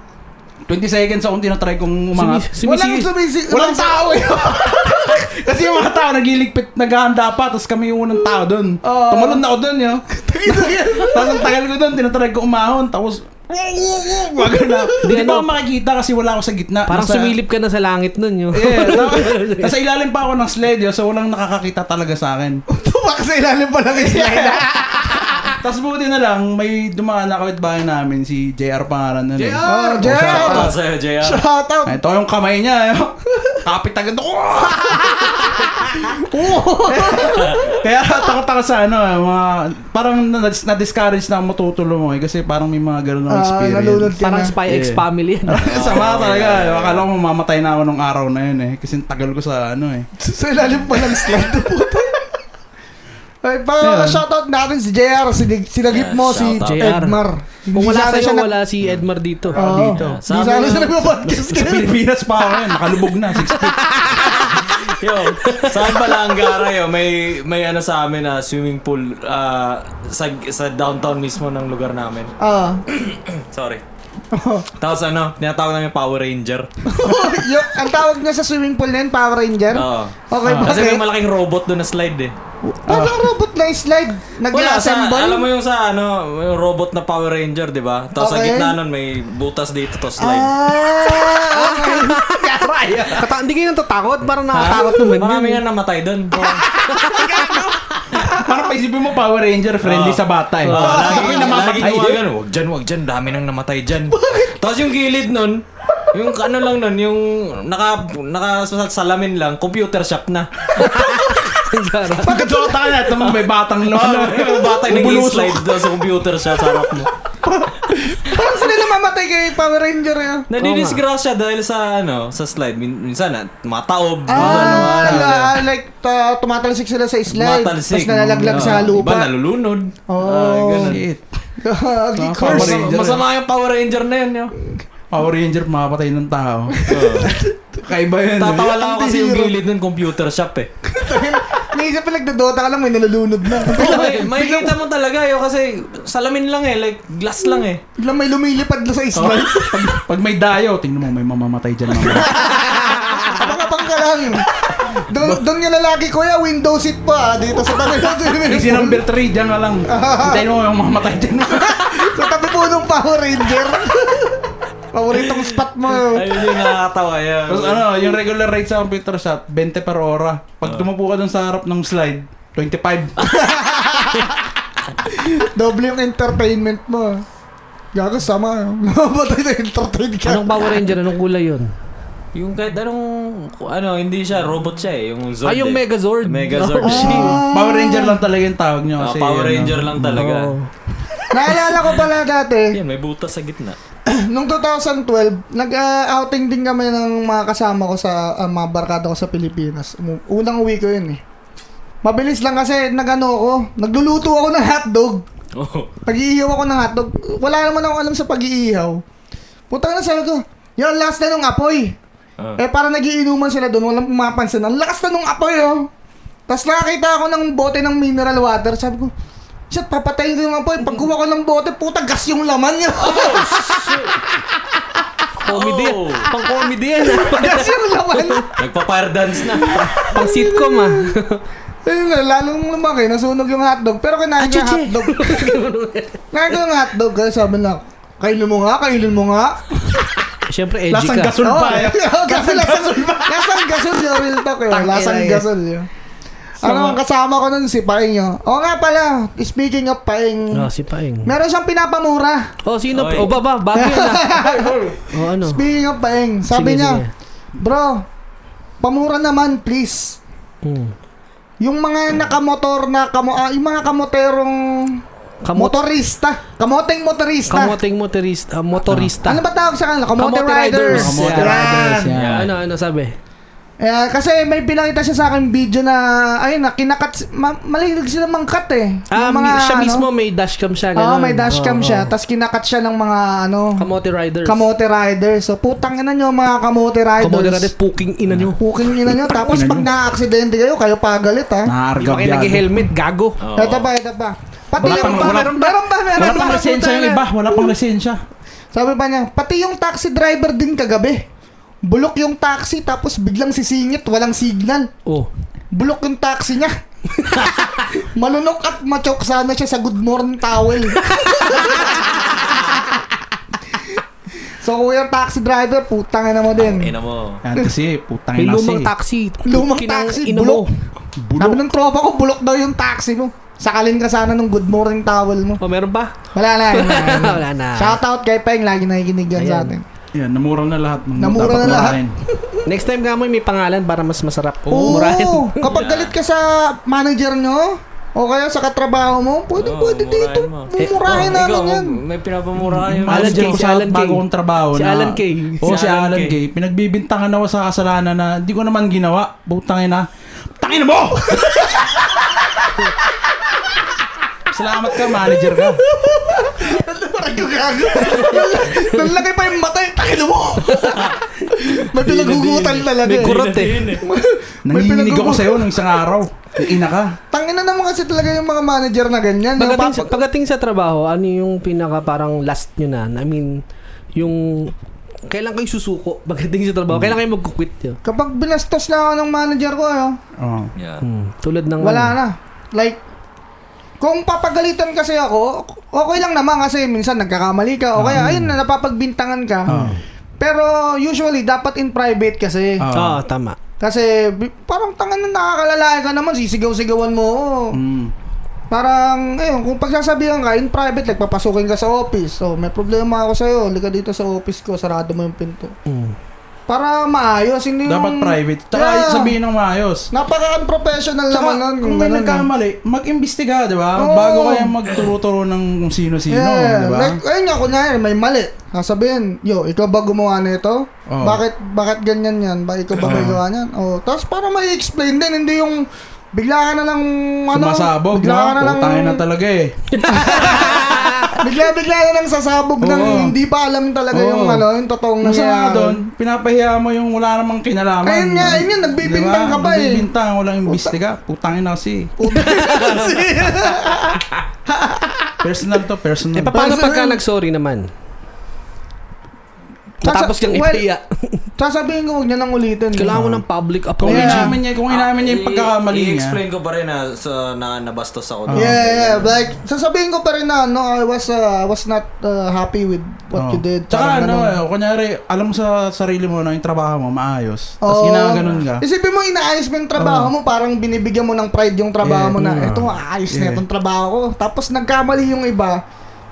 Speaker 2: 20 seconds ako kung tinatry kong umangat.
Speaker 3: Sumi-
Speaker 1: Walang
Speaker 3: sumisisi-
Speaker 1: sumisi...
Speaker 2: Walang tao,
Speaker 3: eh.
Speaker 2: yo. Kasi yung mga tao, nagliligpit, naghahanda pa. Tapos kami yung unang tao doon.
Speaker 1: Oo.
Speaker 3: Ah.
Speaker 2: Tumalon na ako doon, yo. Tapos ang tagal ko doon, tinatry ko umahon. Tapos, wag na. Hindi
Speaker 3: ano.
Speaker 2: pa ako makikita kasi wala ako sa gitna.
Speaker 3: Parang
Speaker 2: Nasa-
Speaker 3: sumilip ka na sa langit nun, yun.
Speaker 2: Yeah, tapos- nasa ilalim pa ako ng sled yun, so walang nakakakita talaga sa akin.
Speaker 1: Tumak sa ilalim pa lang slide.
Speaker 3: Ah.
Speaker 2: Tapos buti na lang, may dumaan na kapitbahay namin, si JR pangalan nun. eh.
Speaker 1: JR!
Speaker 2: Oh, shout
Speaker 1: JR!
Speaker 4: Shoutout
Speaker 2: out.
Speaker 4: sa'yo, JR.
Speaker 1: Shout out!
Speaker 2: Ay, Ito yung kamay niya. yun. Kapit agad. Oh! Kaya takot ako sa ano, eh, mga, parang na- na-discourage na ako matutulong eh, kasi parang may mga ganun akong
Speaker 1: Ah, nalunod
Speaker 2: experience.
Speaker 1: ka
Speaker 3: Parang
Speaker 1: na.
Speaker 3: Spy X
Speaker 2: Yeah.
Speaker 3: Family yan.
Speaker 2: Sama talaga. eh. Akala ko mamamatay na ako nung araw na yun eh. Kasi ang tagal ko sa ano eh.
Speaker 1: sa ilalim pa ng slide. Puta. Ay, pa
Speaker 2: Ayun.
Speaker 1: shoutout natin si JR, sinig, sinagip mo
Speaker 4: Yeah,
Speaker 1: si
Speaker 4: shoutout.
Speaker 1: JR. Edmar.
Speaker 3: Kung wala
Speaker 1: Hindi sana
Speaker 3: sa'yo,
Speaker 1: siya nag-
Speaker 3: wala
Speaker 4: Ah.
Speaker 3: si Edmar dito.
Speaker 1: Oo.
Speaker 2: dito.
Speaker 1: Hindi
Speaker 4: Sabi
Speaker 1: sana
Speaker 4: nga-
Speaker 1: siya nagpa-podcast
Speaker 2: Sa Pilipinas pa ako yun. Nakalubog na. Six feet.
Speaker 4: Yo, saan pala ang gara yo? May may ano sa amin na swimming pool ah, sa sa downtown mismo ng lugar namin.
Speaker 1: Ah.
Speaker 4: Sorry. Tapos ano, tinatawag namin Power Ranger.
Speaker 1: Yung, ang tawag niya sa swimming pool na yun, Power Ranger?
Speaker 4: Oo.
Speaker 1: Ano? Okay,
Speaker 4: Ah.
Speaker 3: Ah.
Speaker 4: Kasi
Speaker 1: bakit?
Speaker 4: may malaking robot doon na slide eh.
Speaker 1: Parang robot na yung slide.
Speaker 4: Wala, sa,
Speaker 1: Nag-assemble?
Speaker 4: alam mo yung sa ano, yung robot na Power Ranger, di ba? Tapos sa
Speaker 1: Okay.
Speaker 4: gitna nun may butas dito to slide.
Speaker 1: Ah, okay.
Speaker 3: Kata, hindi kayo natatakot. Parang
Speaker 1: Ah.
Speaker 3: nakatakot naman
Speaker 4: Marami
Speaker 3: yun.
Speaker 4: nga namatay doon.
Speaker 2: Parang paisipin mo Power Ranger friendly
Speaker 4: Ah.
Speaker 2: sa bata eh.
Speaker 4: Oo, lagi
Speaker 2: Ay,
Speaker 4: yung
Speaker 2: namamatay.
Speaker 4: namamatay. Lagi yung ganun, wag dyan, wag dyan, dami nang namatay dyan. Tapos yung gilid nun, yung ano lang nun, yung naka, naka salamin lang, computer shop na.
Speaker 3: Ang gara.
Speaker 2: Bakit so ka na? Ito may batang
Speaker 1: Ah.
Speaker 4: Ano,
Speaker 2: lolo.
Speaker 4: yung bata yung nag-slide doon sa computer shop sa harap mo.
Speaker 1: Parang sila namamatay kay Power Ranger eh. yun.
Speaker 4: Nadidisgrace siya dahil sa ano, sa slide. Min- minsan, ah, na, mataob. ano,
Speaker 1: Ah,
Speaker 4: ano,
Speaker 1: la- like, ta- tumatalsik sila sa slide.
Speaker 4: matalsik.
Speaker 1: Tapos nalalaglag
Speaker 4: Ah,
Speaker 1: sa
Speaker 4: Iba
Speaker 1: lupa.
Speaker 4: nalulunod.
Speaker 1: Oh.
Speaker 4: Ah, ganun.
Speaker 2: Shit.
Speaker 4: Ah,
Speaker 1: Gagi
Speaker 2: Mga
Speaker 1: curse.
Speaker 2: Power Ranger.
Speaker 4: Masama yung Power Ranger na yun. Yo.
Speaker 2: Power Ranger, mapatay ng tao. Kaiba yun.
Speaker 4: Tatawa lang ako kasi yung gilid ng computer shop eh.
Speaker 1: Naisip pa nagdodota ka lang, may nalulunod na.
Speaker 4: Oo, may, may kita mo talaga yo kasi salamin lang eh, like glass lang eh.
Speaker 1: Biglang may lumilipad na sa
Speaker 2: Oh,
Speaker 1: slide.
Speaker 2: pag, pag may dayo, tingnan mo, may mamamatay dyan mamaya.
Speaker 1: Abang-abang ka lang. Doon, doon yung lalaki kuya, window seat pa. ah, Dito sa tabi ng
Speaker 2: Easy number 3, dyan ka lang. Hintayin mo, may mamamatay dyan.
Speaker 1: Sa tabi po nung Power Ranger. Paboritong spot mo.
Speaker 4: Ayun yung nakakatawa yun.
Speaker 2: Oh. Tapos ano, yung regular rate sa computer shop, 20 per hora. Pag tumupo ka dun sa harap ng slide, 25.
Speaker 1: Doble yung entertainment mo. Gago, sama. Mamatay na entertain ka.
Speaker 3: Anong Power Ranger? Anong kulay yun?
Speaker 4: Yung kahit anong, ano, hindi siya, robot siya eh. Yung Zord.
Speaker 3: Ah, yung
Speaker 4: eh.
Speaker 3: Megazord.
Speaker 4: Megazord.
Speaker 3: Oh, shit.
Speaker 2: Power Ranger lang talaga yung tawag nyo.
Speaker 4: Ah,
Speaker 2: Kasi, Oh.
Speaker 4: Power
Speaker 2: ano,
Speaker 4: Ranger lang talaga.
Speaker 3: Oo.
Speaker 1: Naalala ko pala dati,
Speaker 4: Yan, may butas sa gitna.
Speaker 1: nung 2012, nag-outing din kami ng mga kasama ko sa ah, mga barkada ko sa Pilipinas. Umu- Unang uwi ko yun eh. Mabilis lang kasi nag-ano ako, nagluluto ako ng hotdog.
Speaker 4: Oh.
Speaker 1: Pag-iihaw ako ng hotdog, wala naman akong alam sa pag-iihaw. Puta na sabi ko, yun, last na nung apoy.
Speaker 4: Ah.
Speaker 1: Eh, para nagiinuman sila doon, walang pumapansin. Ang lakas na nung apoy, oh. Tapos nakakita ako ng bote ng mineral water. Sabi ko, shit, papatayin ko yung apoy. Pag kuha ko ng bote, puta, gas yung laman niya.
Speaker 3: Comedy. yan.
Speaker 4: Oh.
Speaker 3: Pang-comedy yan.
Speaker 1: gas yung laman.
Speaker 4: Nagpa-fire dance na.
Speaker 3: Pang-sitcom ah.
Speaker 1: Ayun na, lalong lumaki, nasunog yung hotdog. Pero kinain ko yung
Speaker 3: Achiche.
Speaker 1: hotdog. kinain ko yung hotdog, kaya sabi na, kainin mo nga, kainin mo nga.
Speaker 3: Siyempre, edgy
Speaker 2: Lasang
Speaker 3: ka.
Speaker 2: gasol pa. eh.
Speaker 1: Oo, kasi lasang, lasang gasol yung real talk eh.
Speaker 3: Tangina
Speaker 1: Lasang
Speaker 3: eh.
Speaker 1: gasol yun. Ano ang kasama ko nun si Paing yun? Oo nga pala, speaking of Paing,
Speaker 3: Oh, si Paeng.
Speaker 1: meron siyang pinapamura.
Speaker 3: Oh, sino?
Speaker 4: Oy.
Speaker 3: Oh, baba. Bago yan ah. Oh, ano?
Speaker 1: Speaking of Paing, sabi
Speaker 3: Sige,
Speaker 1: niya,
Speaker 3: sige.
Speaker 1: bro, pamura naman please.
Speaker 3: Hmm.
Speaker 1: Yung mga nakamotor na kamo, ah, yung mga kamoterong
Speaker 3: Kamot-
Speaker 1: motorista, kamoteng motorista.
Speaker 3: Kamoting motorista. ah, motorista.
Speaker 1: ano ba tawag sa kanila? Kamote,
Speaker 3: Kamote
Speaker 1: riders.
Speaker 3: riders.
Speaker 2: Kamote
Speaker 1: Yan.
Speaker 2: riders, yan.
Speaker 3: Ah, Ano, ano sabi?
Speaker 1: Eh, kasi may pinakita siya sa akin video na, ayun na, kinakat, ma- malilig sila mangkat eh.
Speaker 3: Ah,
Speaker 1: Yung mga,
Speaker 3: siya
Speaker 1: ano,
Speaker 3: mismo may dashcam siya.
Speaker 1: Oo,
Speaker 3: ganun.
Speaker 1: may dashcam
Speaker 3: Oo,
Speaker 1: siya.
Speaker 3: oo.
Speaker 1: Tapos kinakat siya ng mga, ano,
Speaker 3: Kamote riders.
Speaker 1: kamote riders. So, putang ina nyo, mga kamote riders.
Speaker 3: Kamote riders. Puking ina nyo.
Speaker 1: Puking ina nyo. Tapos
Speaker 2: Ina
Speaker 1: pag
Speaker 2: nyo.
Speaker 1: na-aksidente kayo, kayo pagalit ha.
Speaker 3: Hindi
Speaker 2: Naharga
Speaker 3: pa kayo nag-helmet. Gago.
Speaker 4: Oo.
Speaker 1: Ito pa, ito pa. Pati
Speaker 2: Ah. Wala
Speaker 1: yung
Speaker 2: pang-
Speaker 1: pa,
Speaker 2: wala-
Speaker 1: meron pa, meron
Speaker 2: Wala
Speaker 1: pa,
Speaker 2: pang lisensya
Speaker 1: putang
Speaker 2: yung
Speaker 1: ina.
Speaker 2: iba. Wala pang lisensya.
Speaker 1: Sabi pa niya, pati yung taxi driver din kagabi. Bulok yung taxi, tapos biglang sisingit, walang signal.
Speaker 3: Oh.
Speaker 1: Bulok yung taxi niya. Malunok at machok sana siya sa good morning towel. so kung yung taxi driver, putang na mo din.
Speaker 4: Ina mo.
Speaker 2: Yan kasi, putang
Speaker 3: May
Speaker 2: ina
Speaker 3: lumang
Speaker 2: kasi.
Speaker 3: taxi.
Speaker 1: Lumang
Speaker 3: Puking ang
Speaker 1: taxi,
Speaker 3: ina mo.
Speaker 1: bulok. Sabi ng tropa ko, bulok daw yung taxi mo. Sakalin ka sana ng good morning towel mo.
Speaker 3: Oh, meron ba?
Speaker 1: Wala na. yun na, yun na.
Speaker 3: Wala na.
Speaker 1: Shoutout kay Peng, lagi nakikinig yan sa
Speaker 3: Ayan.
Speaker 1: atin.
Speaker 2: Yan, namura na lahat. ng
Speaker 1: Namura
Speaker 2: dapat
Speaker 1: na lahat.
Speaker 2: murahin.
Speaker 3: Next time nga mo may pangalan para mas masarap.
Speaker 1: Oo,
Speaker 3: murahin.
Speaker 1: kapag galit ka sa manager nyo, o kaya sa katrabaho mo, pwede
Speaker 4: Oo,
Speaker 1: pwede
Speaker 4: murahin
Speaker 1: dito.
Speaker 4: Oh, mo.
Speaker 1: Mumurahin
Speaker 4: Oh,
Speaker 1: namin
Speaker 4: ikaw,
Speaker 1: yan.
Speaker 4: May pinapamura kayo.
Speaker 3: Alan
Speaker 2: Alan
Speaker 3: Kay,
Speaker 2: Kay,
Speaker 3: si
Speaker 2: sa
Speaker 3: Alan Kay.
Speaker 2: bago kong trabaho
Speaker 3: Si
Speaker 2: na.
Speaker 3: Alan Kay.
Speaker 2: Oo,
Speaker 4: Si
Speaker 2: si,
Speaker 4: Alan
Speaker 2: Alan
Speaker 4: Kay.
Speaker 2: Kay. Pinagbibintangan ako sa kasalanan na di ko naman ginawa. Butangin na. Tangin mo! Salamat ka, manager ka.
Speaker 1: Parang ko gago. Nalagay pa yung mata yung takilo mo. May pinagugutan talaga.
Speaker 3: May
Speaker 1: eh.
Speaker 3: kurot eh.
Speaker 2: Nanginginig ako
Speaker 1: pinagugul-
Speaker 2: sa'yo nung isang araw. Ang Ina ka.
Speaker 1: Tangina naman kasi talaga yung mga manager na ganyan. Yung
Speaker 3: Pagdating sa,
Speaker 1: papa-
Speaker 3: pagdating sa trabaho, ano yung pinaka parang last nyo na? I mean, yung kailan kayo susuko pagdating sa trabaho? Kailan kayo mag-quit yun?
Speaker 1: Kapag binastos na ako ng manager ko, eh, oh,
Speaker 2: Oo.
Speaker 4: Yeah.
Speaker 3: Hmm, tulad ng
Speaker 1: wala
Speaker 3: ano.
Speaker 1: na. Like, kung papagalitan kasi ako, okay lang naman kasi minsan nagkakamali ka o kaya ayun na napapagbintangan ka.
Speaker 2: Ah.
Speaker 1: Pero usually dapat in private kasi.
Speaker 2: Ah.
Speaker 3: Oo, tama.
Speaker 1: Kasi bi- parang tangan na nakakalalaan ka naman, sisigaw-sigawan mo. oo.
Speaker 2: Mm.
Speaker 1: Parang, ayun, kung pagsasabihan ka, in private, like, papasukin ka sa office. So, may problema ako sa'yo. Lika dito sa office ko, sarado mo yung pinto.
Speaker 3: Hmm.
Speaker 1: Para maayos, hindi
Speaker 2: Dapat
Speaker 1: yung-
Speaker 2: private. Tsaka
Speaker 1: Yeah.
Speaker 2: sabihin ng maayos.
Speaker 1: Napaka-unprofessional
Speaker 2: Tsaka,
Speaker 1: naman Ah. nun.
Speaker 2: kung
Speaker 1: ganun,
Speaker 2: may
Speaker 1: eh.
Speaker 2: nagkamali, mag-imbestiga, di ba?
Speaker 1: Oo.
Speaker 2: Bago kayo magturo-turo ng kung sino-sino,
Speaker 1: yeah.
Speaker 2: di ba?
Speaker 1: Like, ayun nga, kunyari, may mali. Sasabihin, yo, ikaw ba gumawa nito?
Speaker 2: Oo.
Speaker 1: Bakit, bakit ganyan yan? Ba, ikaw ba
Speaker 2: Oo.
Speaker 1: may gawa niyan? Oh. Tapos para may explain din, hindi yung bigla ka na lang, ano,
Speaker 2: Sumasabog,
Speaker 1: bigla ka na
Speaker 2: no?
Speaker 1: lang,
Speaker 2: Putangin na talaga eh.
Speaker 1: bigla-bigla na lang sasabog ng
Speaker 2: Oo.
Speaker 1: hindi pa alam talaga
Speaker 2: Oo.
Speaker 1: yung, ano, yung totoong
Speaker 2: Nasa nga
Speaker 1: nangyayari.
Speaker 2: doon, pinapahiya mo yung wala namang kinalaman.
Speaker 1: Ayun nga, ayun nga, nagbibintang
Speaker 2: Di ba?
Speaker 1: ka pa eh.
Speaker 2: Nagbibintang, walang imbestiga. Putangin na kasi. Personal to, personal.
Speaker 3: Eh, paano
Speaker 1: Personal-
Speaker 3: pagka nag-sorry naman? Matapos
Speaker 1: Sasa-
Speaker 3: niyang
Speaker 1: well,
Speaker 3: ipiya.
Speaker 1: Sasabihin ko, huwag niya nang ulitin.
Speaker 3: Kailangan mo ng public
Speaker 2: kung
Speaker 1: Yeah.
Speaker 3: apology.
Speaker 2: inamin niya, kung inamin niya yung
Speaker 4: Ah, i-
Speaker 2: pagkakamali niya.
Speaker 4: I-explain ko pa rin na, sa, na nabastos ako. doon.
Speaker 1: Yeah, yeah, like sasabihin ko pa rin na no, I was uh, I was not uh, happy with what
Speaker 2: Oo.
Speaker 1: you did.
Speaker 2: Tsaka
Speaker 1: Parang
Speaker 2: ano,
Speaker 1: ganun.
Speaker 2: eh, kunyari, alam mo sa sarili mo na yung trabaho mo maayos. Tapos
Speaker 1: Oo.
Speaker 2: ginaganon ka.
Speaker 1: Isipin mo, inaayos mo yung trabaho
Speaker 2: Oo.
Speaker 1: mo, parang binibigyan mo ng pride yung trabaho
Speaker 2: Yeah.
Speaker 1: mo na,
Speaker 2: Mm.
Speaker 1: eto, aayos na
Speaker 2: Yeah.
Speaker 1: itong trabaho ko. Tapos nagkamali yung iba,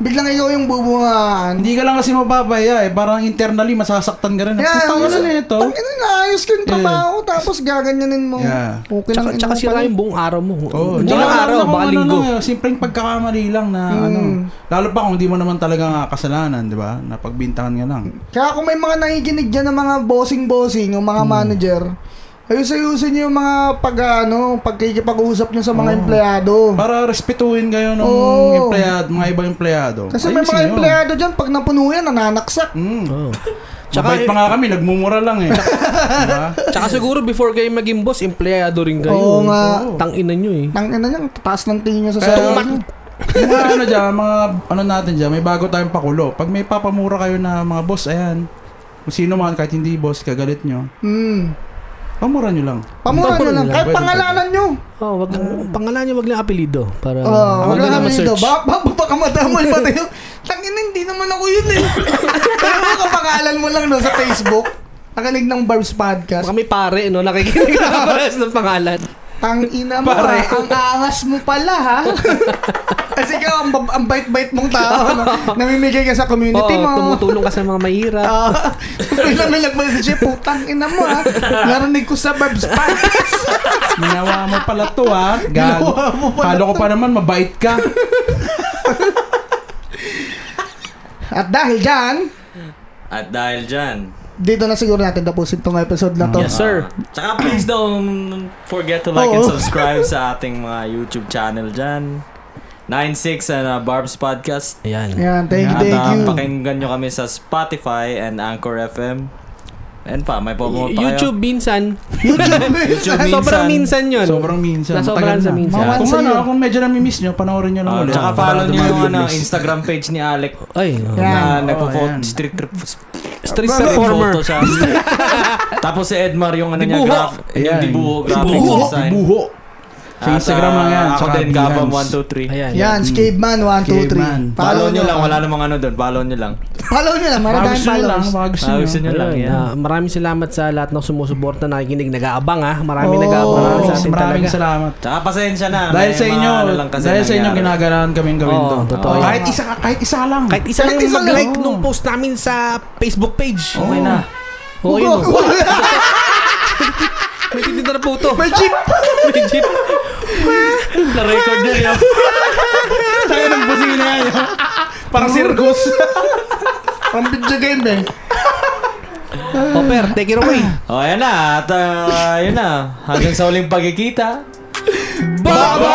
Speaker 1: biglang ikaw yung bubungaan.
Speaker 2: Hindi ka lang kasi mapapahiya eh. Parang internally masasaktan ka rin.
Speaker 1: Yeah,
Speaker 2: Putang ina na ito.
Speaker 1: Tangina, naayos ko yung
Speaker 2: Yeah.
Speaker 1: trabaho ko, tapos gaganyanin mo.
Speaker 2: Yeah.
Speaker 1: Okay
Speaker 3: Tsaka,
Speaker 1: lang,
Speaker 3: tsaka
Speaker 1: ino-
Speaker 3: sira yung buong araw mo.
Speaker 2: Oo,
Speaker 3: Hindi
Speaker 2: tsaka
Speaker 3: lang
Speaker 2: alam
Speaker 3: araw,
Speaker 2: na kung
Speaker 3: baka
Speaker 2: ano
Speaker 3: linggo.
Speaker 2: lang, eh, simpleng pagkakamali lang na
Speaker 1: Mm.
Speaker 2: ano. Lalo pa kung di mo naman talaga nga kasalanan, di ba? Napagbintangan ka lang.
Speaker 1: Kaya kung may mga nakikinig dyan ng mga bossing-bossing o
Speaker 2: Hmm.
Speaker 1: mga manager, ayus-ayusin niyo yung mga pag, ano, pagkikipag-usap niyo sa mga
Speaker 2: Oo.
Speaker 1: empleyado.
Speaker 2: Para respetuhin kayo ng
Speaker 1: Oo.
Speaker 2: empleyado, mga ibang empleyado.
Speaker 1: Kasi may
Speaker 2: Ayusin
Speaker 1: mga
Speaker 2: yun.
Speaker 1: empleyado dyan, pag napuno yan, nananaksak.
Speaker 2: Mm.
Speaker 3: Oo. Tsaka,
Speaker 2: Tsaka, Mabait pa nga kami, nagmumura lang eh. diba?
Speaker 3: tsaka siguro before kayo maging boss, empleyado rin kayo.
Speaker 1: eh. Oo nga.
Speaker 3: Tangina nyo eh.
Speaker 1: Tang ina niyan, tataas ng tingin niya sa
Speaker 2: Pero-
Speaker 1: sarili niya.
Speaker 2: Yung mga ano dyan, mga ano natin dyan, may bago tayong pakulo. Pag may papamura kayo na mga boss, ayan. Kung sino man, kahit hindi boss, kagalit nyo.
Speaker 1: Hmm.
Speaker 2: Pamura nyo lang.
Speaker 1: Pamura niyo lang. Kahit
Speaker 2: Pwede,
Speaker 1: pangalanan niyo.
Speaker 3: Oh, wag lang, pangalan niya wag lang apelyido para
Speaker 1: Oo, wag
Speaker 3: Maganda
Speaker 1: lang
Speaker 3: Oh, naman
Speaker 1: namin
Speaker 3: search.
Speaker 1: ito. Ba, ba, ba, baka madamay pa tayo. Tangina, hindi naman ako yun eh. Pero baka pangalan mo lang no, sa Facebook. Nakinig ng Barbs Podcast.
Speaker 3: Baka may pare no nakikinig na kapares ng pangalan.
Speaker 1: Tangina mo,
Speaker 2: Pare.
Speaker 1: ah, ang aangas mo pala ha. Kasi ikaw, ang, bab- ang bait-bait mong tao. No? Namimigay ka sa
Speaker 3: Oo,
Speaker 1: community mo.
Speaker 3: tumutulong ka sa mga mahirap.
Speaker 1: Ah, biglang may nag-message siya, putang ina mo ha. Narinig ko sa Barbs Podcast.
Speaker 2: Ginawa mo pala to ha. Gago.
Speaker 1: Ginawa mo pala
Speaker 2: Kala ko pa naman, mabait ka.
Speaker 1: At dahil dyan,
Speaker 4: At dahil dyan. ah,
Speaker 1: dito na siguro natin tapusin tong episode na to.
Speaker 3: Yes, sir. Oh.
Speaker 4: Tsaka please don't forget to like and subscribe sa ating mga YouTube channel dyan. 96 and uh, Barb's Podcast.
Speaker 3: Ayan.
Speaker 1: Ayan, thank you,
Speaker 4: At
Speaker 1: thank
Speaker 4: uh,
Speaker 1: you.
Speaker 4: pakinggan nyo kami sa Spotify and Anchor FM. And pa, may pomote pa
Speaker 3: YouTube minsan.
Speaker 4: YouTube minsan.
Speaker 3: Sobrang minsan yun.
Speaker 2: Sobrang minsan.
Speaker 3: Nasobrahan
Speaker 2: matagal
Speaker 3: sa minsan.
Speaker 2: Mga
Speaker 1: Once
Speaker 2: Kung
Speaker 1: a
Speaker 2: ano,
Speaker 1: year.
Speaker 2: kung medyo nami-miss nyo, panoorin nyo lang
Speaker 4: Ah,
Speaker 2: ulit.
Speaker 4: tsaka
Speaker 2: Para
Speaker 4: follow nyo yung
Speaker 2: dumami
Speaker 4: ano,
Speaker 2: views.
Speaker 4: Instagram page ni Alec
Speaker 3: Ay, oh.
Speaker 1: Yan.
Speaker 4: na
Speaker 2: Oo,
Speaker 4: nagpo-photo,
Speaker 2: yan.
Speaker 4: street trip,
Speaker 3: Street
Speaker 4: street
Speaker 3: performer.
Speaker 4: photo siya. Tapos si Edmar yung ano niya,
Speaker 3: Dibuho.
Speaker 4: graph, yung
Speaker 2: Ayan.
Speaker 4: dibuho, graphic
Speaker 2: Buho!
Speaker 4: design.
Speaker 2: Buho! Sa
Speaker 4: At,
Speaker 2: Instagram lang yan.
Speaker 4: Ako
Speaker 2: tsaka
Speaker 4: din,
Speaker 2: Behance.
Speaker 4: Gabam123.
Speaker 3: Ayan.
Speaker 1: Yan,
Speaker 2: Caveman.
Speaker 1: Scaveman, 1, 2, 3.
Speaker 4: Follow nyo lang, wala namang ano doon, follow nyo lang.
Speaker 1: Follow nyo lang,
Speaker 2: Baka
Speaker 1: maraming
Speaker 2: gusto nyo lang,
Speaker 1: follows.
Speaker 2: baka gusto
Speaker 4: Ah,
Speaker 2: nyo.
Speaker 4: gusto nyo lang
Speaker 3: Ayun,
Speaker 4: yan.
Speaker 3: ah, maraming salamat sa lahat ng sumusuporta, nakikinig, nag-aabang ah. Maraming
Speaker 1: Oo.
Speaker 3: nag-aabang
Speaker 2: Maraming-
Speaker 3: sa atin
Speaker 2: Maraming
Speaker 3: talaga.
Speaker 2: salamat.
Speaker 4: Tsaka pasensya na.
Speaker 2: Dahil
Speaker 4: may
Speaker 2: sa inyo,
Speaker 4: mga ano lang kasi
Speaker 2: dahil sa inyo
Speaker 4: nangyari.
Speaker 2: ginaganahan kaming gawin
Speaker 3: Oo,
Speaker 2: to.
Speaker 3: totoo.
Speaker 2: Kahit isa, kahit isa lang.
Speaker 3: Kahit isa lang
Speaker 1: Kahit isa lang. Oh.
Speaker 3: mag-like
Speaker 2: Oo.
Speaker 3: nung post namin sa Facebook page.
Speaker 2: Okay na.
Speaker 3: Oo, yun. oh.
Speaker 1: Wow.
Speaker 3: May titinda na po to.
Speaker 1: May jeep!
Speaker 3: May jeep.
Speaker 4: Na-record din yun.
Speaker 2: Tayo ng busina yan. yun. Parang sirkus.
Speaker 1: Parang video game eh.
Speaker 3: Hopper, take it away.
Speaker 4: Oh, uh, O, ayan na. At ah, yun na. Hanggang sa uling pagkikita.
Speaker 3: Bye-bye!